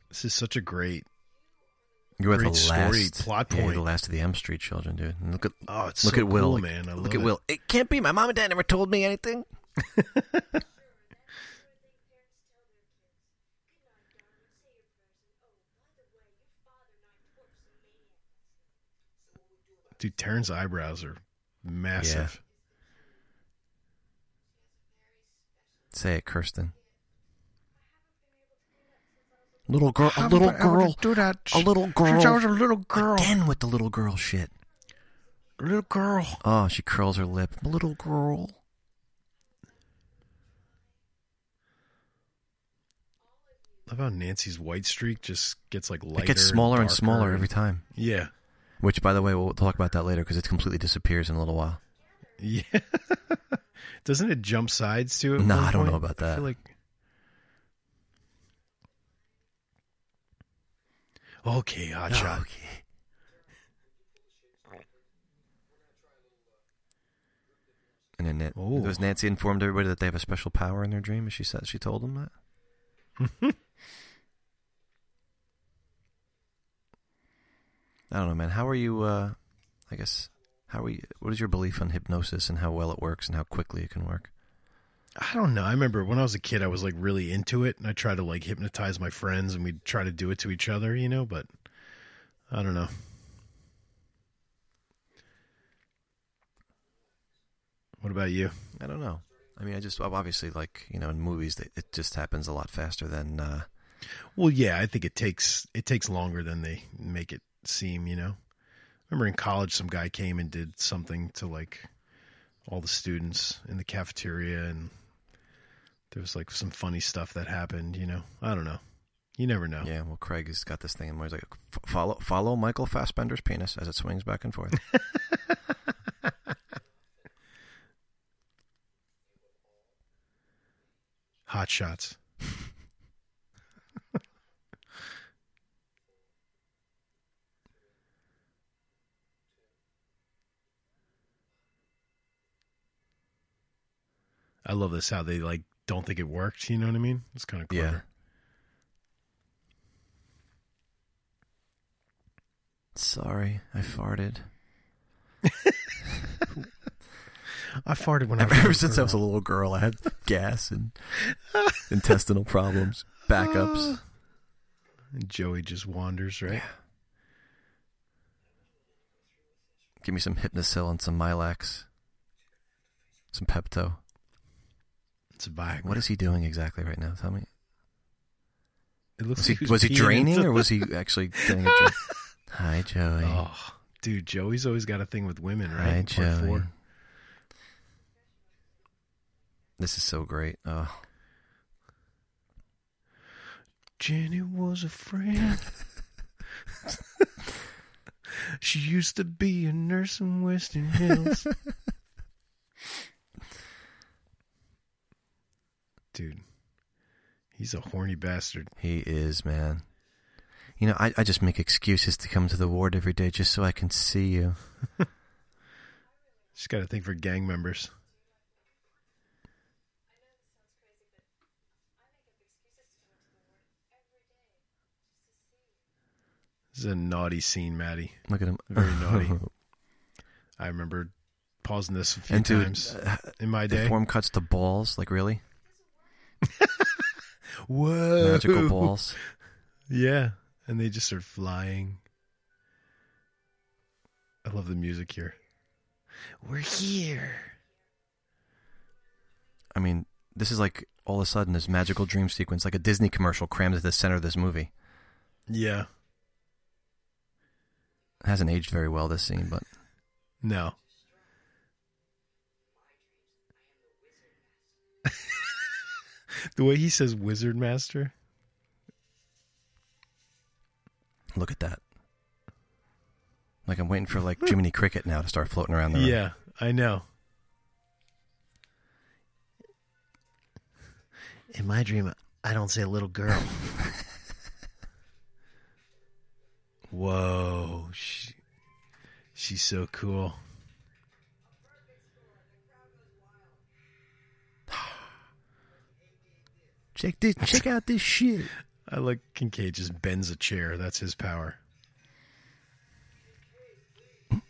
[SPEAKER 4] This is such a great.
[SPEAKER 5] You are the
[SPEAKER 4] Great
[SPEAKER 5] last
[SPEAKER 4] story, plot
[SPEAKER 5] Yeah, you're the
[SPEAKER 4] point.
[SPEAKER 5] last of the M Street children, dude. And look at
[SPEAKER 4] Oh, it's
[SPEAKER 5] look
[SPEAKER 4] so
[SPEAKER 5] at Will,
[SPEAKER 4] cool,
[SPEAKER 5] Like,
[SPEAKER 4] man. I
[SPEAKER 5] look
[SPEAKER 4] love
[SPEAKER 5] at
[SPEAKER 4] it.
[SPEAKER 5] Will. It can't be. My mom and dad never told me anything.
[SPEAKER 4] Dude, Taryn's eyebrows are massive.
[SPEAKER 5] Say it, Kirsten. Little girl, a
[SPEAKER 1] How
[SPEAKER 5] little
[SPEAKER 1] am I able
[SPEAKER 5] girl,
[SPEAKER 1] to do that?
[SPEAKER 5] a little
[SPEAKER 1] Since I was a
[SPEAKER 5] girl.
[SPEAKER 1] little girl.
[SPEAKER 5] Again with the little girl shit.
[SPEAKER 1] Little girl.
[SPEAKER 5] Oh, she curls her lip. Little girl.
[SPEAKER 4] Love how Nancy's white streak just gets like lighter.
[SPEAKER 5] it gets smaller and
[SPEAKER 4] darker
[SPEAKER 5] smaller every time.
[SPEAKER 4] Yeah,
[SPEAKER 5] Which, by the way, we'll talk about that later because it completely disappears in a little while.
[SPEAKER 4] yeah. Doesn't it jump sides to it?
[SPEAKER 5] No, I don't know about
[SPEAKER 4] I
[SPEAKER 5] that.
[SPEAKER 4] feel like. Okay,
[SPEAKER 5] Oh,
[SPEAKER 4] hot shot.
[SPEAKER 5] Okay. And then it,
[SPEAKER 4] Ooh.
[SPEAKER 5] was Nancy informed everybody that they have a special power in their dream, and she said she told them that. I don't know, man. How are you? Uh, I guess how are you? What is your belief on hypnosis and how well it works and how quickly it can work?
[SPEAKER 4] I don't know. I remember when I was a kid, I was like really into it, and I tried to like hypnotize my friends, and we'd try to do it to each other, you know. But I don't know. What about you?
[SPEAKER 5] I don't know. I mean, I just obviously like you know in movies they, it just happens a lot faster than uh,
[SPEAKER 4] Well, yeah, I think it takes it takes longer than they make it seem. You know, I remember in college, some guy came and did something to like all the students in the cafeteria, and there was like some funny stuff that happened. You know, I don't know. You never know.
[SPEAKER 5] Yeah, well, Craig has got this thing, and he's like, "F- follow, follow Michael Fassbender's penis as it swings back and forth.
[SPEAKER 4] Hot shots. I love this how they like don't think it worked, you know what I mean? It's kind of
[SPEAKER 5] Yeah.
[SPEAKER 4] clever.
[SPEAKER 5] Sorry, I farted.
[SPEAKER 4] I farted when I
[SPEAKER 5] Ever,
[SPEAKER 4] was
[SPEAKER 5] ever since I was a little girl, I had gas and intestinal problems, backups.
[SPEAKER 4] and Joey just wanders, right?
[SPEAKER 5] Give me some Hypnosil and some Milax, some Pepto.
[SPEAKER 4] It's a Viagra.
[SPEAKER 5] What is he doing exactly right now? Tell me.
[SPEAKER 4] it looks
[SPEAKER 5] Was
[SPEAKER 4] like
[SPEAKER 5] he, was he
[SPEAKER 4] peeing
[SPEAKER 5] draining
[SPEAKER 4] into-
[SPEAKER 5] or was he actually getting a drink? Hi, Joey.
[SPEAKER 4] Oh, dude, Joey's always got a thing with women, right?
[SPEAKER 5] Hi,
[SPEAKER 4] In part
[SPEAKER 5] Joey.
[SPEAKER 4] four.
[SPEAKER 5] This is so great. Oh.
[SPEAKER 4] Jenny was a friend. she used to be a nurse in Western Hills. Dude, he's a horny bastard.
[SPEAKER 5] He is, man. You know, I, I just make excuses to come to the ward every day just so I can see you.
[SPEAKER 4] She's got a thing for gang members. This is a naughty scene, Maddie.
[SPEAKER 5] Look at him.
[SPEAKER 4] Very naughty. I remember pausing this a few
[SPEAKER 5] And dude,
[SPEAKER 4] times in my
[SPEAKER 5] the
[SPEAKER 4] day.
[SPEAKER 5] form cuts to balls. Like really,
[SPEAKER 4] Whoa.
[SPEAKER 5] magical balls.
[SPEAKER 4] Yeah. And they just are flying. I love the music here. We're here.
[SPEAKER 5] I mean, this is like all of a sudden this magical dream sequence, like a Disney commercial crammed at the center of this movie.
[SPEAKER 4] Yeah.
[SPEAKER 5] It hasn't aged very well this scene, but
[SPEAKER 4] No. the way he says wizard master.
[SPEAKER 5] look at that. Like I'm waiting for like Jiminy Cricket now to start floating around the room.
[SPEAKER 4] Yeah, I know. In my dream, I don't say little girl. Whoa, she, she's so cool.
[SPEAKER 5] Check this. Check out this shit.
[SPEAKER 4] I like Kincaid just bends a chair. That's his power.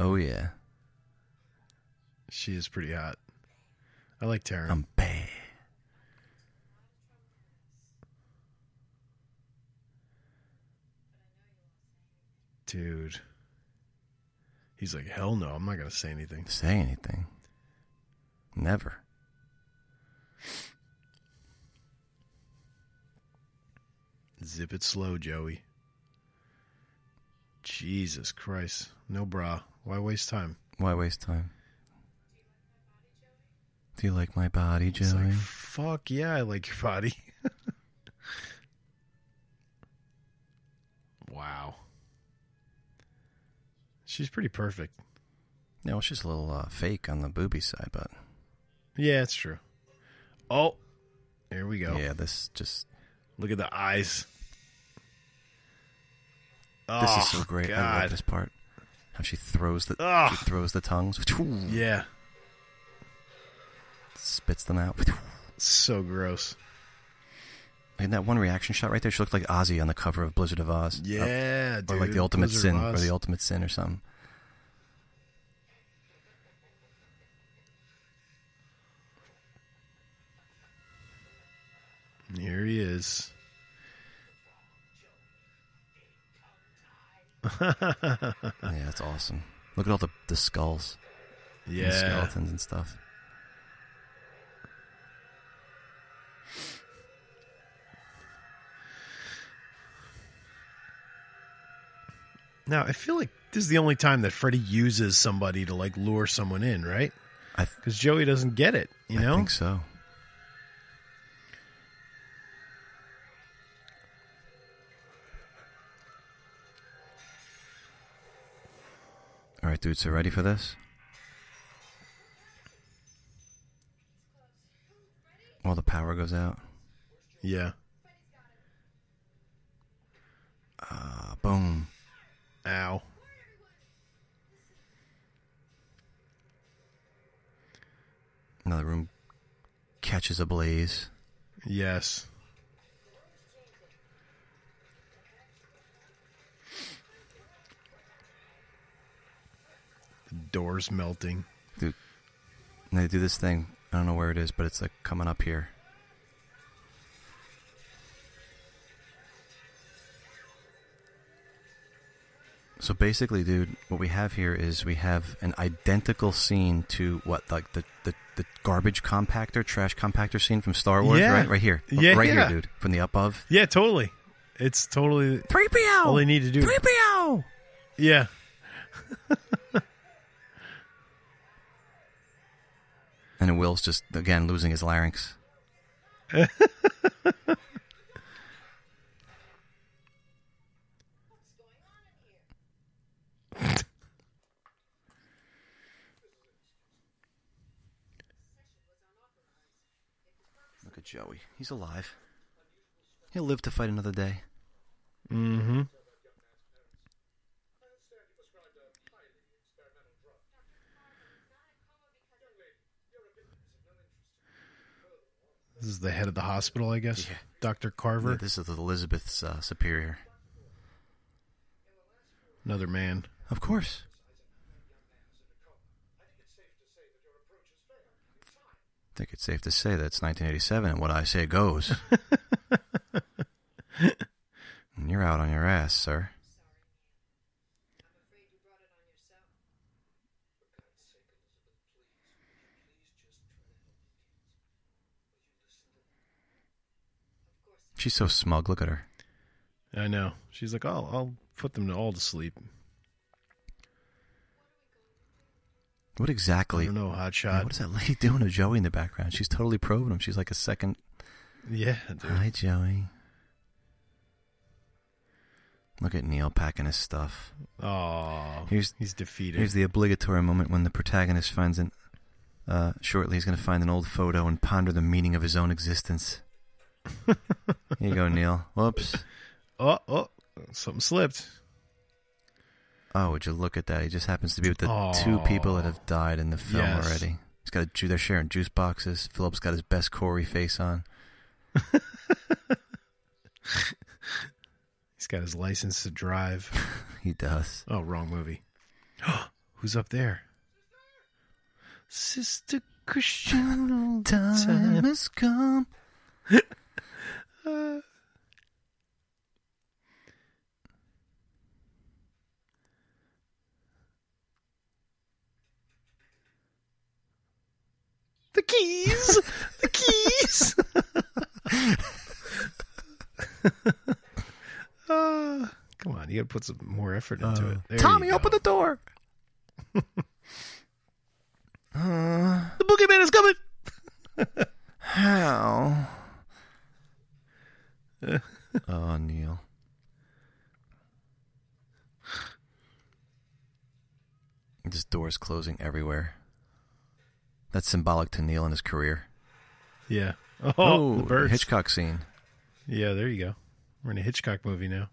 [SPEAKER 5] Oh yeah,
[SPEAKER 4] she is pretty hot. I like Tara.
[SPEAKER 5] I'm bad.
[SPEAKER 4] Dude. He's like, hell no, I'm not going to say anything.
[SPEAKER 5] Say anything. Never.
[SPEAKER 4] Zip it slow, Joey. Jesus Christ. No bra. Why waste time?
[SPEAKER 5] Why waste time? Do you like my body,
[SPEAKER 4] It's
[SPEAKER 5] Joey?
[SPEAKER 4] like, fuck yeah, I like your body. wow. She's pretty perfect.
[SPEAKER 5] No, it's just a little uh, fake on the booby side, but
[SPEAKER 4] Yeah, it's true. Oh, there we go.
[SPEAKER 5] yeah, this just
[SPEAKER 4] Look at the eyes.
[SPEAKER 5] this
[SPEAKER 4] oh,
[SPEAKER 5] is so great.
[SPEAKER 4] God.
[SPEAKER 5] I love this part. How she throws the
[SPEAKER 4] Ugh.
[SPEAKER 5] she throws the tongues,
[SPEAKER 4] Yeah,
[SPEAKER 5] spits them out.
[SPEAKER 4] so gross.
[SPEAKER 5] And that one reaction shot right there, she looked like Ozzy on the cover of Blizzard of Oz. Or-
[SPEAKER 4] Yeah,
[SPEAKER 5] or,
[SPEAKER 4] dude.
[SPEAKER 5] like the Ultimate
[SPEAKER 4] Blizzard
[SPEAKER 5] Sin,
[SPEAKER 4] of
[SPEAKER 5] or
[SPEAKER 4] Oz.
[SPEAKER 5] the Ultimate Sin, or something.
[SPEAKER 4] Here he is.
[SPEAKER 5] Yeah, that's awesome. Look at all the the skulls, and the
[SPEAKER 4] Yeah.
[SPEAKER 5] skeletons and stuff.
[SPEAKER 4] Now I feel like this is the only time that Freddy uses somebody to like lure someone in, right?
[SPEAKER 5] I th-
[SPEAKER 4] Because Joey doesn't get it, you know.
[SPEAKER 5] I think so. All right, dude. So ready for this? All the power goes out.
[SPEAKER 4] Yeah.
[SPEAKER 5] Uh, boom.
[SPEAKER 4] Ow.
[SPEAKER 5] Another room catches ablaze.
[SPEAKER 4] Yes. The door's melting.
[SPEAKER 5] Dude, and they do this thing. I don't know where it is, but it's like coming up here. So basically, dude, what we have here is we have an identical scene to what, like the the, the garbage compactor, trash compactor scene from Star Wars,
[SPEAKER 4] Yeah.
[SPEAKER 5] right? Right here, Look,
[SPEAKER 4] Yeah,
[SPEAKER 5] right
[SPEAKER 4] yeah.
[SPEAKER 5] here, dude, from the above.
[SPEAKER 4] Yeah, totally. It's totally
[SPEAKER 5] Three PO.
[SPEAKER 4] all they need to do.
[SPEAKER 5] Three PO.
[SPEAKER 4] Yeah.
[SPEAKER 5] And then Will's just again losing his larynx. Look at Joey. He's alive. He'll live to fight another day.
[SPEAKER 4] This is the head of the hospital, I guess. Dr. Carver,
[SPEAKER 5] This is Elizabeth's uh, superior.
[SPEAKER 4] another man.
[SPEAKER 5] Of course. I think it's safe to say that's 1987 and what I say goes. and you're out on your ass, sir. She's so smug. Look at her.
[SPEAKER 4] I know. She's like, "I'll I'll put them all to sleep."
[SPEAKER 5] What
[SPEAKER 4] I
[SPEAKER 5] exactly?
[SPEAKER 4] don't know,
[SPEAKER 5] Man,
[SPEAKER 4] hotshot.
[SPEAKER 5] What is that lady doing to Joey in the background? She's totally probing him. She's like a second.
[SPEAKER 4] Yeah, dude.
[SPEAKER 5] Hi, Joey. Look at Neil packing his stuff.
[SPEAKER 4] Oh, Aw,
[SPEAKER 5] Here's-
[SPEAKER 4] he's defeated.
[SPEAKER 5] Here's the obligatory moment when the protagonist finds an. Uh, shortly, he's going to find an old photo and ponder the meaning of his own existence. Here you go, Neil. Whoops.
[SPEAKER 4] oh, oh, something slipped.
[SPEAKER 5] Oh, would you look at that? He just happens to be with the
[SPEAKER 4] Aw.
[SPEAKER 5] two people that have died in the film
[SPEAKER 4] Yes.
[SPEAKER 5] already. He's got a, ju- they're sharing juice boxes. Philip's got his best Corey face on.
[SPEAKER 4] He's got his license to drive.
[SPEAKER 5] He does.
[SPEAKER 4] Oh, wrong movie. Who's up there? Sister Christian.
[SPEAKER 5] Time has come.
[SPEAKER 4] The keys. the keys. uh, come on, you got to put some more effort into it. There
[SPEAKER 5] Uh, Tommy,
[SPEAKER 4] you go.
[SPEAKER 5] open the door. Uh,
[SPEAKER 4] The boogeyman is coming.
[SPEAKER 5] How? oh, Neil. This door is closing everywhere. That's symbolic to Neil and his career.
[SPEAKER 4] Yeah. Oh, the
[SPEAKER 5] the
[SPEAKER 4] birds.
[SPEAKER 5] Hitchcock scene.
[SPEAKER 4] Yeah, there you go. We're in a Hitchcock movie now.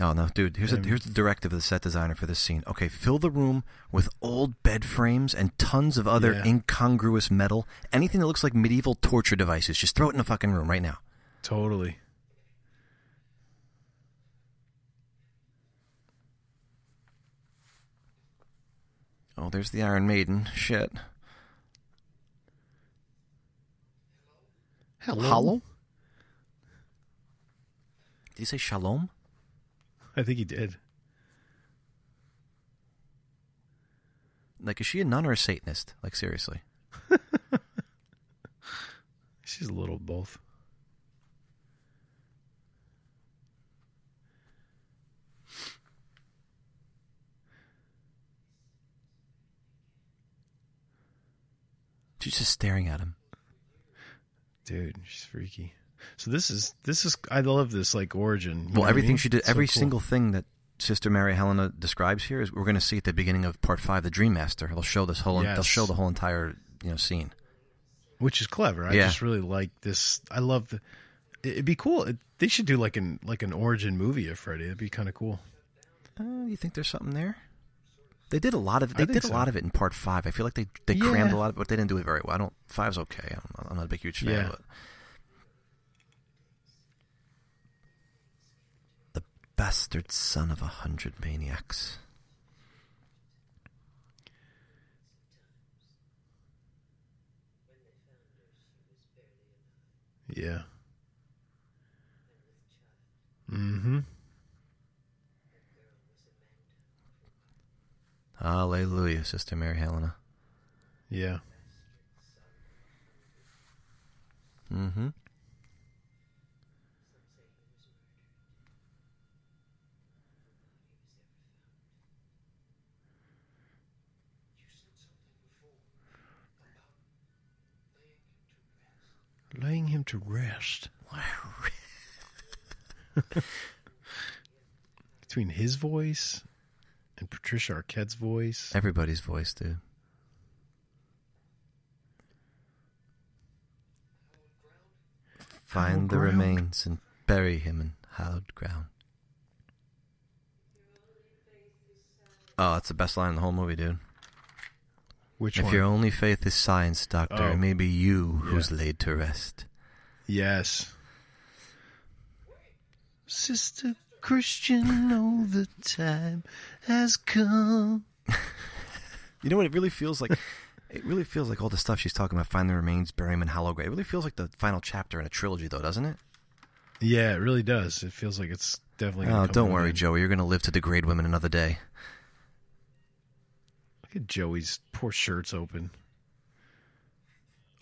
[SPEAKER 5] No, Oh, no, dude. Here's a,
[SPEAKER 4] Um,
[SPEAKER 5] here's the directive of the set designer for this scene. Okay, fill the room with old bed frames and tons of other
[SPEAKER 4] Yeah.
[SPEAKER 5] incongruous metal. Anything that looks like medieval torture devices. Just throw it in the fucking room right now.
[SPEAKER 4] Totally.
[SPEAKER 5] Oh, there's the Iron Maiden. Shit.
[SPEAKER 4] Hello.
[SPEAKER 5] Did he say shalom?
[SPEAKER 4] I think he did.
[SPEAKER 5] Like, is she a nun or a Satanist? Like, seriously.
[SPEAKER 4] She's a little of both.
[SPEAKER 5] She's just staring at him.
[SPEAKER 4] Dude, she's freaky. So this is this is I love this like origin. you know
[SPEAKER 5] Well,
[SPEAKER 4] what I
[SPEAKER 5] everything
[SPEAKER 4] mean?
[SPEAKER 5] she did,
[SPEAKER 4] So
[SPEAKER 5] every
[SPEAKER 4] cool.
[SPEAKER 5] single thing that Sister Mary Helena describes here is we're going to see at the beginning of part five, the Dream Master. They'll show this whole, they'll
[SPEAKER 4] Yes.
[SPEAKER 5] show the whole entire, you know, scene.
[SPEAKER 4] which is clever. I
[SPEAKER 5] Yeah.
[SPEAKER 4] just really like this. I love the. It'd be cool. It, they should do like an like an origin movie of Freddy. It'd be kind of cool.
[SPEAKER 5] Uh, you think there's something there? They did a lot of,
[SPEAKER 4] I
[SPEAKER 5] they
[SPEAKER 4] think
[SPEAKER 5] did a
[SPEAKER 4] so.
[SPEAKER 5] lot of it in part five. I feel like they they crammed
[SPEAKER 4] Yeah.
[SPEAKER 5] a lot of it, but they didn't do it very well. I don't. Five's okay. I'm, I'm not a big huge fan
[SPEAKER 4] Yeah.
[SPEAKER 5] of it. The bastard son of a hundred maniacs.
[SPEAKER 4] Yeah. Mm-hmm.
[SPEAKER 5] Hallelujah, Sister Mary Helena.
[SPEAKER 4] Yeah.
[SPEAKER 5] Mm-hmm.
[SPEAKER 4] Laying him to rest. Between his voice and Patricia Arquette's voice.
[SPEAKER 5] Everybody's voice, dude.
[SPEAKER 4] Hallowed
[SPEAKER 5] Find the
[SPEAKER 4] ground.
[SPEAKER 5] remains and bury him in hallowed ground. Oh, that's the best line in the whole movie, dude.
[SPEAKER 4] Which
[SPEAKER 5] if
[SPEAKER 4] one?
[SPEAKER 5] your only faith is science, doctor,
[SPEAKER 4] Oh.
[SPEAKER 5] it may be you who's laid to rest.
[SPEAKER 4] Yes.
[SPEAKER 5] Sister Christian know the time has come. you know what it really feels like? It really feels like all the stuff she's talking about, Find the Remains, Bury 'Em in Hollow Grave. It really feels like the final chapter in a trilogy, though, doesn't it?
[SPEAKER 4] Yeah, it really does. It feels like it's definitely. gonna
[SPEAKER 5] Oh,
[SPEAKER 4] come
[SPEAKER 5] don't
[SPEAKER 4] to an
[SPEAKER 5] worry,
[SPEAKER 4] end.
[SPEAKER 5] Joey. You're going to live to degrade women another day.
[SPEAKER 4] Look at Joey's poor shirt's open.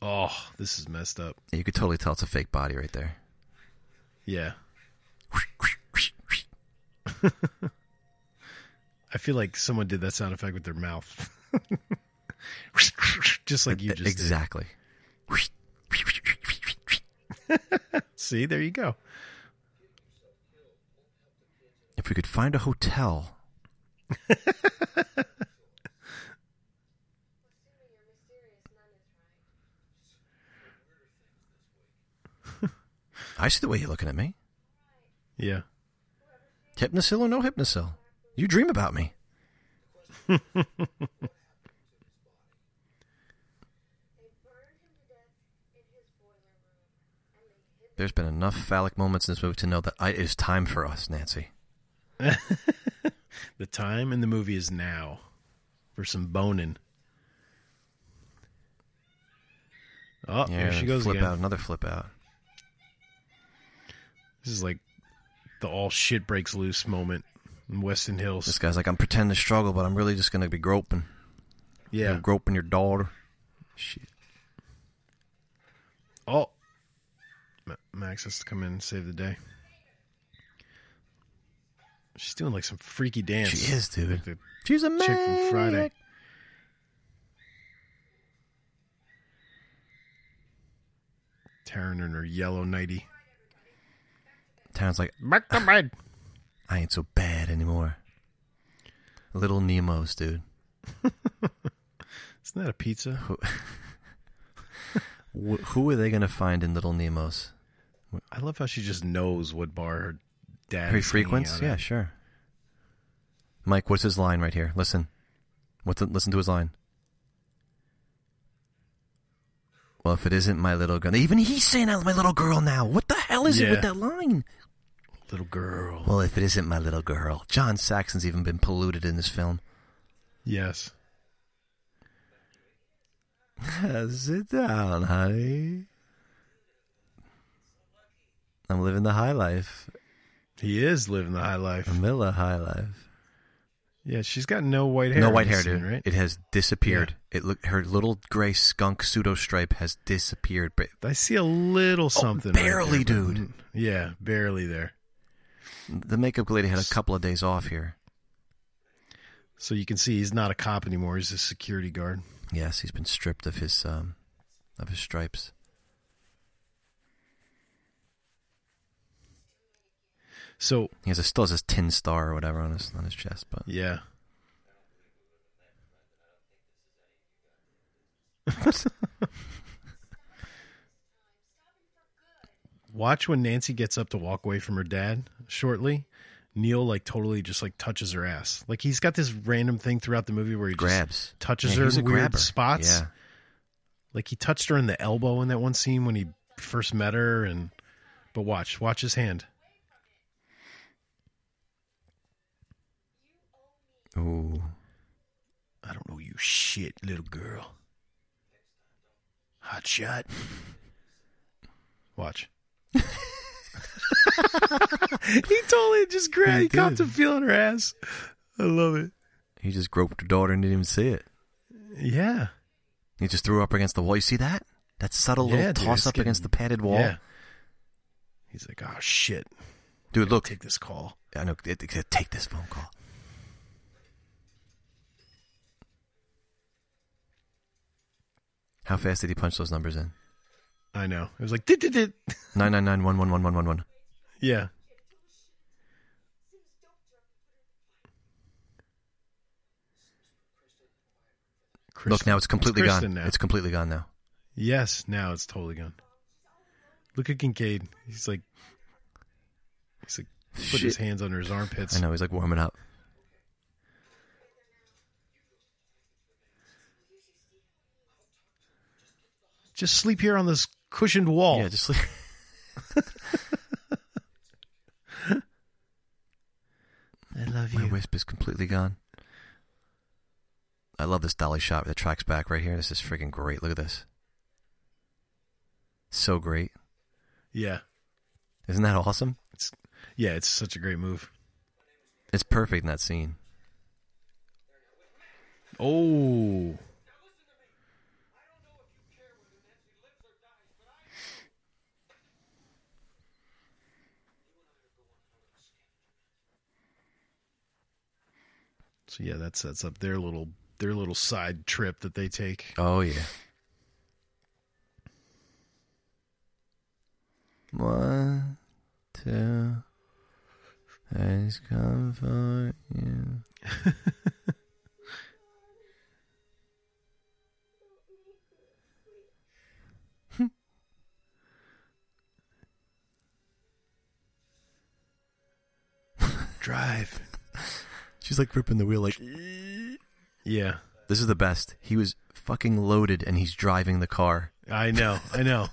[SPEAKER 4] Oh, this is messed up.
[SPEAKER 5] Yeah, You could totally tell it's a fake body right there.
[SPEAKER 4] Yeah. I feel like someone did that sound effect with their mouth. just like you just did.
[SPEAKER 5] E, exactly.
[SPEAKER 4] See, there you go.
[SPEAKER 5] If we could find a hotel. I see the way you're looking at me.
[SPEAKER 4] Yeah.
[SPEAKER 5] Hypnosil or no hypnosil? You dream about me. There's been enough phallic moments in this movie to know that I, it is time for us, Nancy.
[SPEAKER 4] The time in the movie is now for some boning. Oh,
[SPEAKER 5] Yeah,
[SPEAKER 4] there she
[SPEAKER 5] and
[SPEAKER 4] goes
[SPEAKER 5] flip
[SPEAKER 4] again.
[SPEAKER 5] out, another flip out.
[SPEAKER 4] This is like the all shit breaks loose moment in Weston Hills.
[SPEAKER 5] This guy's like, I'm pretending to struggle, but I'm really just gonna be groping.
[SPEAKER 4] yeah.
[SPEAKER 5] I'm groping your daughter. Shit.
[SPEAKER 4] Oh, Ma- Max has to come in and save the day. She's doing like some freaky dance.
[SPEAKER 5] She is, dude.
[SPEAKER 4] Like the
[SPEAKER 5] She's a
[SPEAKER 4] chick from Friday.
[SPEAKER 5] maniac.
[SPEAKER 4] Taryn in her yellow nighty.
[SPEAKER 5] Town's like,
[SPEAKER 4] Back to bed.
[SPEAKER 5] I ain't so bad anymore. Little Nemo's, dude.
[SPEAKER 4] Isn't that a pizza?
[SPEAKER 5] Wh- who are they gonna find in Little Nemo's?
[SPEAKER 4] I love how she just knows what bar her dad.
[SPEAKER 5] Very
[SPEAKER 4] is hanging
[SPEAKER 5] frequent?
[SPEAKER 4] out
[SPEAKER 5] Yeah,
[SPEAKER 4] at.
[SPEAKER 5] sure. Mike, what's his line right here? Listen. What's the, listen to his line. Well, if it isn't my little girl, even he's saying "I- my little girl now. What the hell is it
[SPEAKER 4] Yeah.
[SPEAKER 5] with that line?
[SPEAKER 4] Little girl.
[SPEAKER 5] Well, if it isn't my little girl, John Saxon's even been polluted in this film.
[SPEAKER 4] Yes.
[SPEAKER 5] Sit down, honey. I'm living the high life,
[SPEAKER 4] He is living the high life.
[SPEAKER 5] Mila high life.
[SPEAKER 4] Yeah, she's got no white hair.
[SPEAKER 5] no
[SPEAKER 4] in
[SPEAKER 5] white
[SPEAKER 4] this
[SPEAKER 5] hair, dude.
[SPEAKER 4] scene, Right?
[SPEAKER 5] It has disappeared. It look her little gray skunk pseudo stripe has disappeared. But
[SPEAKER 4] I see a little something. right
[SPEAKER 5] Oh, barely,
[SPEAKER 4] there, but- mm,
[SPEAKER 5] dude.
[SPEAKER 4] Yeah, barely there.
[SPEAKER 5] the makeup lady had a couple of days off here.
[SPEAKER 4] So you can see he's not a cop anymore. He's a security guard.
[SPEAKER 5] Yes, he's been stripped of his um, of his stripes.
[SPEAKER 4] So
[SPEAKER 5] He has a, still has his tin star or whatever on his on his chest. But
[SPEAKER 4] yeah, watch when Nancy gets up to walk away from her dad. Shortly, Neil like totally just like touches her ass. Like he's got this random thing throughout the movie where he just
[SPEAKER 5] grabs
[SPEAKER 4] touches
[SPEAKER 5] Yeah,
[SPEAKER 4] her
[SPEAKER 5] he's
[SPEAKER 4] in
[SPEAKER 5] a
[SPEAKER 4] weird
[SPEAKER 5] grabber.
[SPEAKER 4] spots.
[SPEAKER 5] Yeah.
[SPEAKER 4] Like he touched her in the elbow in that one scene when he first met her, and but watch, watch his hand.
[SPEAKER 5] Ooh.
[SPEAKER 4] I don't know you shit, little girl. Hot shot. Watch. he totally just grabbed.
[SPEAKER 5] He
[SPEAKER 4] He, got
[SPEAKER 5] did.
[SPEAKER 4] to feeling her ass. I love it.
[SPEAKER 5] He just groped her daughter and didn't even see it.
[SPEAKER 4] Yeah.
[SPEAKER 5] He just threw her up against the wall. You see that? That subtle
[SPEAKER 4] Yeah,
[SPEAKER 5] little
[SPEAKER 4] dude,
[SPEAKER 5] toss
[SPEAKER 4] it's
[SPEAKER 5] up
[SPEAKER 4] getting-
[SPEAKER 5] against the padded wall.
[SPEAKER 4] Yeah. He's like, oh shit.
[SPEAKER 5] Dude, look.
[SPEAKER 4] Take this call.
[SPEAKER 5] I know. It, it- take this phone call. How fast did he punch those numbers in?
[SPEAKER 4] I know. It was like, dit, dit, dit.
[SPEAKER 5] Nine nine nine one one one one one one.
[SPEAKER 4] yeah.
[SPEAKER 5] Look, now it's completely gone.
[SPEAKER 4] Kristen now.
[SPEAKER 5] It's completely gone now.
[SPEAKER 4] Yes, now it's totally gone. Look at Kincaid. He's like, he's like, put his
[SPEAKER 5] Shit.
[SPEAKER 4] hands under his armpits.
[SPEAKER 5] I know he's like warming up.
[SPEAKER 4] Just sleep here on this cushioned wall. Oh.
[SPEAKER 5] Yeah, just like I love you. My wisp is completely gone. I love this dolly shot that tracks back right here. This is freaking great. Look at this. So great.
[SPEAKER 4] Yeah.
[SPEAKER 5] Isn't that awesome?
[SPEAKER 4] It's yeah, it's such a great move.
[SPEAKER 5] It's perfect in that scene.
[SPEAKER 4] Oh. So yeah, that sets up their little their little side trip that they take.
[SPEAKER 5] Oh yeah. One, two, I just come for you.
[SPEAKER 4] Drive.
[SPEAKER 5] She's like gripping the wheel, like
[SPEAKER 4] Yeah.
[SPEAKER 5] this is the best. He was fucking loaded, and he's driving the car.
[SPEAKER 4] I know. I know.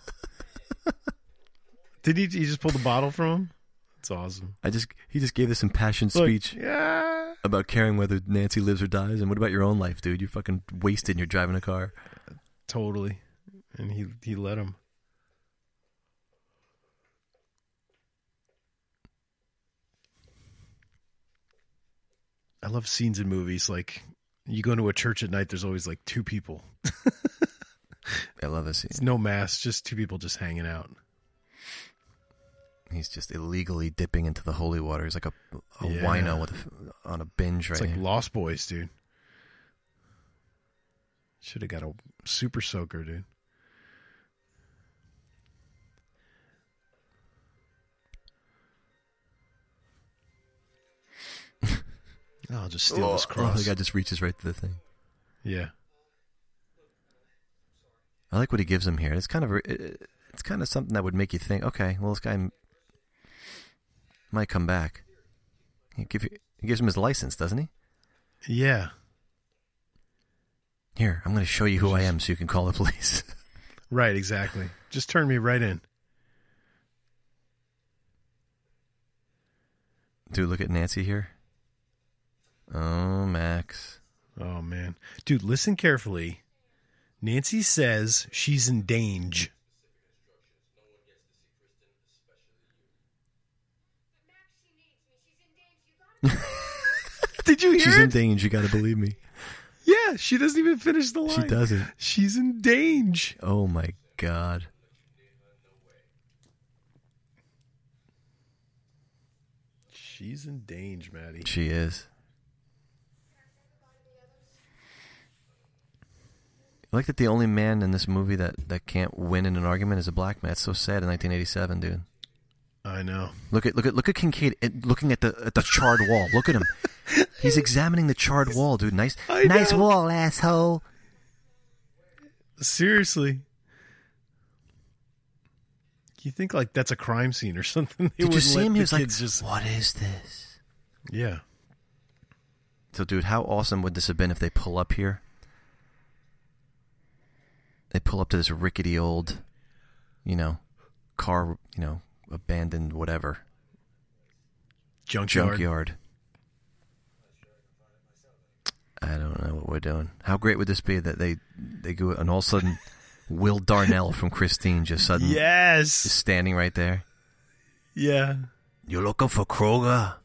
[SPEAKER 4] Did he, he just pull the bottle from him? That's awesome.
[SPEAKER 5] I just he just gave this impassioned
[SPEAKER 4] Look,
[SPEAKER 5] speech
[SPEAKER 4] yeah.
[SPEAKER 5] about caring whether Nancy lives or dies, and what about your own life, dude? You're fucking wasted, and you're driving a car.
[SPEAKER 4] Totally. And he he let him. I love scenes in movies like you go into a church at night there's always like two people.
[SPEAKER 5] I love this scene.
[SPEAKER 4] It's no mass, just two people just hanging out.
[SPEAKER 5] He's just illegally dipping into the holy water. He's like a, a
[SPEAKER 4] Yeah.
[SPEAKER 5] wino with a f on a binge right
[SPEAKER 4] It's like
[SPEAKER 5] here.
[SPEAKER 4] Lost Boys, dude. Should have got a super soaker, dude. I'll just steal this
[SPEAKER 5] Oh,
[SPEAKER 4] cross.
[SPEAKER 5] the guy just reaches right to the thing.
[SPEAKER 4] yeah.
[SPEAKER 5] I like what he gives him here. It's kind of a- it- it's kind of something that would make you think, okay, well this guy m- might come back. He, give, you- he gives him his license, doesn't he?
[SPEAKER 4] Yeah.
[SPEAKER 5] Here, I'm going to show you who I am, so you can call the police.
[SPEAKER 4] Right, exactly. Just turn me right in.
[SPEAKER 5] Dude, look at Nancy here. Oh, Max.
[SPEAKER 4] Oh man. Dude, listen carefully. Nancy says she's in danger. Did you hear
[SPEAKER 5] She's
[SPEAKER 4] it?
[SPEAKER 5] in danger. You got to believe me.
[SPEAKER 4] yeah, she doesn't even finish the
[SPEAKER 5] She
[SPEAKER 4] line.
[SPEAKER 5] doesn't.
[SPEAKER 4] She's in danger.
[SPEAKER 5] Oh my God.
[SPEAKER 4] She's in danger, Maddie.
[SPEAKER 5] She is. I like that the only man in this movie that, that can't win in an argument is a black man. It's so sad in 1987, dude.
[SPEAKER 4] I know.
[SPEAKER 5] Look at look at look at Kincaid at, looking at the at the charred wall. Look at him. He's examining the charred wall, dude. Nice,
[SPEAKER 4] I
[SPEAKER 5] nice
[SPEAKER 4] know.
[SPEAKER 5] wall, asshole.
[SPEAKER 4] Seriously. You think like that's a crime scene or something? They
[SPEAKER 5] Did you
[SPEAKER 4] wouldn't
[SPEAKER 5] see
[SPEAKER 4] let
[SPEAKER 5] him?
[SPEAKER 4] the
[SPEAKER 5] He was like,
[SPEAKER 4] kids just
[SPEAKER 5] "What is this?"
[SPEAKER 4] yeah,
[SPEAKER 5] So, dude, how awesome would this have been if they pull up here? They pull up to this rickety old, you know, car, you know, abandoned whatever
[SPEAKER 4] junkyard.
[SPEAKER 5] junkyard. I don't know what we're doing. How great would this be that they they go and all of a sudden Will Darnell from Christine just suddenly is
[SPEAKER 4] Yes.
[SPEAKER 5] standing right there.
[SPEAKER 4] Yeah.
[SPEAKER 5] You're looking for Kroger.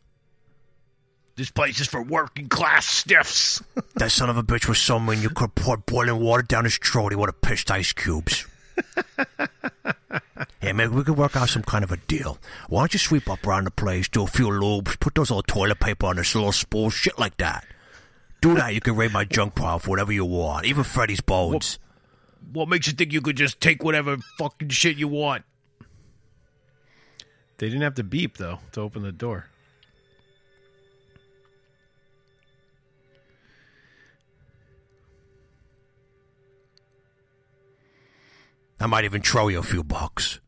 [SPEAKER 4] This place is for working class stiffs.
[SPEAKER 5] That son of a bitch was someone you could pour boiling water down his throat. He would have pissed ice cubes. hey, maybe we could work out some kind of a deal. Why don't you sweep up around the place, do a few lubes, put those little toilet paper on this little spool, shit like that. Do that, you can raid my junk pile for whatever you want, even Freddy's bones.
[SPEAKER 4] What makes you think you could just take whatever fucking shit you want? They didn't have to beep though to open the door.
[SPEAKER 5] I might even throw you a few bucks.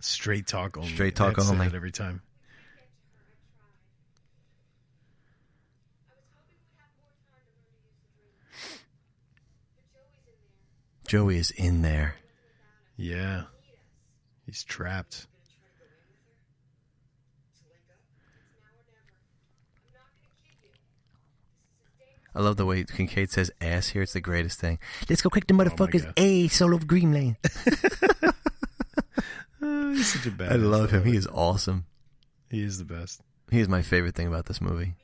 [SPEAKER 4] Straight talk only.
[SPEAKER 5] Straight talk
[SPEAKER 4] That's
[SPEAKER 5] only.
[SPEAKER 4] it every time.
[SPEAKER 5] Joey is in there.
[SPEAKER 4] Yeah. He's trapped.
[SPEAKER 5] I love the way Kincaid says ass here. It's the greatest thing. Let's go kick the
[SPEAKER 4] Oh God.
[SPEAKER 5] motherfuckers ass all over Green Lane.
[SPEAKER 4] Uh, he's such a bad.
[SPEAKER 5] I love him. He is awesome.
[SPEAKER 4] He is the best.
[SPEAKER 5] He is my favorite thing about this movie.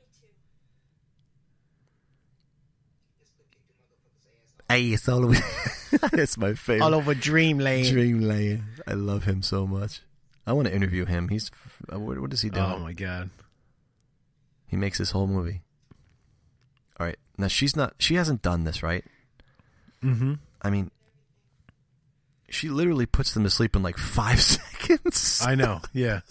[SPEAKER 5] Ass all over. That's my favorite.
[SPEAKER 4] over Dreamland.
[SPEAKER 5] Dreamland. I love him so much. I want to interview him. He's f- uh, what, what does he do?
[SPEAKER 4] Oh my god.
[SPEAKER 5] He makes this whole movie. All right. Now she's not. She hasn't done this, right?
[SPEAKER 4] Mm-hmm.
[SPEAKER 5] I mean, she literally puts them to sleep in like five seconds.
[SPEAKER 4] I know. Yeah.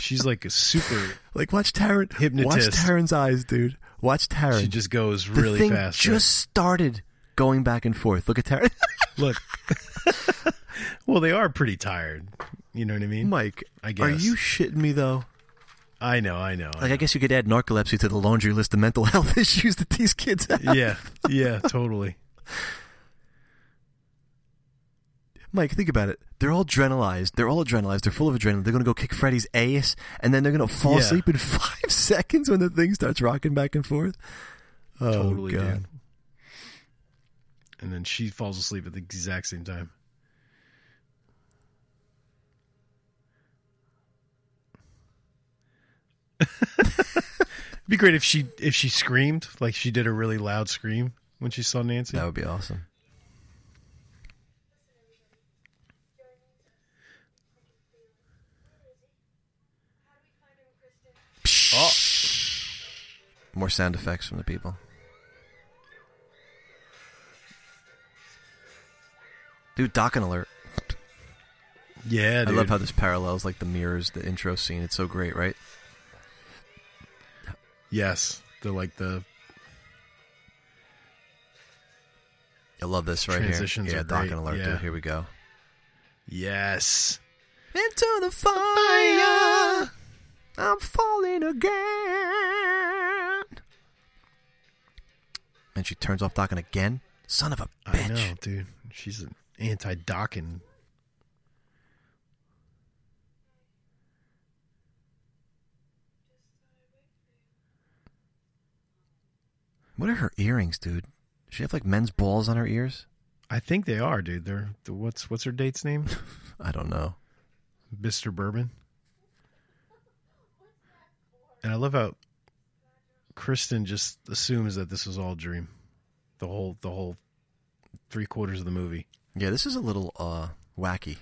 [SPEAKER 4] She's like a super.
[SPEAKER 5] like watch Taryn.
[SPEAKER 4] Hypnotist.
[SPEAKER 5] Watch Taryn's eyes, dude. Watch Taryn.
[SPEAKER 4] She just goes
[SPEAKER 5] the
[SPEAKER 4] really
[SPEAKER 5] thing
[SPEAKER 4] fast.
[SPEAKER 5] just started going back and forth. Look at Taryn.
[SPEAKER 4] look. well, they are pretty tired. You know what I mean?
[SPEAKER 5] Mike,
[SPEAKER 4] I
[SPEAKER 5] are
[SPEAKER 4] guess. Oh,
[SPEAKER 5] you shitting me though?
[SPEAKER 4] I know. I know.
[SPEAKER 5] Like, I guess you could add narcolepsy to the laundry list of mental health issues that these kids have.
[SPEAKER 4] yeah. Yeah. Totally.
[SPEAKER 5] Mike, think about it. They're all adrenalized. They're all adrenalized. They're full of adrenaline. They're going to go kick Freddy's ass, and then they're going to fall
[SPEAKER 4] Yeah.
[SPEAKER 5] asleep in five seconds when the thing starts rocking back and forth. Oh,
[SPEAKER 4] totally.
[SPEAKER 5] God.
[SPEAKER 4] Dude. And then she falls asleep at the exact same time. It'd be great if she if she screamed like she did a really loud scream when she saw Nancy.
[SPEAKER 5] That would be awesome. Oh. More sound effects from the people. Dude, Docking Alert.
[SPEAKER 4] Yeah,
[SPEAKER 5] I
[SPEAKER 4] dude.
[SPEAKER 5] love how this parallels like the mirrors, the intro scene. It's so great, right?
[SPEAKER 4] yes, the like the
[SPEAKER 5] I love this right
[SPEAKER 4] Transitions
[SPEAKER 5] here.
[SPEAKER 4] are
[SPEAKER 5] Yeah, Docking
[SPEAKER 4] great,
[SPEAKER 5] Alert.
[SPEAKER 4] yeah.
[SPEAKER 5] Dude, here we go.
[SPEAKER 4] yes.
[SPEAKER 5] Into the fire. I'm falling again. And she turns off Docking again. Son of a
[SPEAKER 4] I
[SPEAKER 5] bitch.
[SPEAKER 4] know, dude. She's an anti docking.
[SPEAKER 5] What are her earrings, dude? Does she have like men's balls on her ears?
[SPEAKER 4] I think they are, dude. They're the, what's what's her date's name?
[SPEAKER 5] I don't know.
[SPEAKER 4] Mr. Bourbon. And I love how Kristen just assumes that this was all a dream. The whole the whole three quarters of the movie.
[SPEAKER 5] Yeah, this is a little uh wacky.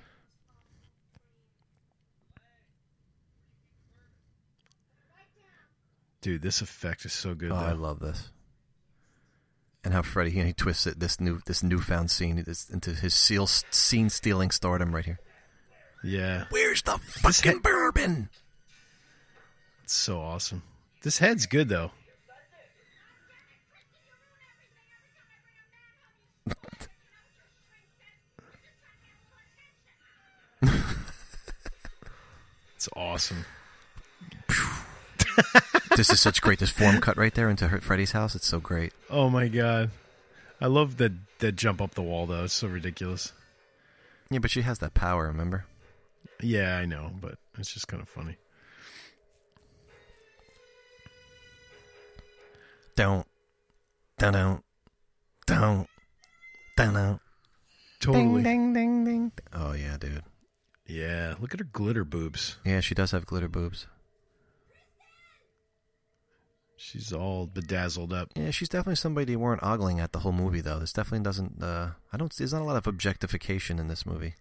[SPEAKER 4] Dude, this effect is so good
[SPEAKER 5] Oh,
[SPEAKER 4] though.
[SPEAKER 5] I love this. And how Freddy you know, he twists it this new this newfound scene this, into his seal scene stealing stardom right here.
[SPEAKER 4] yeah.
[SPEAKER 5] Where's the fucking bourbon?
[SPEAKER 4] It's so awesome. This head's good though. it's awesome.
[SPEAKER 5] this is such great. This form cut right there into her, Freddy's house. It's so great.
[SPEAKER 4] Oh my god. I love that that jump up the wall though. It's so ridiculous.
[SPEAKER 5] Yeah, but she has that power. Remember?
[SPEAKER 4] Yeah, I know, but it's just kind of funny.
[SPEAKER 5] Don't, don't, don't, don't, don't, don't.
[SPEAKER 4] Totally.
[SPEAKER 5] Ding, ding, ding, ding. Oh yeah, dude.
[SPEAKER 4] Yeah, look at her glitter boobs.
[SPEAKER 5] Yeah, she does have glitter boobs.
[SPEAKER 4] She's all bedazzled up.
[SPEAKER 5] Yeah, she's definitely somebody they weren't ogling at the whole movie though. This definitely doesn't. Uh, I don't. There's not a lot of objectification in this movie.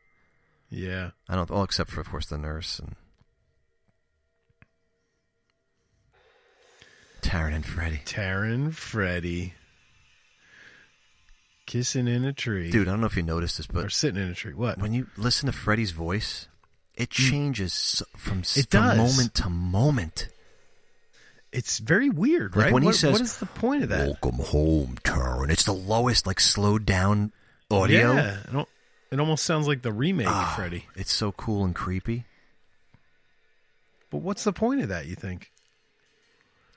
[SPEAKER 4] Yeah.
[SPEAKER 5] I don't. All except for of course the nurse and Taryn and Freddy.
[SPEAKER 4] Taryn Freddy kissing in a tree.
[SPEAKER 5] Dude, I don't know if you noticed this, but
[SPEAKER 4] or sitting in a tree. What?
[SPEAKER 5] when you listen to Freddie's voice, it changes so- from, s-
[SPEAKER 4] Mm. It
[SPEAKER 5] from
[SPEAKER 4] does.
[SPEAKER 5] moment to moment.
[SPEAKER 4] It's very weird,
[SPEAKER 5] Like
[SPEAKER 4] right?
[SPEAKER 5] when he
[SPEAKER 4] What-
[SPEAKER 5] says,
[SPEAKER 4] what is the point of that?
[SPEAKER 5] "Welcome home, Taryn," it's the lowest, like slowed down audio.
[SPEAKER 4] Yeah. I don't- it almost sounds like the remake
[SPEAKER 5] Ah,
[SPEAKER 4] of Freddy.
[SPEAKER 5] It's so cool and creepy.
[SPEAKER 4] But what's the point of that, you think?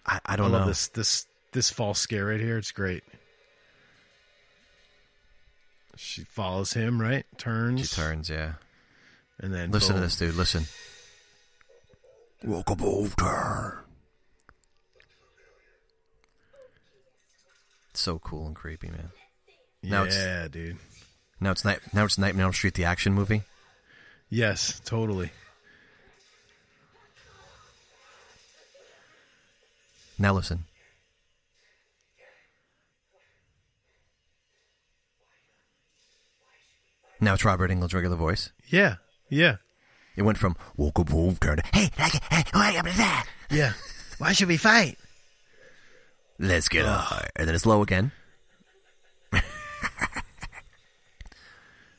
[SPEAKER 5] I, I don't
[SPEAKER 4] love
[SPEAKER 5] know.
[SPEAKER 4] this this this false scare right here. It's great. She follows him, right? Turns.
[SPEAKER 5] She turns, yeah.
[SPEAKER 4] And then
[SPEAKER 5] Listen to
[SPEAKER 4] boom.
[SPEAKER 5] this, dude. Listen. Welcome over. So cool and creepy, man. Now it's-
[SPEAKER 4] Yeah, dude.
[SPEAKER 5] Now it's night. Now it's Nightmare on Elm Street, the action movie.
[SPEAKER 4] Yes, totally.
[SPEAKER 5] Now listen. Now it's Robert Englund's regular voice.
[SPEAKER 4] Yeah, yeah,
[SPEAKER 5] It went from "Welcome home, Turner." Hey, like, hey, welcome to that.
[SPEAKER 4] yeah. Why should we fight?
[SPEAKER 5] Let's get high. And then it's low again.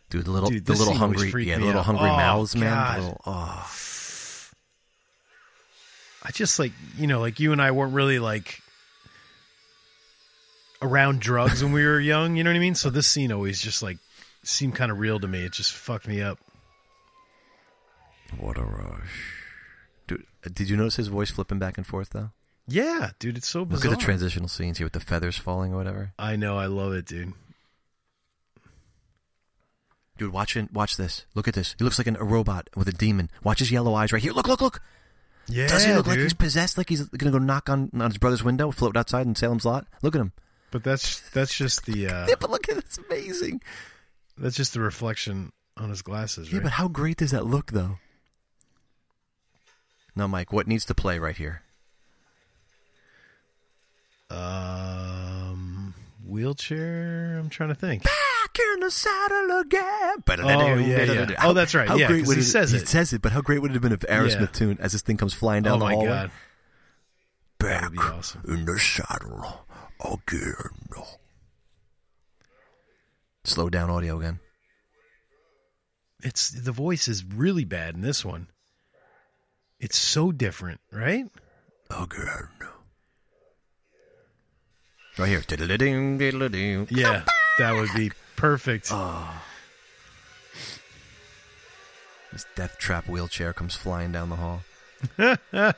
[SPEAKER 5] Dude, the little,
[SPEAKER 4] Dude,
[SPEAKER 5] the
[SPEAKER 4] this
[SPEAKER 5] little
[SPEAKER 4] scene always
[SPEAKER 5] hungry,
[SPEAKER 4] freaked
[SPEAKER 5] yeah, the
[SPEAKER 4] me
[SPEAKER 5] little
[SPEAKER 4] out.
[SPEAKER 5] hungry
[SPEAKER 4] Oh,
[SPEAKER 5] mouths, man.
[SPEAKER 4] God.
[SPEAKER 5] The little, oh,
[SPEAKER 4] I just like you know, like you and I weren't really like around drugs when we were young. You know what I mean? So this scene always just like seemed kind of real to me. It just fucked me up.
[SPEAKER 5] what a rush, dude. uh, Did you notice his voice flipping back and forth though?
[SPEAKER 4] Yeah, dude, it's so
[SPEAKER 5] Look
[SPEAKER 4] bizarre.
[SPEAKER 5] at the transitional scenes here with the feathers falling or whatever.
[SPEAKER 4] I know, I love it, dude.
[SPEAKER 5] Dude, watch it. Watch this. Look at this. He looks like an, a robot with a demon. Watch his yellow eyes right here. Look, look, look.
[SPEAKER 4] Yeah,
[SPEAKER 5] Does he look
[SPEAKER 4] dude.
[SPEAKER 5] like he's possessed? Like he's gonna go knock on, on his brother's window, float outside in Salem's lot. Look at him.
[SPEAKER 4] but that's that's just the uh
[SPEAKER 5] yeah, but look at it's amazing.
[SPEAKER 4] that's just the reflection on his glasses,
[SPEAKER 5] Yeah,
[SPEAKER 4] right?
[SPEAKER 5] but how great does that look, though? Now, Mike, what needs to play right here?
[SPEAKER 4] um wheelchair. I'm trying to think.
[SPEAKER 5] Back in the saddle again. But
[SPEAKER 4] Oh, yeah, yeah. Oh, that's right. Yeah, 'cause he says
[SPEAKER 5] He
[SPEAKER 4] it.
[SPEAKER 5] says it, but how great would it have been if Aerosmith
[SPEAKER 4] Yeah.
[SPEAKER 5] tune as this thing comes flying down
[SPEAKER 4] Oh
[SPEAKER 5] the
[SPEAKER 4] my
[SPEAKER 5] hallway?
[SPEAKER 4] god.
[SPEAKER 5] Back
[SPEAKER 4] be awesome.
[SPEAKER 5] in the saddle again. Slow down audio again.
[SPEAKER 4] It's the voice is really bad in this one. It's so different, right?
[SPEAKER 5] Again. Right here. Diddle-a-ding, diddle-a-ding.
[SPEAKER 4] Yeah, that would be perfect.
[SPEAKER 5] Uh. This death trap wheelchair comes flying down the hall.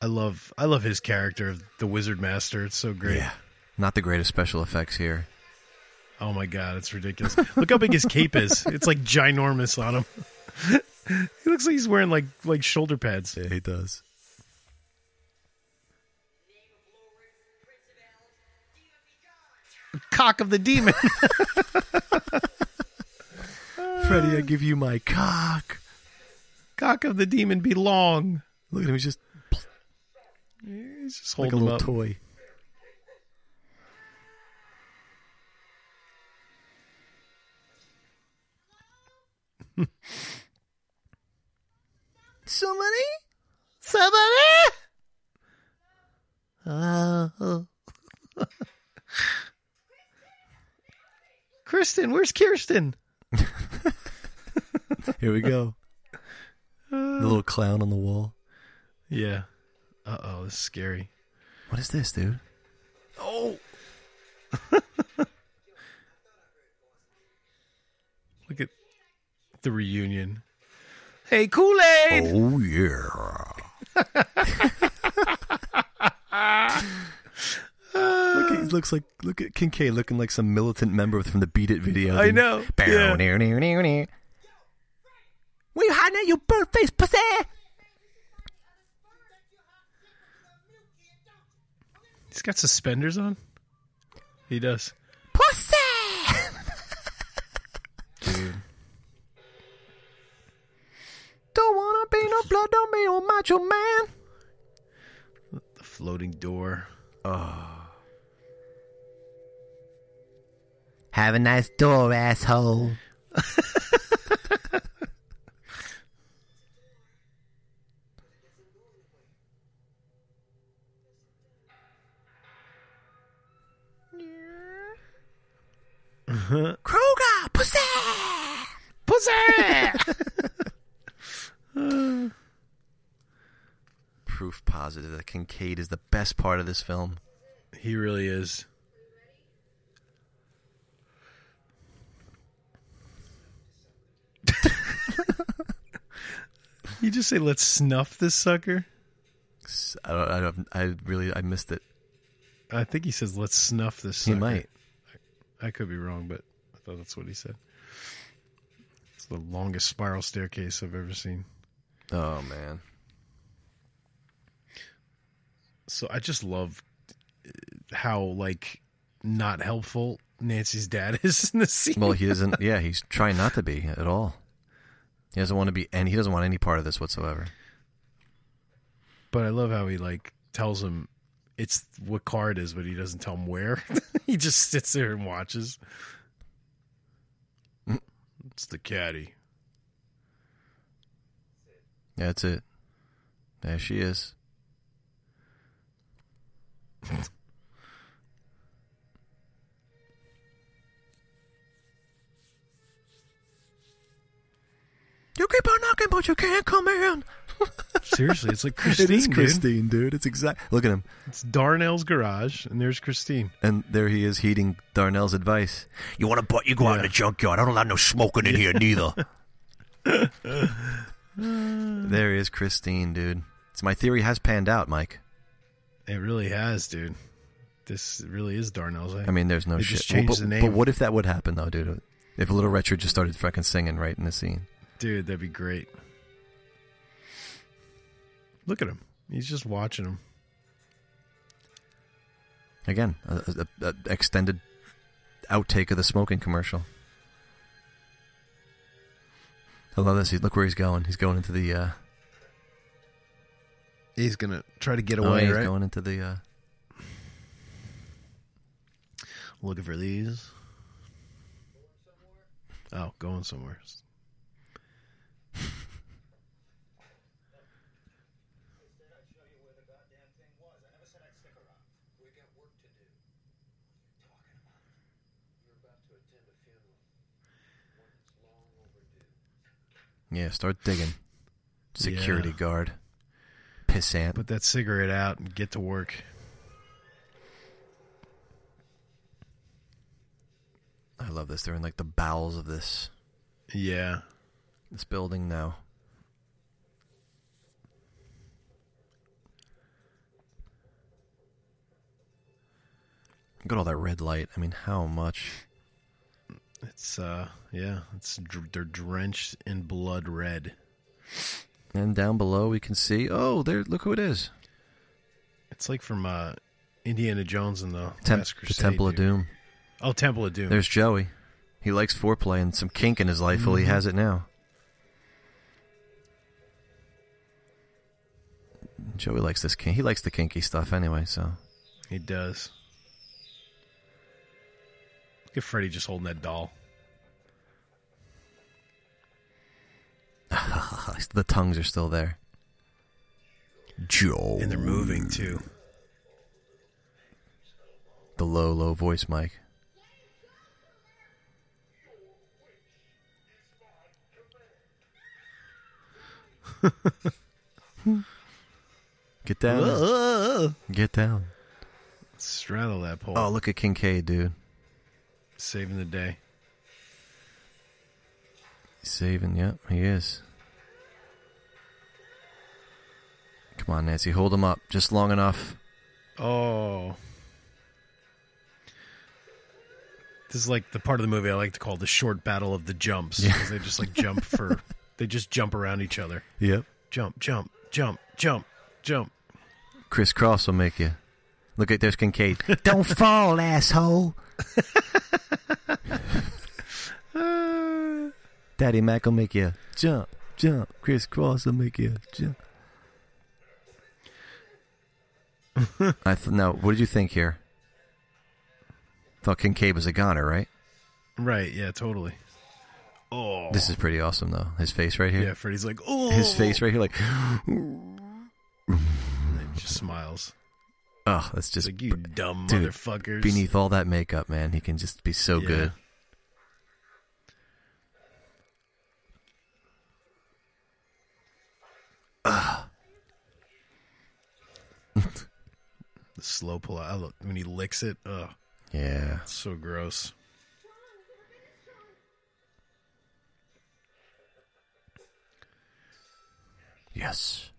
[SPEAKER 4] I love I love his character of the Wizard Master. It's so great.
[SPEAKER 5] Not the greatest special effects here.
[SPEAKER 4] Oh my god, it's ridiculous. Look how big his cape is. It's like ginormous on him. he looks like he's wearing like like shoulder pads.
[SPEAKER 5] Yeah, he does.
[SPEAKER 4] Cock of the demon.
[SPEAKER 5] Freddy, I give you my cock.
[SPEAKER 4] Cock of the demon be long.
[SPEAKER 5] Look at him, he's just
[SPEAKER 4] He's just
[SPEAKER 5] like a
[SPEAKER 4] holding him
[SPEAKER 5] little
[SPEAKER 4] up.
[SPEAKER 5] toy. Somebody? Somebody?
[SPEAKER 4] Kristen, where's Kirsten?
[SPEAKER 5] Here we go. the little clown on the wall.
[SPEAKER 4] Yeah. Uh oh, this is scary.
[SPEAKER 5] What is this, dude?
[SPEAKER 4] Oh. Look at the reunion. Hey, Kool Aid!
[SPEAKER 5] Oh, yeah. Look at, he looks like look at Kincaid looking like some militant member from the Beat It video.
[SPEAKER 4] I know.
[SPEAKER 5] Bow,
[SPEAKER 4] Yeah.
[SPEAKER 5] near, near, near, near. Where you hiding at, you bird face pussy?
[SPEAKER 4] He's got suspenders on? He does.
[SPEAKER 5] Pussy!
[SPEAKER 4] Dude.
[SPEAKER 5] Don't wanna be no blood on me, oh macho man.
[SPEAKER 4] The floating door.
[SPEAKER 5] Have a nice door, asshole. Kruger, pussy.
[SPEAKER 4] Pussy!
[SPEAKER 5] Proof positive that Kincaid is the best part of this film.
[SPEAKER 4] he really is. you just say, let's snuff this sucker?
[SPEAKER 5] S- I don't, I, don't, I really I missed it.
[SPEAKER 4] I think he says, let's snuff this sucker.
[SPEAKER 5] He might.
[SPEAKER 4] I could be wrong, but I thought that's what he said. It's the longest spiral staircase I've ever seen.
[SPEAKER 7] Oh man.
[SPEAKER 4] So I just love uh, how like not helpful Nancy's dad is in the scene.
[SPEAKER 5] Well, he doesn't. Yeah, he's trying not to be at all. He doesn't want to be, and he doesn't want any part of this whatsoever.
[SPEAKER 4] But I love how he like tells him it's what car it is, but he doesn't tell him where. he just sits there and watches. It's the caddy.
[SPEAKER 5] Yeah, that's it. There she is. You keep on knocking, but you can't come in.
[SPEAKER 4] Seriously, it's like Christine. dude.
[SPEAKER 5] Christine, dude. It's exact. Look at him,
[SPEAKER 4] It's Darnell's garage, and there's Christine.
[SPEAKER 5] and there he is heeding Darnell's advice.
[SPEAKER 2] You want to put? You go out in the junkyard. I don't allow no smoking in here neither.
[SPEAKER 5] There is Christine, dude. So my theory has panned out, Mike.
[SPEAKER 4] It really has, dude. This really is Darnell's.
[SPEAKER 5] I mean, there's no
[SPEAKER 4] They
[SPEAKER 5] shit.
[SPEAKER 4] just changed
[SPEAKER 5] but,
[SPEAKER 4] the name.
[SPEAKER 5] but what if that would happen though, dude? If Little Richard just started fucking singing right in the scene,
[SPEAKER 4] dude, that'd be great. Look at him. He's just watching him.
[SPEAKER 5] again, a, a, a extended outtake of the smoking commercial. I love this. He- Look where he's going. He's going into the. Uh,
[SPEAKER 4] He's gonna try to get
[SPEAKER 5] oh, he's going into the. Uh,
[SPEAKER 4] Looking for these. Oh, going somewhere.
[SPEAKER 5] yeah, start digging. Security
[SPEAKER 4] Yeah.
[SPEAKER 5] guard. Pissant.
[SPEAKER 4] Put that cigarette out and get to work.
[SPEAKER 5] I love this. They're in like the bowels of this
[SPEAKER 4] Yeah.
[SPEAKER 5] this building now. Look at all that red light. I mean, how much?
[SPEAKER 4] It's uh yeah, it's dr- they're drenched in blood red.
[SPEAKER 5] And down below, we can see. Oh, there! Look who it is.
[SPEAKER 4] It's like from uh Indiana Jones and the
[SPEAKER 5] Tem-
[SPEAKER 4] Last
[SPEAKER 5] the
[SPEAKER 4] Crusade,
[SPEAKER 5] Temple of
[SPEAKER 4] dude.
[SPEAKER 5] Doom.
[SPEAKER 4] Oh, Temple of Doom.
[SPEAKER 5] There's Joey. He likes foreplay and some kink in his life. Well, he
[SPEAKER 4] Mm-hmm.
[SPEAKER 5] has it now. Joey likes this kink. He likes the kinky stuff anyway. So
[SPEAKER 4] He does. Look at Freddy just holding that doll.
[SPEAKER 5] the tongues are still there. Joe.
[SPEAKER 4] And they're moving too.
[SPEAKER 5] The low, low voice, Mike. Get down. Uh. Get down.
[SPEAKER 4] Straddle that pole.
[SPEAKER 5] Oh, look at Kincaid, dude.
[SPEAKER 4] Saving the day.
[SPEAKER 5] He's saving. Yep, he is. Come on, Nancy. Hold him up just long enough.
[SPEAKER 4] Oh. This is like the part of the movie I like to call the short battle of the jumps. 'cause They just like jump for they just jump around each other.
[SPEAKER 5] Yep.
[SPEAKER 4] Jump, jump, jump, jump, jump.
[SPEAKER 5] Crisscross will make you. Look at there's Kincaid. Don't fall, asshole. Daddy Mac will make you jump, jump. Crisscross will make you jump. I th- now, what did you think here? Thought Kincaid was a goner, right?
[SPEAKER 4] Right, yeah, totally. Oh.
[SPEAKER 5] This is pretty awesome, though. His face right
[SPEAKER 4] yeah,
[SPEAKER 5] here,
[SPEAKER 4] Freddy's like, "Oh."
[SPEAKER 5] his face right here, like,
[SPEAKER 4] and then just smiles.
[SPEAKER 5] oh, that's
[SPEAKER 4] It's
[SPEAKER 5] just
[SPEAKER 4] like, "You dumb
[SPEAKER 5] dude,
[SPEAKER 4] motherfuckers."
[SPEAKER 5] beneath all that makeup, man. He can just be so
[SPEAKER 4] Yeah.
[SPEAKER 5] good.
[SPEAKER 4] Ah. The slow pull out. I look when he licks it. Ugh,
[SPEAKER 5] Yeah.
[SPEAKER 4] it's so gross.
[SPEAKER 5] Yes.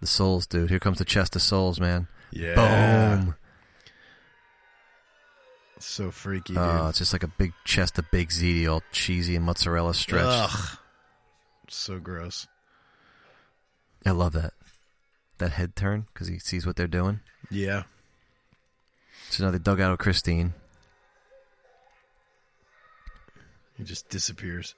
[SPEAKER 5] The souls, dude. Here comes the chest of souls, man.
[SPEAKER 4] Yeah.
[SPEAKER 5] Boom.
[SPEAKER 4] So freaky, dude.
[SPEAKER 5] Oh, it's just like a big chest of baked ziti, all cheesy and mozzarella stretched.
[SPEAKER 4] Ugh. So gross.
[SPEAKER 5] I love that. That head turn because he sees what they're doing.
[SPEAKER 4] Yeah.
[SPEAKER 5] So now they dug out of Christine.
[SPEAKER 4] He just disappears.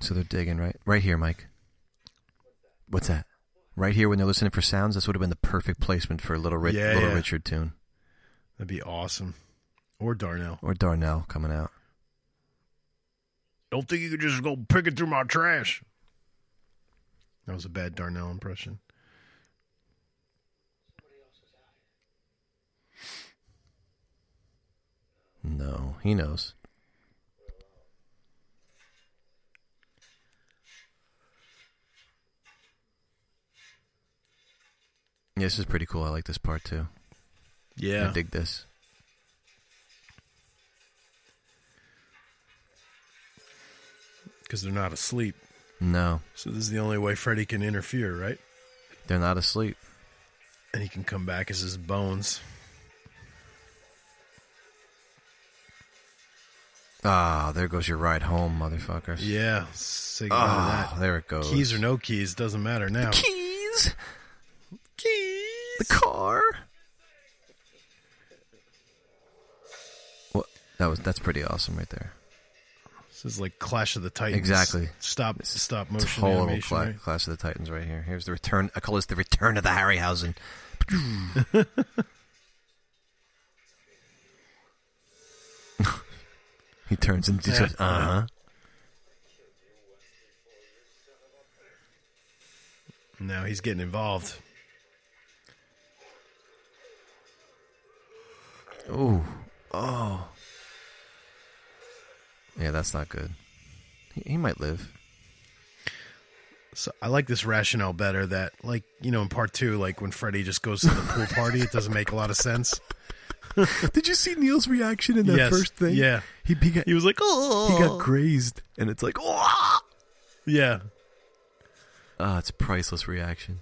[SPEAKER 5] So they're digging right, right here, Mike. What's that? Right here, when they're listening for sounds, this would have been the perfect placement for a little, Rich,
[SPEAKER 4] Yeah,
[SPEAKER 5] little
[SPEAKER 4] yeah.
[SPEAKER 5] Richard tune
[SPEAKER 4] That'd be awesome. Or Darnell.
[SPEAKER 5] or Darnell coming out.
[SPEAKER 4] Don't think you could just go pick it through my trash. That was a bad Darnell impression.
[SPEAKER 5] No, he knows. Yeah, this is pretty cool. I like this part too.
[SPEAKER 4] Yeah.
[SPEAKER 5] I dig this.
[SPEAKER 4] Because they're not asleep.
[SPEAKER 5] No,
[SPEAKER 4] So this is the only way Freddy can interfere, right?
[SPEAKER 5] they're not asleep.
[SPEAKER 4] And he can come back as his bones.
[SPEAKER 5] Ah, there goes your ride home, motherfuckers.
[SPEAKER 4] Yeah. Say goodbye to that.
[SPEAKER 5] Ah, there it goes.
[SPEAKER 4] Keys or no keys, doesn't matter now.
[SPEAKER 5] keys. Keys. The car. What? That was. That's pretty awesome, right there.
[SPEAKER 4] This is like Clash of the Titans.
[SPEAKER 5] Exactly.
[SPEAKER 4] Stop stop motion
[SPEAKER 5] Total
[SPEAKER 4] animation.
[SPEAKER 5] Cla-
[SPEAKER 4] right?
[SPEAKER 5] Clash of the Titans right here. Here's the return. I call this the return of the Harryhausen. he turns and just goes,
[SPEAKER 4] Uh-huh.
[SPEAKER 5] uh huh.
[SPEAKER 4] Now he's getting involved.
[SPEAKER 5] Ooh. Oh. Yeah, that's not good. He, he might live.
[SPEAKER 4] So I like this rationale better that like, you know, in part two, like when Freddy just goes to the pool party, it doesn't make a lot of sense.
[SPEAKER 5] Did you see Neil's reaction in
[SPEAKER 4] that Yes, first thing? yeah.
[SPEAKER 5] He, he got
[SPEAKER 4] He was like, Oh
[SPEAKER 5] grazed, and it's like, oh,
[SPEAKER 4] Yeah.
[SPEAKER 5] ah, it's a priceless reaction.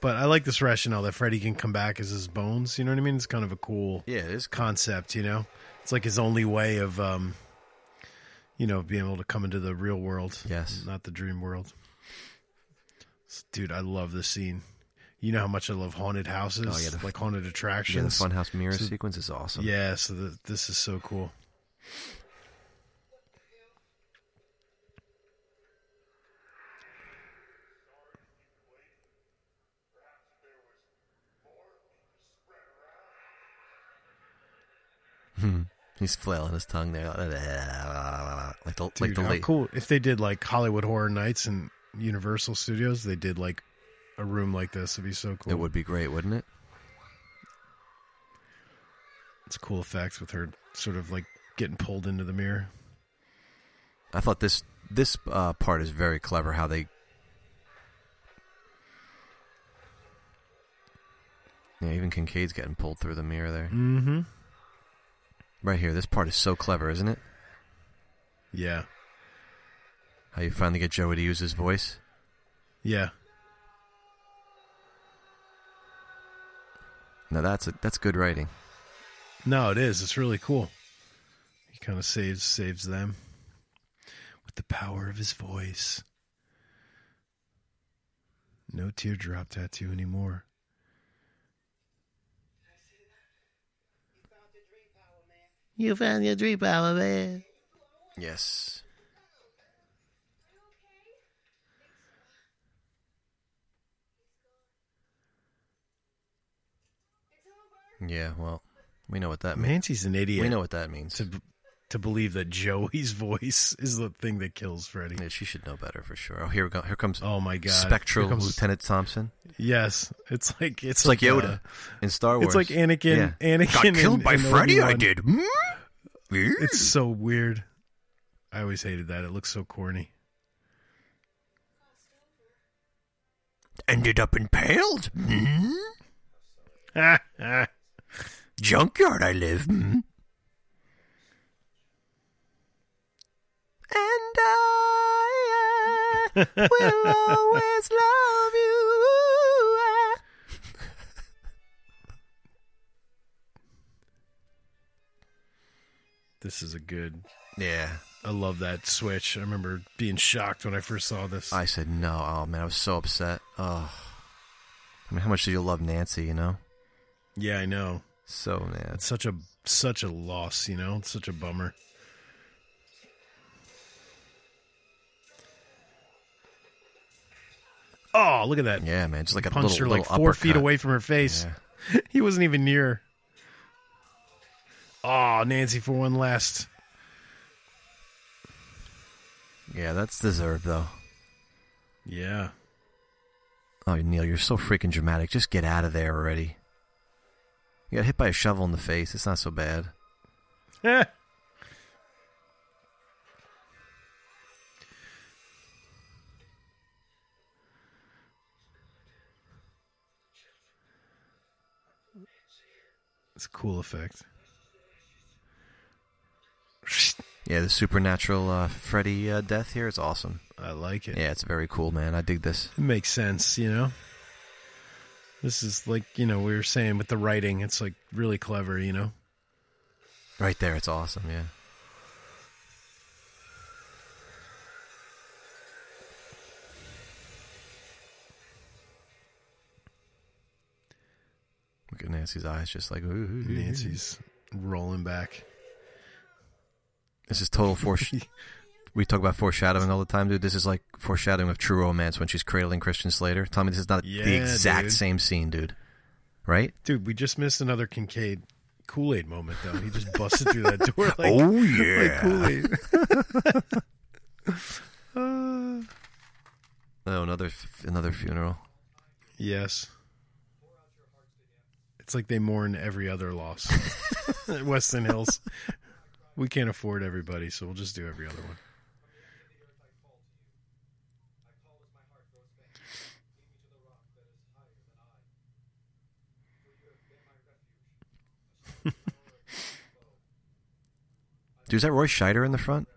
[SPEAKER 4] But I like this rationale that Freddy can come back as his bones, you know what I mean? It's kind of a cool
[SPEAKER 5] Yeah, it is.
[SPEAKER 4] concept, you know? It's like his only way of um you know, being able to come into the real world.
[SPEAKER 5] Yes.
[SPEAKER 4] Not the dream world. S- Dude, I love this scene. You know how much I love haunted houses,
[SPEAKER 5] Oh, yeah, the-
[SPEAKER 4] like haunted
[SPEAKER 5] Yeah, the
[SPEAKER 4] attractions.
[SPEAKER 5] Funhouse Mirror sequence is awesome.
[SPEAKER 4] Yeah, so th this is so cool.
[SPEAKER 5] He's flailing his tongue there, like the like
[SPEAKER 4] Dude,
[SPEAKER 5] the
[SPEAKER 4] how
[SPEAKER 5] late.
[SPEAKER 4] cool if they did like Hollywood Horror Nights and Universal Studios, they did like a room like this. It'd be so cool.
[SPEAKER 5] It would be great, wouldn't it?
[SPEAKER 4] It's cool effects with her sort of like getting pulled into the mirror.
[SPEAKER 5] I thought this this uh, part is very clever. How they. Yeah, even Kincaid's getting pulled through the mirror there. Mm-hmm. Right here, this part is so clever, isn't it?
[SPEAKER 4] Yeah,
[SPEAKER 5] How you finally get Joey to use his voice.
[SPEAKER 4] yeah.
[SPEAKER 5] Now that's a, that's good writing.
[SPEAKER 4] No, it is. It's really cool. He kind of saves saves them with the power of his voice. No teardrop tattoo anymore.
[SPEAKER 5] You found your dream power, man. Yes. Yeah, well, we know what that means.
[SPEAKER 4] Nancy's an idiot.
[SPEAKER 5] We know what that means.
[SPEAKER 4] to to believe that Joey's voice is the thing that kills Freddy.
[SPEAKER 5] Yeah, she should know better for sure. Oh, here we go. Here comes
[SPEAKER 4] Oh my god!
[SPEAKER 5] Spectral
[SPEAKER 4] Here comes-
[SPEAKER 5] Lieutenant Thompson.
[SPEAKER 4] Yes, it's like it's,
[SPEAKER 5] It's like
[SPEAKER 4] uh,
[SPEAKER 5] Yoda in Star Wars.
[SPEAKER 4] it's like Anakin.
[SPEAKER 5] Yeah.
[SPEAKER 4] Anakin
[SPEAKER 5] Got killed
[SPEAKER 4] and-
[SPEAKER 5] by
[SPEAKER 4] and
[SPEAKER 5] Freddy. I
[SPEAKER 4] Obi-Wan.
[SPEAKER 5] did. Hmm?
[SPEAKER 4] It's so weird. I always hated that. It looks so corny.
[SPEAKER 2] Hmm?
[SPEAKER 5] ended up impaled. Hmm?
[SPEAKER 4] yeah,
[SPEAKER 5] junkyard I live. Hmm? And I will always love you.
[SPEAKER 4] This is a good.
[SPEAKER 5] Yeah.
[SPEAKER 4] I love that switch. I remember being shocked when I first saw this.
[SPEAKER 5] I said no. Oh man, I was so upset. Oh, I mean, how much do you love Nancy? You know,
[SPEAKER 4] yeah, I know.
[SPEAKER 5] so Nancy.
[SPEAKER 4] It's such a such a loss, you know. It's such a bummer. Oh, look at that!
[SPEAKER 5] Yeah, man, just like a
[SPEAKER 4] Punched
[SPEAKER 5] little,
[SPEAKER 4] her like
[SPEAKER 5] little
[SPEAKER 4] four feet
[SPEAKER 5] uppercut.
[SPEAKER 4] away from her face. he wasn't even near. Oh, Nancy for one last.
[SPEAKER 5] Yeah, that's deserved though.
[SPEAKER 4] Yeah.
[SPEAKER 5] Oh, Neil, you're so freaking dramatic. Just get out of there already. You got hit by a shovel in the face. It's not so bad.
[SPEAKER 4] Eh. It's a cool effect.
[SPEAKER 5] Yeah, the supernatural uh, Freddy uh, death here is awesome.
[SPEAKER 4] I like it.
[SPEAKER 5] Yeah, it's very cool, man. I dig this.
[SPEAKER 4] It makes sense, you know? This is like, you know, we were saying with the writing, it's like really clever, you know?
[SPEAKER 5] Right there, it's awesome. Yeah. Look at Nancy's eyes, just like ooh.
[SPEAKER 4] Nancy's rolling back.
[SPEAKER 5] This is total foresh. we talk about foreshadowing all the time, dude. This is like foreshadowing of True Romance when she's cradling Christian Slater. Tell me this is not
[SPEAKER 4] Yeah,
[SPEAKER 5] the exact
[SPEAKER 4] dude.
[SPEAKER 5] same scene, dude. Right?
[SPEAKER 4] Dude, we just missed another Kincaid Kool Aid moment, though. He just busted through that door like,
[SPEAKER 2] Oh,
[SPEAKER 5] Oh, yeah.
[SPEAKER 4] Kool-Aid.
[SPEAKER 5] Oh, another f- another funeral.
[SPEAKER 4] Yes. It's like they mourn every other loss at Weston Hills. We can't afford everybody, so we'll just do every other one.
[SPEAKER 5] Dude, is that Roy Scheider in the front?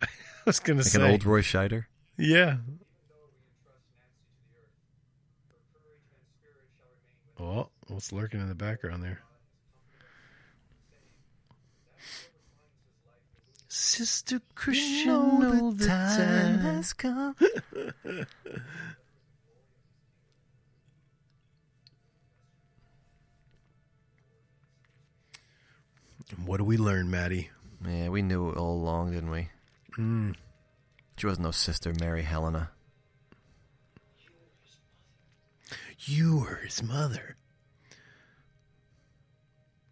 [SPEAKER 4] I was going to
[SPEAKER 5] Like
[SPEAKER 4] say.
[SPEAKER 5] an old Roy Scheider?
[SPEAKER 4] yeah. Oh, what's lurking in the background there? Sister Christian all the time.
[SPEAKER 5] come.
[SPEAKER 4] What do we learn, Maddie?
[SPEAKER 5] Yeah, we knew it all along, didn't we?
[SPEAKER 4] Mm.
[SPEAKER 5] She was no sister, Mary Helena.
[SPEAKER 4] You were his mother.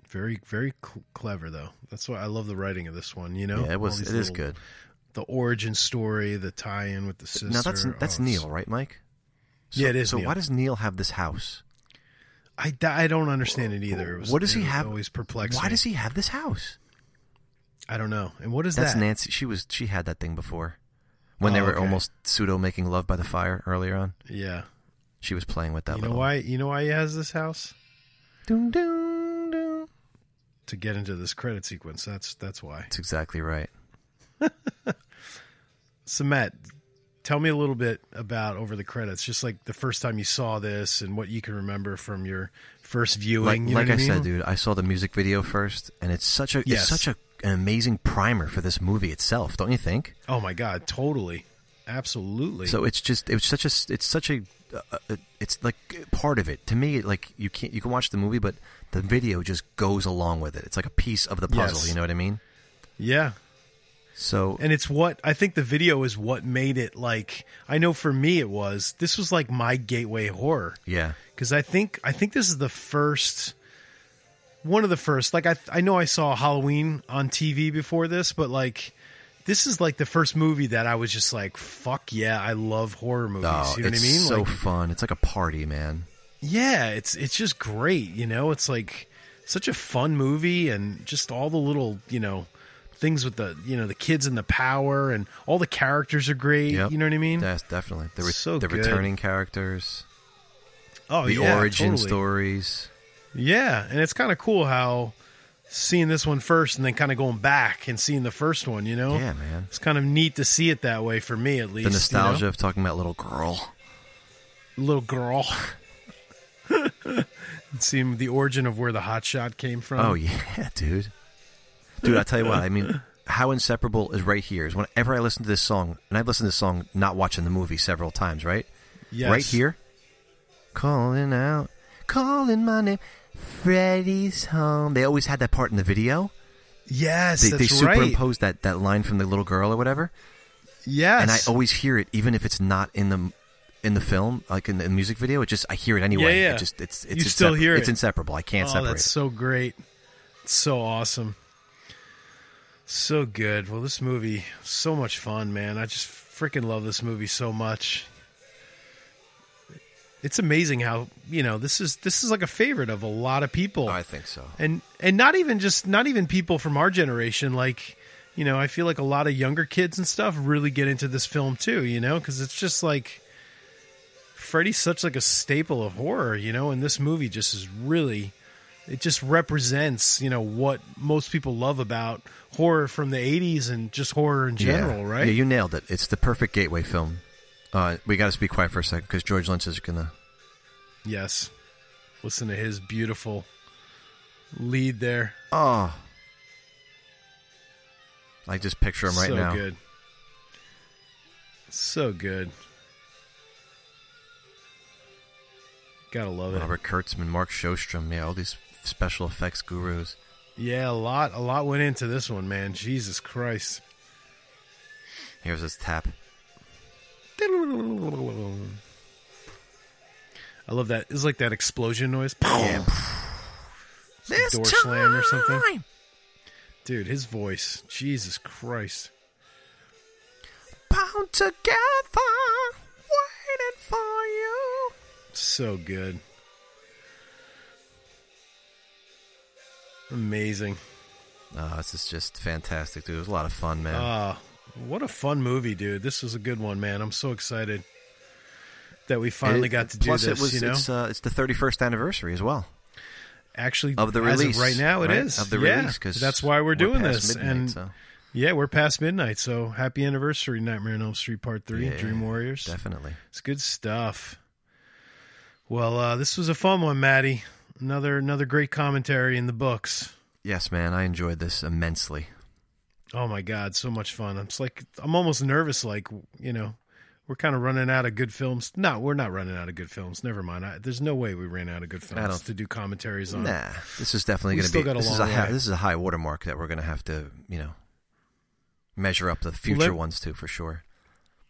[SPEAKER 4] Very, very cl- clever, though. That's why I love the writing of this one. You know,
[SPEAKER 5] yeah, it
[SPEAKER 4] All
[SPEAKER 5] was. It
[SPEAKER 4] these
[SPEAKER 5] is
[SPEAKER 4] little-
[SPEAKER 5] good.
[SPEAKER 4] The origin story, the tie-in with the sister.
[SPEAKER 5] Now that's that's
[SPEAKER 4] Oh, it's-
[SPEAKER 5] Neil, right, Mike?
[SPEAKER 4] Yeah, it is
[SPEAKER 5] So
[SPEAKER 4] Neil.
[SPEAKER 5] why does Neil have this house?
[SPEAKER 4] I, d- I don't understand it either. It was,
[SPEAKER 5] what does he
[SPEAKER 4] it
[SPEAKER 5] have?
[SPEAKER 4] Always perplexed.
[SPEAKER 5] Why
[SPEAKER 4] me.
[SPEAKER 5] does he have this house?
[SPEAKER 4] I don't know. And what is
[SPEAKER 5] That's
[SPEAKER 4] that?
[SPEAKER 5] Nancy. She was. She had that thing before, when they
[SPEAKER 4] Oh,
[SPEAKER 5] were
[SPEAKER 4] okay.
[SPEAKER 5] almost pseudo making love by the fire earlier on.
[SPEAKER 4] Yeah.
[SPEAKER 5] She was playing with that.
[SPEAKER 4] You know
[SPEAKER 5] little,
[SPEAKER 4] why? You know why he has this house
[SPEAKER 5] Doom, doom, doom.
[SPEAKER 4] to get into this credit sequence. That's that's why.
[SPEAKER 5] That's exactly right.
[SPEAKER 4] So Matt, tell me a little bit about over the credits, just like the first time you saw this and what you can remember from your first viewing.
[SPEAKER 5] Like,
[SPEAKER 4] you know
[SPEAKER 5] like
[SPEAKER 4] what
[SPEAKER 5] I said,
[SPEAKER 4] mean?
[SPEAKER 5] dude, I saw the music video first, and it's such a
[SPEAKER 4] Yes.
[SPEAKER 5] it's such a, an amazing primer for this movie itself, don't you think?
[SPEAKER 4] Oh my god, totally, absolutely.
[SPEAKER 5] So it's just it's such a it's such a uh, uh, it's like part of it to me. Like you can't you can watch the movie, but the video just goes along with it. It's like a piece of the puzzle.
[SPEAKER 4] Yes.
[SPEAKER 5] You know what I mean?
[SPEAKER 4] yeah,
[SPEAKER 5] So
[SPEAKER 4] and it's what I think the video is what made it like. I know for me, it was this was like my gateway horror.
[SPEAKER 5] yeah,
[SPEAKER 4] because I think I think this is the first one of the first. Like I I know I saw Halloween on TV before this, but like this is like the first movie that I was just like, fuck yeah, I love horror movies.
[SPEAKER 5] oh,
[SPEAKER 4] you know what I
[SPEAKER 5] it's
[SPEAKER 4] mean?
[SPEAKER 5] so
[SPEAKER 4] like,
[SPEAKER 5] fun. It's like a party, man.
[SPEAKER 4] yeah, it's it's just great. You know, it's like such a fun movie and just all the little you know things with the you know the kids and the power and all the characters are great.
[SPEAKER 5] Yep.
[SPEAKER 4] You know what I mean?
[SPEAKER 5] Yes, definitely. The, re-
[SPEAKER 4] Mm-hmm. So
[SPEAKER 5] the
[SPEAKER 4] good.
[SPEAKER 5] returning characters,
[SPEAKER 4] oh,
[SPEAKER 5] the
[SPEAKER 4] yeah,
[SPEAKER 5] origin
[SPEAKER 4] totally.
[SPEAKER 5] stories.
[SPEAKER 4] Yeah, and it's kind of cool how seeing this one first and then kind of going back and seeing the first one, you know?
[SPEAKER 5] Yeah, man.
[SPEAKER 4] It's kind of neat to see it that way for me, at least. Oh.
[SPEAKER 5] The
[SPEAKER 4] you know?
[SPEAKER 5] nostalgia of talking about little girl.
[SPEAKER 4] little girl. and seeing the origin of where the hot shot came from.
[SPEAKER 5] Oh yeah, dude. Dude, I tell you what. I mean, how inseparable is right here is whenever I listen to this song, and I've listened to this song not watching the movie several times, right?
[SPEAKER 4] Yes.
[SPEAKER 5] Right here, calling out, calling my name, Freddy's home. They always had that part in the video.
[SPEAKER 4] Yes,
[SPEAKER 5] They,
[SPEAKER 4] that's
[SPEAKER 5] they
[SPEAKER 4] right.
[SPEAKER 5] superimposed that that line from the little girl or whatever,
[SPEAKER 4] yes.
[SPEAKER 5] and I always hear it, even if it's not in the in the film, like in the music video. It just I hear it anyway.
[SPEAKER 4] Yeah, yeah.
[SPEAKER 5] It just it's
[SPEAKER 4] You
[SPEAKER 5] it's
[SPEAKER 4] still hear
[SPEAKER 5] It's
[SPEAKER 4] it.
[SPEAKER 5] inseparable. I can't
[SPEAKER 4] oh,
[SPEAKER 5] separate
[SPEAKER 4] that's
[SPEAKER 5] it.
[SPEAKER 4] so great. So awesome. So good. Well, this movie, so much fun, man. I just freaking love this movie so much. It's amazing how, you know, this is this is like a favorite of a lot of people.
[SPEAKER 5] Oh, I think so.
[SPEAKER 4] and and not even just not even people from our generation like you know i feel like a lot of younger kids and stuff really get into this film too you know because it's just like freddy's such like a staple of horror you know and this movie just is really it just represents you know what most people love about horror from the 80s and just horror in general
[SPEAKER 5] yeah.
[SPEAKER 4] right
[SPEAKER 5] Yeah, you nailed it. It's the perfect gateway film. Uh, we got to speak quiet for a second because George Lynch is gonna.
[SPEAKER 4] yes listen to his beautiful lead there
[SPEAKER 5] Oh, I just picture him right
[SPEAKER 4] so
[SPEAKER 5] now.
[SPEAKER 4] good so good gotta love it
[SPEAKER 5] Robert Kurtzman, Mark Shostrom, yeah, all these special effects gurus.
[SPEAKER 4] yeah a lot a lot went into this one man jesus christ
[SPEAKER 5] Here's his tap.
[SPEAKER 4] i love that it's like that explosion noise
[SPEAKER 5] Yeah.
[SPEAKER 4] this door slam or something dude his voice jesus christ
[SPEAKER 5] Bound together, waiting for you.
[SPEAKER 4] so good amazing
[SPEAKER 5] Oh, this is just fantastic, dude. It was a lot of fun, man.
[SPEAKER 4] Ah, what a fun movie, dude! This was a good one, man. I'm so excited that we finally
[SPEAKER 5] It-
[SPEAKER 4] got to do
[SPEAKER 5] plus
[SPEAKER 4] this.
[SPEAKER 5] It was,
[SPEAKER 4] you know,
[SPEAKER 5] it's, uh, it's the 31st anniversary as well.
[SPEAKER 4] actually
[SPEAKER 5] of the
[SPEAKER 4] as
[SPEAKER 5] release
[SPEAKER 4] right now, it is
[SPEAKER 5] right? of the
[SPEAKER 4] yeah,
[SPEAKER 5] release because
[SPEAKER 4] that's why we're doing
[SPEAKER 5] past
[SPEAKER 4] this.
[SPEAKER 5] midnight,
[SPEAKER 4] and
[SPEAKER 5] so.
[SPEAKER 4] yeah, we're past midnight, so happy anniversary, Nightmare on Elm Street Part Three,
[SPEAKER 5] Yeah,
[SPEAKER 4] Dream Warriors.
[SPEAKER 5] definitely.
[SPEAKER 4] It's good stuff. Well, uh, this was a fun one, Maddie. Another another great commentary in the books.
[SPEAKER 5] Yes, man, I enjoyed this immensely.
[SPEAKER 4] Oh my god, so much fun! I'm just like I'm almost nervous. Like you know, we're kind of running out of good films. No, we're not running out of good films. Never mind. I, there's no way we ran out of good
[SPEAKER 5] I
[SPEAKER 4] films
[SPEAKER 5] don't-
[SPEAKER 4] to do commentaries on.
[SPEAKER 5] Nah, this is definitely
[SPEAKER 4] We
[SPEAKER 5] going to
[SPEAKER 4] still
[SPEAKER 5] be
[SPEAKER 4] got a
[SPEAKER 5] this is a
[SPEAKER 4] long
[SPEAKER 5] high,
[SPEAKER 4] way.
[SPEAKER 5] this is a high watermark that we're going to have to you know measure up the future
[SPEAKER 4] Let-
[SPEAKER 5] ones to for sure.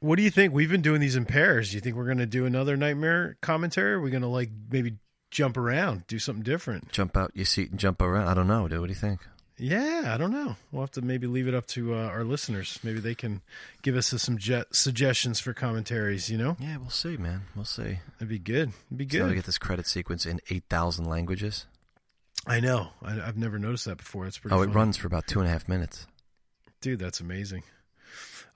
[SPEAKER 4] What do you think? We've been doing these in pairs. Do you think we're going to do another nightmare commentary? Are we going to like maybe jump around, do something different?
[SPEAKER 5] Jump out your seat and jump around. I don't know, dude. What do you think?
[SPEAKER 4] Yeah, I don't know. We'll have to maybe leave it up to uh, our listeners. Maybe they can give us some je- suggestions for commentaries. You know,
[SPEAKER 5] Yeah, we'll see, man. We'll see.
[SPEAKER 4] that'd be good. It'd be
[SPEAKER 5] So now
[SPEAKER 4] good.
[SPEAKER 5] we get this credit sequence in eight thousand languages.
[SPEAKER 4] I know. I, I've never noticed that before. That's pretty.
[SPEAKER 5] oh, it
[SPEAKER 4] funny.
[SPEAKER 5] runs for about two and a half minutes.
[SPEAKER 4] Dude, that's amazing.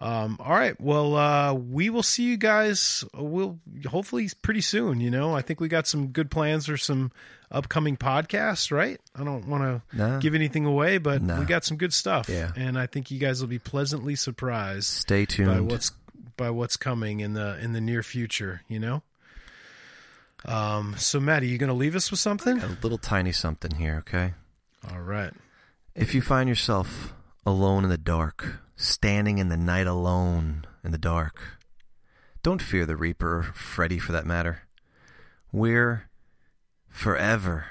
[SPEAKER 4] Um, all right. Well, uh, we will see you guys. We'll hopefully pretty soon. You know, I think we got some good plans for some upcoming podcasts. Right? I don't want to
[SPEAKER 5] Nah.
[SPEAKER 4] give anything away, but
[SPEAKER 5] Nah.
[SPEAKER 4] we got some good stuff.
[SPEAKER 5] Yeah.
[SPEAKER 4] and I think you guys will be pleasantly surprised
[SPEAKER 5] Stay
[SPEAKER 4] by
[SPEAKER 5] tuned.
[SPEAKER 4] what's by what's coming in the in the near future. You know. Um. So, Matt, are you going to leave us with something?
[SPEAKER 5] a little tiny something here, okay?
[SPEAKER 4] All right.
[SPEAKER 5] If you find yourself alone in the dark, standing in the night alone in the dark, don't fear the Reaper or Freddy for that matter. We're forever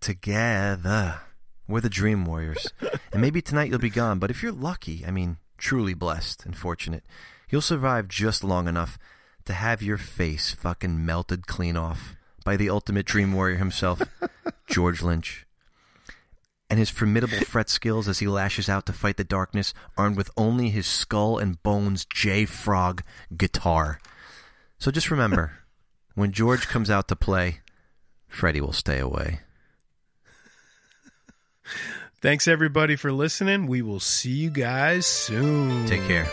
[SPEAKER 5] together. We're the Dream Warriors. and maybe tonight you'll be gone, but if you're lucky, I mean, truly blessed and fortunate, you'll survive just long enough to have your face fucking melted clean off by the ultimate Dream Warrior himself, George Lynch and his formidable fret skills as he lashes out to fight the darkness, armed with only his skull and bones J Frog guitar. So just remember, when George comes out to play, Freddy will stay away.
[SPEAKER 4] Thanks everybody for listening. We will see you guys soon.
[SPEAKER 5] Take care.